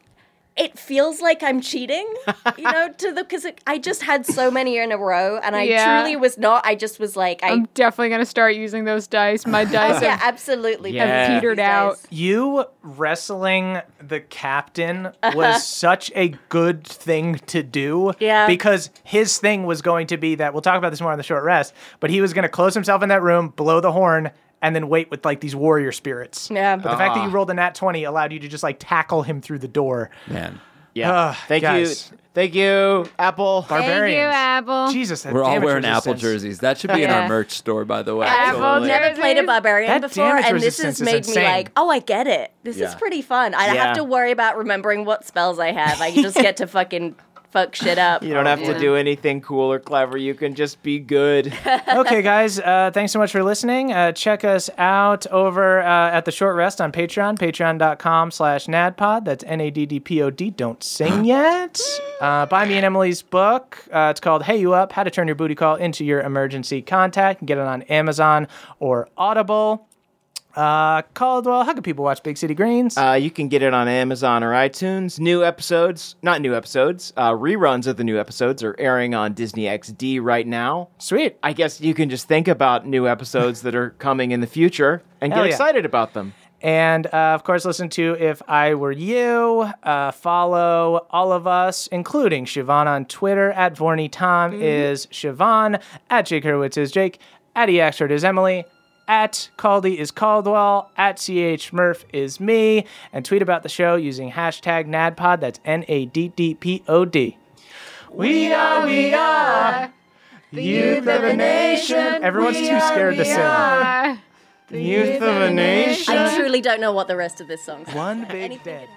S4: it feels like I'm cheating, you
S2: [LAUGHS]
S4: know, to the because I just had so many in a row, and I
S5: Yeah.
S4: truly was not. I just was like, I
S5: I'm definitely gonna start using those dice. [LAUGHS] My dice
S4: yeah,
S5: have,
S4: absolutely.
S5: have petered out.
S2: You wrestling the captain was such a good thing to do.
S4: Yeah.
S2: Because his thing was going to be that we'll talk about this more on the short rest, but he was going to close himself in that room, blow the horn, and then wait with like these warrior spirits.
S4: Yeah.
S2: But the fact that
S6: Ah.
S2: you rolled a nat 20 allowed you to just like tackle him through the door.
S3: Man.
S6: Yeah.
S2: Ugh,
S6: Thank
S2: Ah, guys.
S6: you. Thank you, Apple.
S5: Thank you, Apple.
S2: Jesus, that
S3: We're all
S2: damage
S3: wearing
S2: resistance.
S3: Apple jerseys. That should be in
S5: Yeah.
S3: our merch store, by the way.
S4: I've
S3: Absolutely.
S4: never played a barbarian
S2: That
S4: before,
S2: damage
S4: and this
S2: resistance
S4: has
S2: is
S4: made
S2: insane.
S4: me like, oh, I get it. This is
S2: Yeah.
S4: pretty fun. I
S6: Yeah.
S4: have to worry about remembering what spells I have. I just get to fucking fuck shit up.
S6: You don't have
S4: Yeah.
S6: to do anything cool or clever. You can just be good.
S2: okay, guys, uh, thanks so much for listening. Uh, check us out over uh, at The Short Rest on Patreon, patreon.com slash nadpod. That's N-A-D-D-P-O-D. Don't sing yet. Uh, buy me and Emily's book. Uh, it's called Hey You Up, How to Turn Your Booty Call into Your Emergency Contact. You can get it on Amazon or Audible. Uh, Caldwell, how can people watch Big City Greens?
S6: Uh, you can get it on Amazon or iTunes. New episodes, not new episodes, uh, reruns of the new episodes are airing on Disney XD right now.
S2: Sweet.
S6: I guess you can just think about new episodes that are coming in the future and
S2: Hell
S6: get
S2: yeah.
S6: excited about them.
S2: And uh, of course, listen to If I Were You. Uh, follow all of us, including Siobhan on Twitter. At Vorny Tom is Siobhan. At Jake Hurwitz is Jake. At Eaxford is Emily. At Caldy is Caldwell. At CH Murph is me. And tweet about the show using hashtag NADPOD. That's N A D D P O D. We are, we are the youth of a nation. Everyone's too scared to sing. The youth of a nation.
S4: I truly don't know what the rest of this song's
S2: One big dead.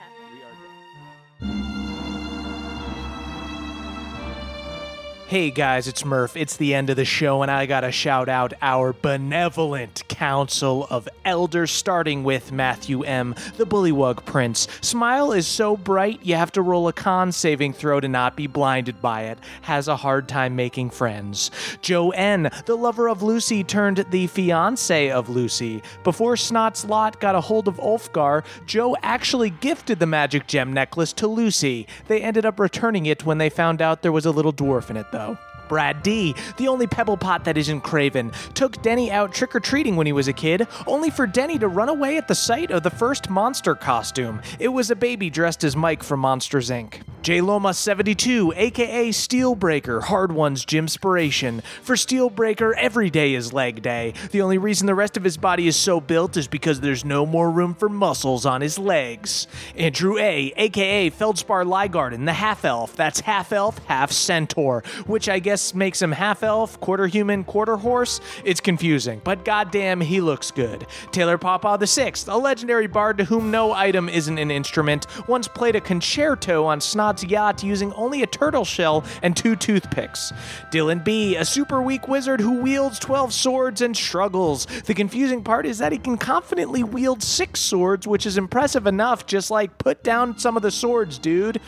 S2: Hey guys, it's Murph. It's the end of the show, and I gotta shout out our benevolent council of elders, starting with Matthew M., the Bullywug Prince. Smile is so bright you have to roll a con saving throw to not be blinded by it. Has a hard time making friends. Joe N., the lover of Lucy, turned the fiance of Lucy. Before Snot's Lot got a hold of Ulfgar, Joe actually gifted the magic gem necklace to Lucy. They ended up returning it when they found out there was a little dwarf in it, though. Brad D, the only pebble pot that isn't craven, took Denny out trick or treating when he was a kid, only for Denny to run away at the sight of the first monster costume. It was a baby dressed as Mike from Monsters Inc. J Loma 72, aka Steelbreaker, Hard One's Gymspiration. For Steelbreaker, every day is leg day. The only reason the rest of his body is so built is because there's no more room for muscles on his legs. Andrew A, aka Feldspar Liegarden, the half elf. That's half elf, half centaur, which I guess makes him half elf, quarter human, quarter horse. It's confusing, but goddamn, he looks good. Taylor Pawpaw the Sixth, a legendary bard to whom no item isn't an instrument, once played a concerto on Snod's yacht using only a turtle shell and two toothpicks. Dylan B, a super weak wizard who wields 12 swords and struggles. The confusing part is that he can confidently wield six swords, which is impressive enough. Just like, put down some of the swords, dude.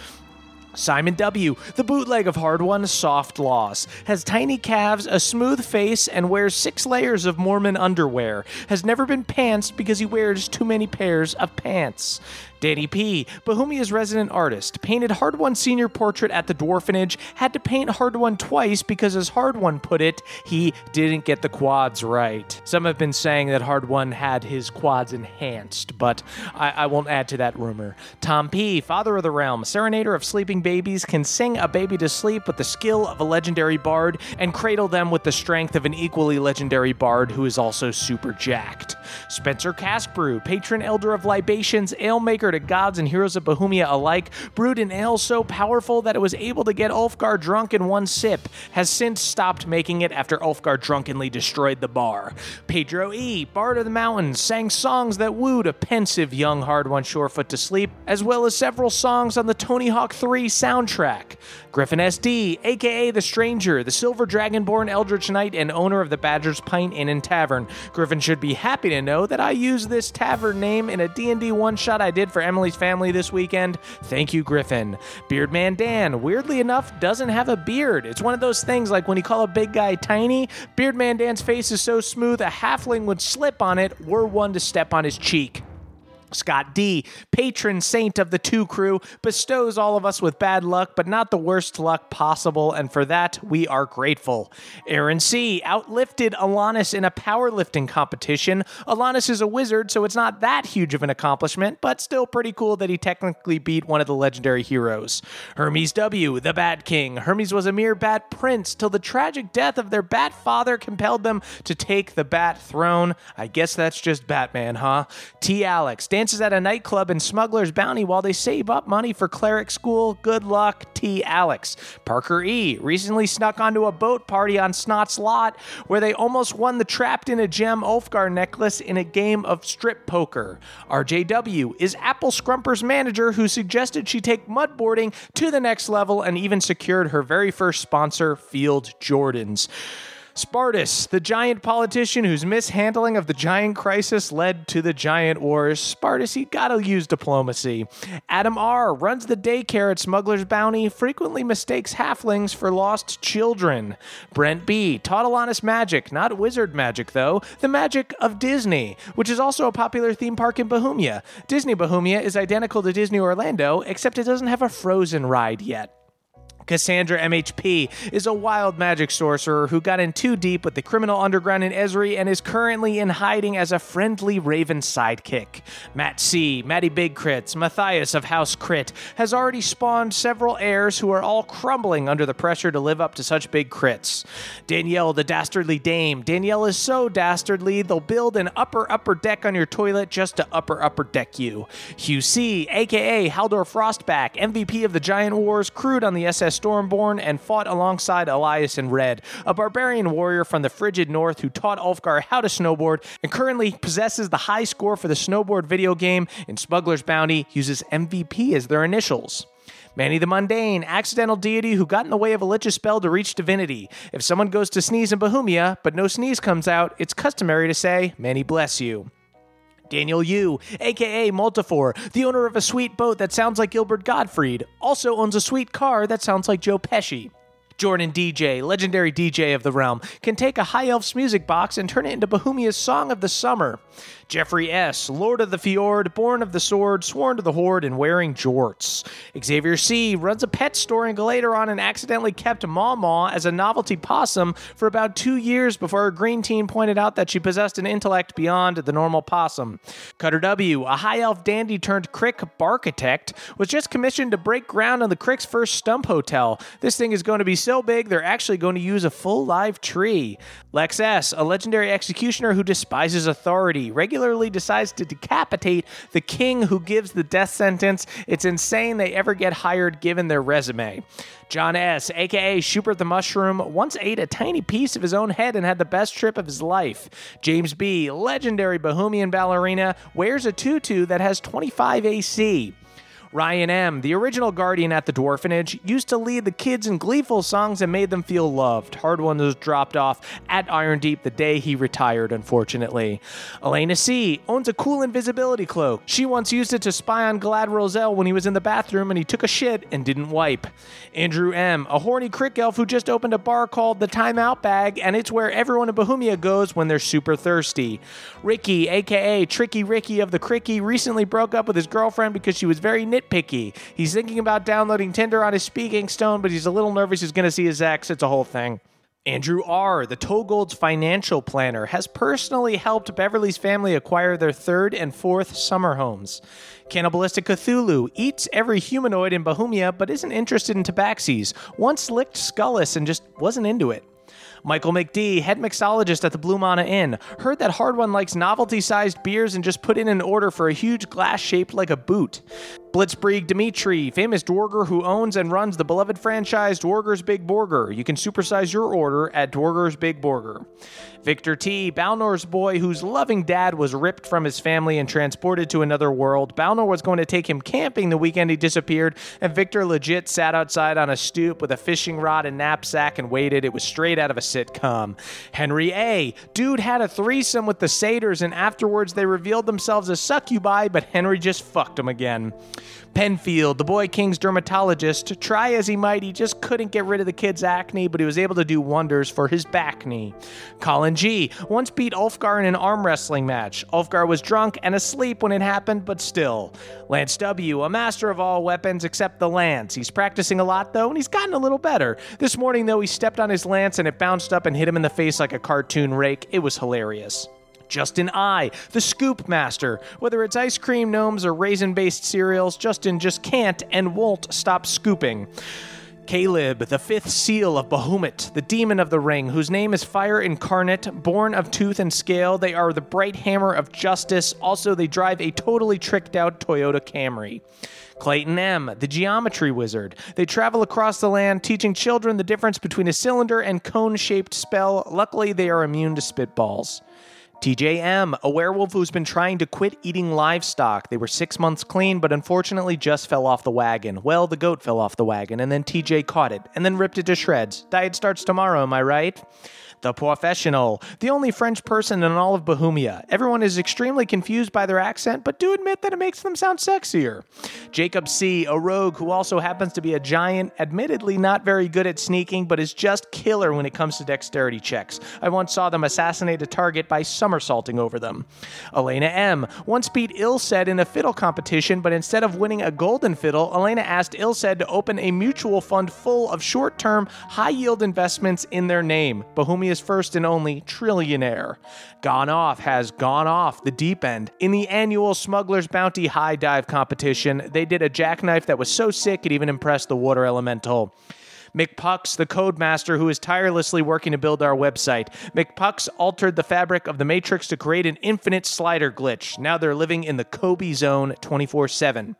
S2: Simon W., the bootleg of Hard One Soft Loss, has tiny calves, a smooth face, and wears six layers of Mormon underwear. Has never been pantsed because he wears too many pairs of pants. Danny P., Bahumia's resident artist, painted Hard One senior portrait at the dwarfenage, had to paint Hard One twice because, as Hard One put it, he didn't get the quads right. Some have been saying that Hard One had his quads enhanced, but I, I won't add to that rumor. Tom P., father of the realm, serenader of sleeping babies, can sing a baby to sleep with the skill of a legendary bard and cradle them with the strength of an equally legendary bard who is also super jacked. Spencer Caskbrew, patron elder of libations, ale maker to gods and heroes of Bohemia alike, brewed an ale so powerful that it was able to get Ulfgar drunk in one sip, has since stopped making it after Ulfgar drunkenly destroyed the bar. Pedro E., Bard of the Mountains, sang songs that wooed a pensive young hard one Shorefoot to sleep, as well as several songs on the Tony Hawk 3 soundtrack. Griffin SD, aka The Stranger, the Silver Dragonborn Eldritch Knight and owner of the Badger's Pint Inn and Tavern. Griffin should be happy to know that I used this tavern name in a D&D one-shot I did for Emily's family this weekend. Thank you, Griffin. Beardman Dan, weirdly enough, doesn't have a beard. It's one of those things like when you call a big guy tiny, Beardman Dan's face is so smooth a halfling would slip on it were one to step on his cheek. Scott D, patron saint of the two crew, bestows all of us with bad luck, but not the worst luck possible, and for that we are grateful. Aaron C outlifted Alanis in a powerlifting competition. Alanis is a wizard, so it's not that huge of an accomplishment, but still pretty cool that he technically beat one of the legendary heroes. Hermes W, the Bat King. Hermes was a mere bat prince till the tragic death of their bat father compelled them to take the bat throne. I guess that's just Batman, huh? T. Alex dances at a nightclub in Smuggler's Bounty while they save up money for cleric school. Good luck, T. Alex. Parker E. recently snuck onto a boat party on Snot's Lot where they almost won the Trapped in a Gem Ulfgar necklace in a game of strip poker. RJW is Apple Scrumper's manager who suggested she take mudboarding to the next level and even secured her very first sponsor, Field Jordans. Spartus, the giant politician whose mishandling of the giant crisis led to the giant wars. Spartus, he gotta use diplomacy. Adam R. runs the daycare at Smuggler's Bounty, frequently mistakes halflings for lost children. Brent B. taught Alanis magic, not wizard magic though, the magic of Disney, which is also a popular theme park in Bohemia. Disney Bohemia is identical to Disney Orlando, except it doesn't have a frozen ride yet. Cassandra MHP is a wild magic sorcerer who got in too deep with the criminal underground in Esri and is currently in hiding as a friendly raven sidekick. Matt C, Matty Big Crits, Matthias of House Crit has already spawned several heirs who are all crumbling under the pressure to live up to such big crits. Danielle, the dastardly dame. Danielle is so dastardly they'll build an upper upper deck on your toilet just to upper upper deck you. Hugh C, aka Haldor Frostback, MVP of the Giant Wars, crewed on the SS Stormborn and fought alongside Elias in Red, a barbarian warrior from the frigid north who taught Ulfgar how to snowboard and currently possesses the high score for the snowboard video game in Smuggler's Bounty, uses MVP as their initials. Manny the Mundane, accidental deity who got in the way of a Lich's spell to reach divinity. If someone goes to sneeze in Bohemia, but no sneeze comes out, it's customary to say, Manny bless you. Daniel Yu, aka Multifor, the owner of a sweet boat that sounds like Gilbert Gottfried, also owns a sweet car that sounds like Joe Pesci. Jordan DJ, legendary DJ of the realm, can take a High Elf's music box and turn it into Bohemia's Song of the Summer. Jeffrey S., Lord of the Fjord, born of the sword, sworn to the horde, and wearing jorts. Xavier C. runs a pet store and later on and accidentally kept Maw Maw as a novelty possum for about two years before her green team pointed out that she possessed an intellect beyond the normal possum. Cutter W., a high elf dandy turned crick barkitect, was just commissioned to break ground on the crick's first stump hotel. This thing is going to be so big they're actually going to use a full live tree. Lex S., a legendary executioner who despises authority, regularly decides to decapitate the king who gives the death sentence. It's insane they ever get hired given their resume. John S., aka Schubert the Mushroom, once ate a tiny piece of his own head and had the best trip of his life. James B., legendary Bohemian ballerina, wears a tutu that has 25 AC. Ryan M., the original guardian at the Dwarfinage, used to lead the kids in gleeful songs and made them feel loved. Hard One was dropped off at Iron Deep the day he retired, unfortunately. Elena C. owns a cool invisibility cloak. She once used it to spy on Glad Roselle when he was in the bathroom and he took a shit and didn't wipe. Andrew M., a horny crick elf who just opened a bar called the Timeout Bag, and it's where everyone in Bohemia goes when they're super thirsty. Ricky, aka Tricky Ricky of the Cricky, recently broke up with his girlfriend because she was very nitpicky. He's thinking about downloading Tinder on his speaking stone, but he's a little nervous he's going to see his ex. It's a whole thing. Andrew R., the Togold's financial planner, has personally helped Beverly's family acquire their third and fourth summer homes. Cannibalistic Cthulhu eats every humanoid in Bohemia but isn't interested in tabaxis, once licked Scullis and just wasn't into it. Michael McD, head mixologist at the Blue Mana Inn, heard that Hard One likes novelty sized beers and just put in an order for a huge glass shaped like a boot. Blitzkrieg Dimitri, famous Dwarger who owns and runs the beloved franchise Dwarger's Big Burger. You can supersize your order at Dwarger's Big Burger. Victor T, Balnor's boy whose loving dad was ripped from his family and transported to another world. Balnor was going to take him camping the weekend he disappeared, and Victor legit sat outside on a stoop with a fishing rod and knapsack and waited. It was straight out of a sitcom. Henry A, dude had a threesome with the satyrs and afterwards they revealed themselves as succubi, but Henry just fucked him again. Penfield, the boy king's dermatologist, try as he might, he just couldn't get rid of the kid's acne, but he was able to do wonders for his back knee. Colin G once beat Ulfgar in an arm wrestling match. Ulfgar was drunk and asleep when it happened, but still. Lance W, a master of all weapons except the lance. He's practicing a lot though, and he's gotten a little better. This morning though, he stepped on his lance and it bounced up and hit him in the face like a cartoon rake. It was hilarious. Justin I, the scoop master. Whether it's ice cream gnomes or raisin based cereals, Justin just can't and won't stop scooping. Caleb, the fifth seal of Bahumut, the demon of the ring, whose name is Fire Incarnate, born of tooth and scale, they are the bright hammer of justice. Also, they drive a totally tricked out Toyota Camry. Clayton M., the geometry wizard. They travel across the land, teaching children the difference between a cylinder and cone shaped spell. Luckily, they are immune to spitballs. TJM, a werewolf who's been trying to quit eating livestock. They were six months clean, but unfortunately just fell off the wagon. Well, the goat fell off the wagon, and then TJ caught it, and then ripped it to shreds. Diet starts tomorrow, am I right? The professional, the only French person in all of Bohemia. Everyone is extremely confused by their accent, but do admit that it makes them sound sexier. Jacob C., a rogue who also happens to be a giant, admittedly not very good at sneaking, but is just killer when it comes to dexterity checks. I once saw them assassinate a target by somersaulting over them. Elena M. once beat Ilsed in a fiddle competition, but instead of winning a golden fiddle, Elena asked Ilsed to open a mutual fund full of short term, high yield investments in their name. Bohemia is first and only trillionaire. Gone Off has gone off the deep end. In the annual Smuggler's Bounty High Dive competition, they did a jackknife that was so sick it even impressed the water elemental. McPucks, the codemaster who is tirelessly working to build our website. McPucks altered the fabric of the Matrix to create an infinite slider glitch. Now they're living in the Kobe zone 24 7.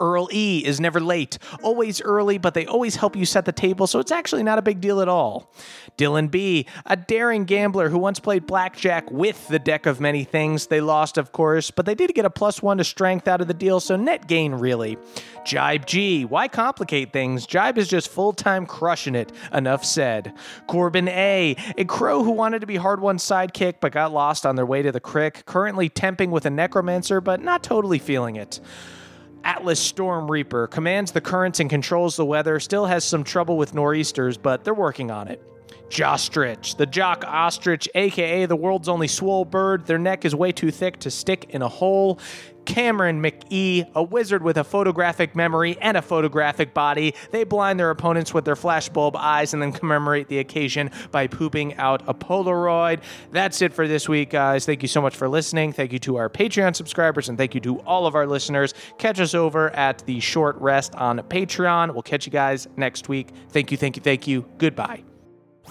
S2: Earl E is never late, always early, but they always help you set the table, so it's actually not a big deal at all. Dylan B, a daring gambler who once played blackjack with the deck of many things. They lost, of course, but they did get a plus one to strength out of the deal, so net gain really. Jibe G. Why complicate things? Jibe is just full time crushing it. Enough said. Corbin A. A crow who wanted to be Hard One's sidekick but got lost on their way to the crick. Currently temping with a necromancer but not totally feeling it. Atlas Storm Reaper commands the currents and controls the weather, still has some trouble with nor'easters, but they're working on it. Jostrich, the jock ostrich, aka the world's only swole bird, their neck is way too thick to stick in a hole. Cameron McE, a wizard with a photographic memory and a photographic body, they blind their opponents with their flashbulb eyes and then commemorate the occasion by pooping out a Polaroid. That's it for this week, guys. Thank you so much for listening. Thank you to our Patreon subscribers and thank you to all of our listeners. Catch us over at the short rest on Patreon. We'll catch you guys next week. Thank you, thank you, thank you. Goodbye.